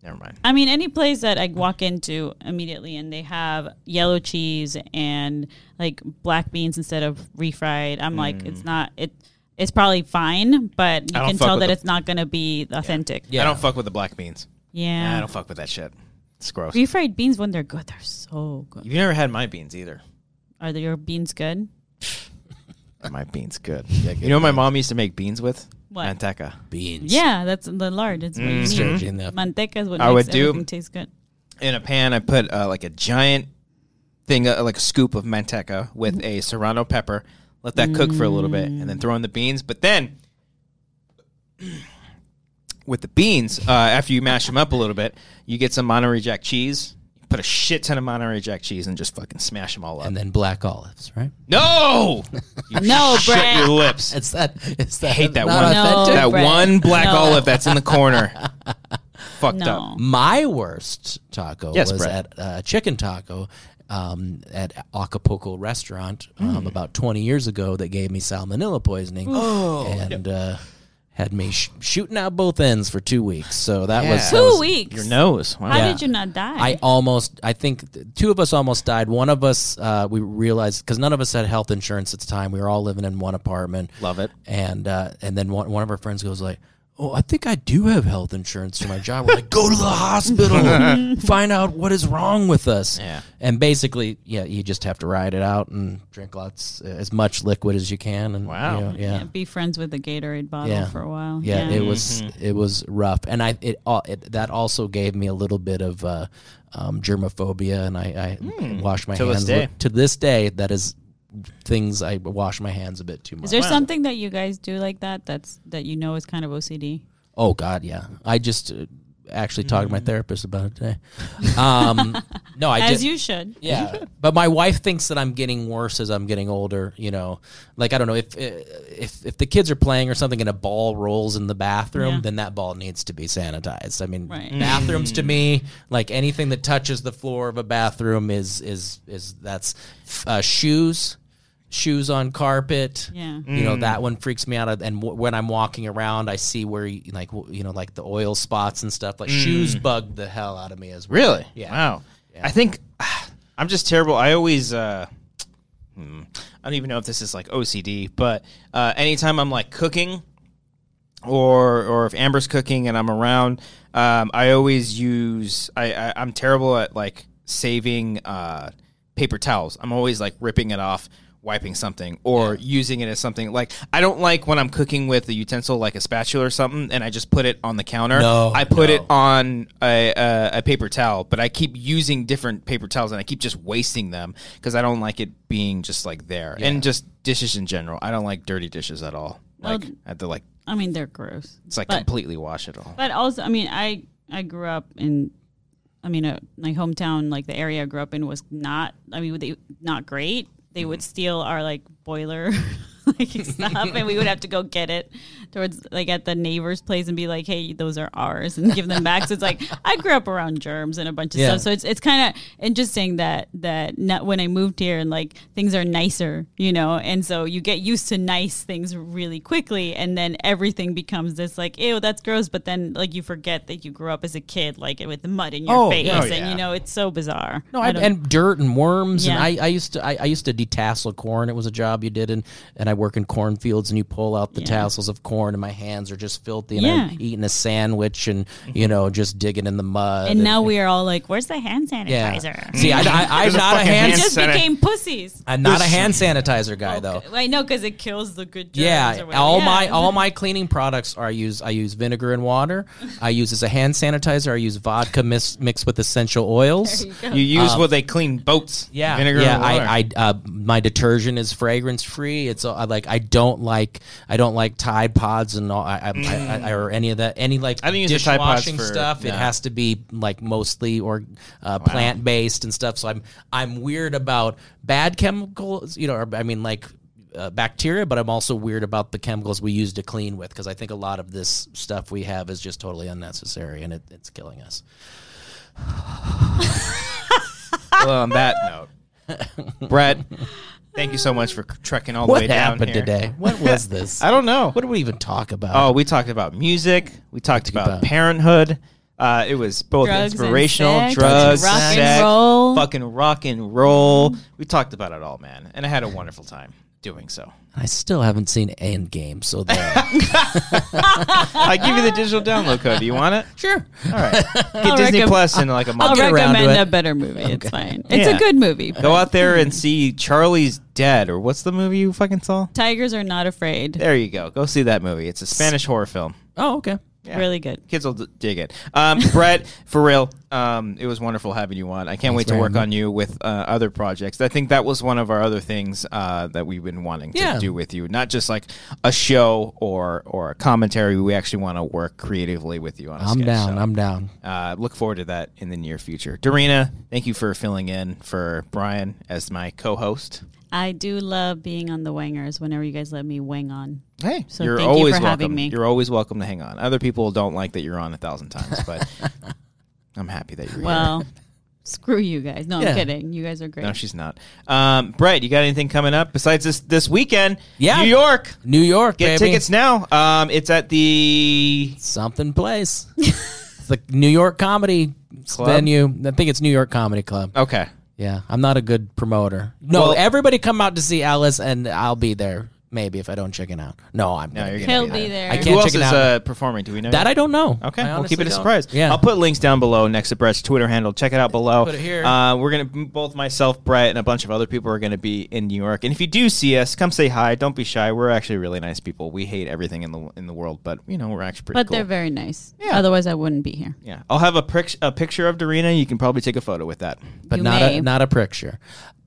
S3: never mind
S1: I mean, any place that I walk into immediately and they have yellow cheese and like black beans instead of refried, I'm like, it's not it. It's probably fine, but you
S3: Mm. I don't
S1: can
S3: fuck
S1: tell
S3: with
S1: that
S3: the-
S1: it's not going to be authentic. Yeah,
S3: i don't fuck with the black beans Nah, i don't fuck with that shit it's gross
S1: refried beans when they're good, they're so good.
S3: you've never had my beans either
S1: Are your beans good?
S3: my beans good you know what my mom used to make beans with
S1: What?
S3: manteca
S2: Beans.
S1: Yeah, that's the lard. It's what you need.
S3: Hmm?
S2: Changing the-
S1: Manteca is what
S3: Mm. I
S1: makes
S3: would do-
S1: everything taste good.
S3: in a pan i put uh, like a giant thing uh, like a scoop of manteca with
S1: Mm-hmm.
S3: a serrano pepper let that cook for a little bit and then throw in the beans but then (clears throat) with the beans uh, after you mash them up a little bit you get some monterey jack cheese put a shit ton of monterey jack cheese and just fucking smash them all up
S2: And then black olives, right?
S3: (laughs) no you
S1: No,
S3: shut
S1: Brett.
S3: your lips
S2: It's that. It's that.
S3: I hate that
S2: not
S3: one
S2: authentic.
S3: that
S1: Brett.
S3: one black
S1: No.
S3: olive that's in the corner
S1: (laughs)
S3: fucked up
S1: No,
S2: My worst taco
S3: Yes,
S2: was
S3: Brett.
S2: at uh, chicken taco um, at Acapulco restaurant
S3: Hmm.
S2: um, about 20 years ago that gave me salmonella poisoning
S3: Oh.
S2: and uh, had me sh- shooting out both ends for two weeks. So that was
S3: Yeah.
S2: that was-
S1: two weeks.
S3: your nose wow.
S1: How
S2: Yeah.
S1: did you not die?
S2: I almost, I think th- two of us almost died. One of us, uh, we realized because none of us had health insurance at the time. We were all living in one apartment.
S3: Love it.
S2: And uh, and then one, one of our friends goes like, "Oh, I think I do have health insurance for my job." We're like, "Go to
S3: (laughs)
S2: the hospital, find out what is wrong with us."
S3: Yeah.
S2: And basically, yeah, you just have to ride it out and drink lots, as much liquid as you can. And
S3: Wow.
S2: you know, yeah.
S1: Yeah, be friends with the Gatorade bottle
S2: Yeah.
S1: for a while.
S2: Yeah, it was
S3: Mm-hmm.
S2: it was rough, and I it, al- it that also gave me a little bit of uh, um, germophobia, and I, I wash my
S3: Hmm. to this
S2: hands
S3: day.
S2: to this day. That is things I wash my hands a bit too much.
S1: Is there something that you guys do like that? That's that you know is kind of OCD.
S2: oh God, yeah. I just uh, actually talked to my therapist about it today. Um,
S1: (laughs)
S2: no, I
S1: Hmm. As
S2: just,
S1: you should.
S2: Yeah, but my wife thinks that I'm getting worse as I'm getting older. You know, like I don't know if eh, if if the kids are playing or something and a ball rolls in the bathroom,
S1: Yeah.
S2: then that ball needs to be sanitized. I mean,
S1: Right.
S2: bathrooms to me, like anything that touches the floor of a bathroom is is is that's uh, shoes, shoes on carpet.
S1: Yeah.
S2: You know that one freaks me out, and w- when I'm walking around, I see where you- like w- you know like the oil spots and stuff. Like shoes bug the hell out of me as well.
S3: Really?
S2: Yeah.
S3: Wow. I think (sighs) I'm just terrible. I always. Uh, hmm, I don't even know if this is like OCD, but uh, anytime I'm like cooking, or or if Amber's cooking and I'm around, um, I always use. I, I I'm terrible at like saving uh, paper towels. I'm always like ripping it off. Wiping something or using it as something like I don't like when I'm cooking with a utensil like a spatula or something, and I just put it on the counter.
S2: No,
S3: I put
S2: no.
S3: it on a, a, a paper towel, but I keep using different paper towels and I keep just wasting them because I don't like it being just like there and just dishes in general. I don't like dirty dishes at all. Like
S1: Well,
S3: I have to like
S1: I mean, they're gross.
S3: it's like
S1: but,
S3: completely wash it all.
S1: But also, I mean, I I grew up in, I mean, uh, my hometown, like the area I grew up in, was not. I mean, they not great. They
S2: Mm-hmm.
S1: would steal our like boiler. (laughs)
S2: (laughs)
S1: like stuff and we would have to go get it towards like at the neighbor's place and be like hey those are ours and give them back so it's like i grew up around germs and a bunch of
S2: Yeah.
S1: stuff so it's it's kind of interesting that that not when i moved here and like things are nicer you know and so you get used to nice things really quickly and then everything becomes this like ew that's gross but then like you forget that you grew up as a kid like with the mud in your
S2: Oh,
S1: face
S2: yeah.
S3: Oh,
S1: and
S3: yeah.
S1: you know it's so bizarre
S2: No, I
S1: don't-
S2: and dirt and worms
S1: Yeah.
S2: and I, I used to I, I used to detassel corn. It was a job you did and and I I work in cornfields, and you pull out the
S1: Yeah.
S2: tassels of corn, and my hands are just filthy, and
S1: Yeah. Mm-hmm.
S2: I'm eating a sandwich, and you know, just digging in the mud.
S1: And now we are all like, "Where's the hand
S2: yeah.
S1: sanitizer?"
S2: See,
S1: (laughs)
S2: I, I, am
S3: There's a
S2: not a
S3: fucking
S1: We
S2: hand,
S3: hand-
S1: just
S3: sanit-
S1: became pussies.
S2: I'm not a hand sanitizer guy though.
S1: I know because it kills the good germs. or
S2: Yeah,
S1: whatever.
S2: all
S1: Yeah.
S2: my all my cleaning products are I use I use vinegar and water. I use as a hand sanitizer. I use vodka mis- mixed with essential oils.
S1: There you go.
S3: You use what they clean boats.
S2: Yeah,
S3: vinegar.
S2: Yeah,
S3: and water. (laughs)
S2: I, I uh, my detergent is fragrance free. It's uh, I like I don't like I don't like Tide Pods and all. I, I, I, I or any of that any like
S3: Mm. I don't use the Tide Pods
S2: dishwashing
S3: for-
S2: stuff. It
S3: no.
S2: has to be like mostly or uh, plant based and stuff. So I'm I'm weird about bad chemicals. You know, or, I mean like. Uh, bacteria, but I'm also weird about the chemicals we use to clean with because I think a lot of this stuff we have is just totally unnecessary and it, it's killing us.
S3: well, on that note, Brett, thank you so much for trekking all the
S2: What
S3: way down
S2: happened
S3: here.
S2: today? What was
S3: (laughs)
S2: this?
S3: I don't know.
S2: What did we even talk about?
S3: Oh, we talked about music. We talked about
S2: about-
S3: parenthood. Uh, it was both
S1: Drugs and
S3: inspirational,
S1: sex,
S3: drugs,
S1: rock and
S3: sex,
S1: roll.
S3: fucking rock and roll. We talked about it all, man, and I had a wonderful time doing so.
S2: I still haven't seen Endgame, so there.
S3: (laughs) I give you the digital download code. Do you want it?
S2: sure.
S3: All
S1: (laughs)
S3: right, get
S1: I'll
S3: Disney
S1: recommend-
S3: Plus in like a
S1: I'll
S3: month.
S2: get around to
S1: recommend
S2: it.
S1: a better movie. It's fine. It's
S3: Yeah.
S1: a good movie.
S3: Go out there and see Charlie's Dead, or what's the movie you fucking saw?
S1: Tigers are not afraid.
S3: There you go. Go see that movie. It's a Spanish horror film.
S2: Oh, okay.
S3: Yeah.
S1: Really good.
S3: Kids will d- dig it.
S2: (laughs)
S3: Um, Brett, for real, um, it was wonderful having you on. I can't wait
S2: for
S3: to work
S2: having
S3: on you with uh, other projects. I think that was one of our other things uh, that we've been wanting to
S2: Yeah.
S3: do with you. Not just like a show or or a commentary. We actually want to work creatively with you on a
S2: I'm
S3: sketch.
S2: down.
S3: So,
S2: I'm down.
S3: uh, look forward to that in the near future. Dorina, thank you for filling in for Brian as my co-host.
S1: I do love being on the wangers whenever you guys let me wing (laughs) on.
S3: Hey,
S1: So
S3: you're
S1: thank you
S3: always
S1: for
S3: welcome.
S1: having me.
S3: You're always welcome to hang on. Other people don't like that you're on a thousand times,
S1: (laughs)
S3: but I'm happy that you're here.
S1: Well, screw you guys. No,
S2: Yeah.
S1: I'm kidding. You guys are great.
S3: No, she's not. Um, Brett, you got anything coming up besides this this weekend?
S2: Yeah.
S3: New York.
S2: New York,
S3: Get
S2: baby.
S3: tickets now. Um, it's at the (laughs)
S2: Something place. It's the New York Comedy
S3: Club?
S2: venue. I think it's New York Comedy Club.
S3: okay.
S2: Yeah, I'm not a good promoter. No,
S3: Well-
S2: everybody come out to see Alice, and I'll be there. Maybe if I don't chicken out. No, I'm.
S3: No,
S2: gonna
S3: you're
S2: be-
S3: gonna
S1: He'll
S3: be
S1: be
S3: there.
S1: there.
S2: I
S3: Who
S2: Can't
S3: else
S2: check
S3: is
S2: it out.
S3: uh, performing? Do we know
S2: that I don't know.
S3: Okay,
S2: I
S3: we'll keep it
S2: honestly
S3: a
S2: don't.
S3: surprise.
S2: Yeah,
S3: I'll put links down below next to Brett's Twitter handle. Check it out below.
S2: Put it here.
S3: Uh, we're gonna both myself, Brett, and a bunch of other people are gonna be in New York. And if you do see us, come say hi. Don't be shy. We're actually really nice people. We hate everything in the in the world, but you know we're actually pretty
S1: but
S3: cool.
S1: they're very nice.
S3: Yeah.
S1: Otherwise, I wouldn't be here.
S3: yeah, I'll have a, pric- a picture of Dorina. You can probably take a photo with that.
S2: but
S1: You
S2: not a
S1: may.
S2: not a picture.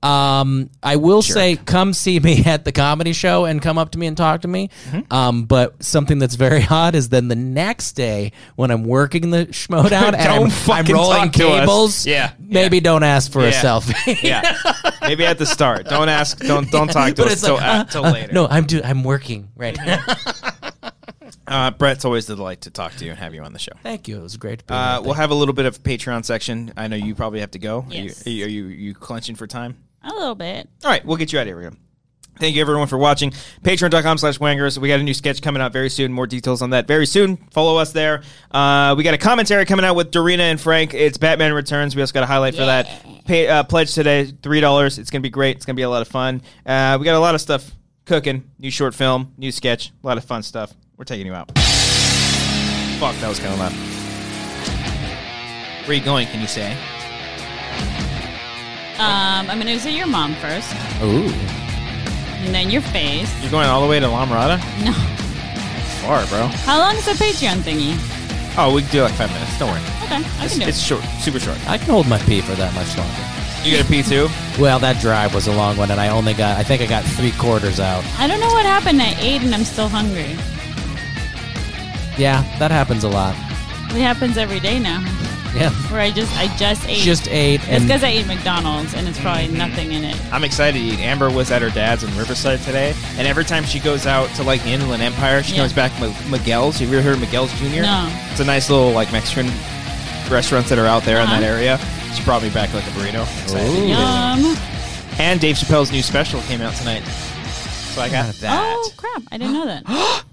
S2: Um, I will say, come see me (laughs) at the comedy show and come up to me and talk to me.
S3: Mm-hmm.
S2: Um, but something that's very (laughs) odd is then the next day when I'm working
S3: (laughs)
S2: the (laughs) schmodown
S3: Don't
S2: and I'm, I'm
S3: fucking
S2: rolling
S3: talk to us.
S2: cables,
S3: Yeah,
S2: maybe don't ask for a
S3: Yeah.
S2: selfie.
S3: Yeah, maybe at the start. Don't ask. Don't don't talk to
S2: But
S3: us
S2: it's
S3: till,
S2: like,
S3: uh, till
S2: (laughs) uh,
S3: later.
S2: no, I'm do- I'm working right now.
S3: (laughs) uh, Brett's always the delight to talk to you and have you on the show.
S2: Thank you. It was great. To be
S3: Uh,
S2: here.
S3: we'll have a little bit of Patreon section. I know you probably have to go.
S1: Yes.
S3: Are, you, are, you, are you clenching for time?
S1: A little bit.
S3: All right, we'll get you out of here. Thank you everyone for watching. Patreon.com slash wangers. We got a new sketch coming out very soon. More details on that very soon. Follow us there. Uh, we got a commentary coming out with Dorina and Frank. It's Batman Returns. We also got a highlight for that. Pay, uh, pledge today, $3. It's going to be great. It's going to be a lot of fun. Uh, we got a lot of stuff cooking. New short film, new sketch, a lot of fun stuff. We're taking you out. Fuck, that was kind of loud. Where you going, can you say?
S1: Um, I'm going to say your mom first,
S2: Ooh.
S1: and then your face.
S3: You're going all the way to Lamrata?
S1: No.
S3: Far, bro.
S1: How long is the Patreon thingy?
S3: Oh, we can do like five minutes. Don't worry.
S1: Okay, I can do
S3: It's
S1: it.
S3: short, super short.
S2: I can hold my pee for that much longer.
S3: You got a P two?
S2: Well, that drive was a long one, and I only got I think I got three quarters out.
S1: I don't know what happened. I ate and I'm still hungry.
S2: Yeah, that happens a lot.
S1: It happens every day now,
S2: Yeah.
S1: where I just I just ate.
S2: Just ate
S1: it's
S2: and
S1: because I ate McDonald's and it's probably nothing in it.
S3: I'm excited to eat. Amber was at her dad's in Riverside today, and every time she goes out to like the Inland Empire, she
S1: Yeah.
S3: comes back with Miguel's. Have you ever heard of Miguel's Jr.?
S1: No.
S3: It's a nice little like Mexican restaurants that are out there
S1: Uh-huh.
S3: in that area. She brought me back like a burrito. Excited to
S2: Ooh.
S3: eat it.
S1: Yum.
S3: And Dave Chappelle's new special came out tonight, so I got that.
S1: (gasps) Oh crap! I didn't know that.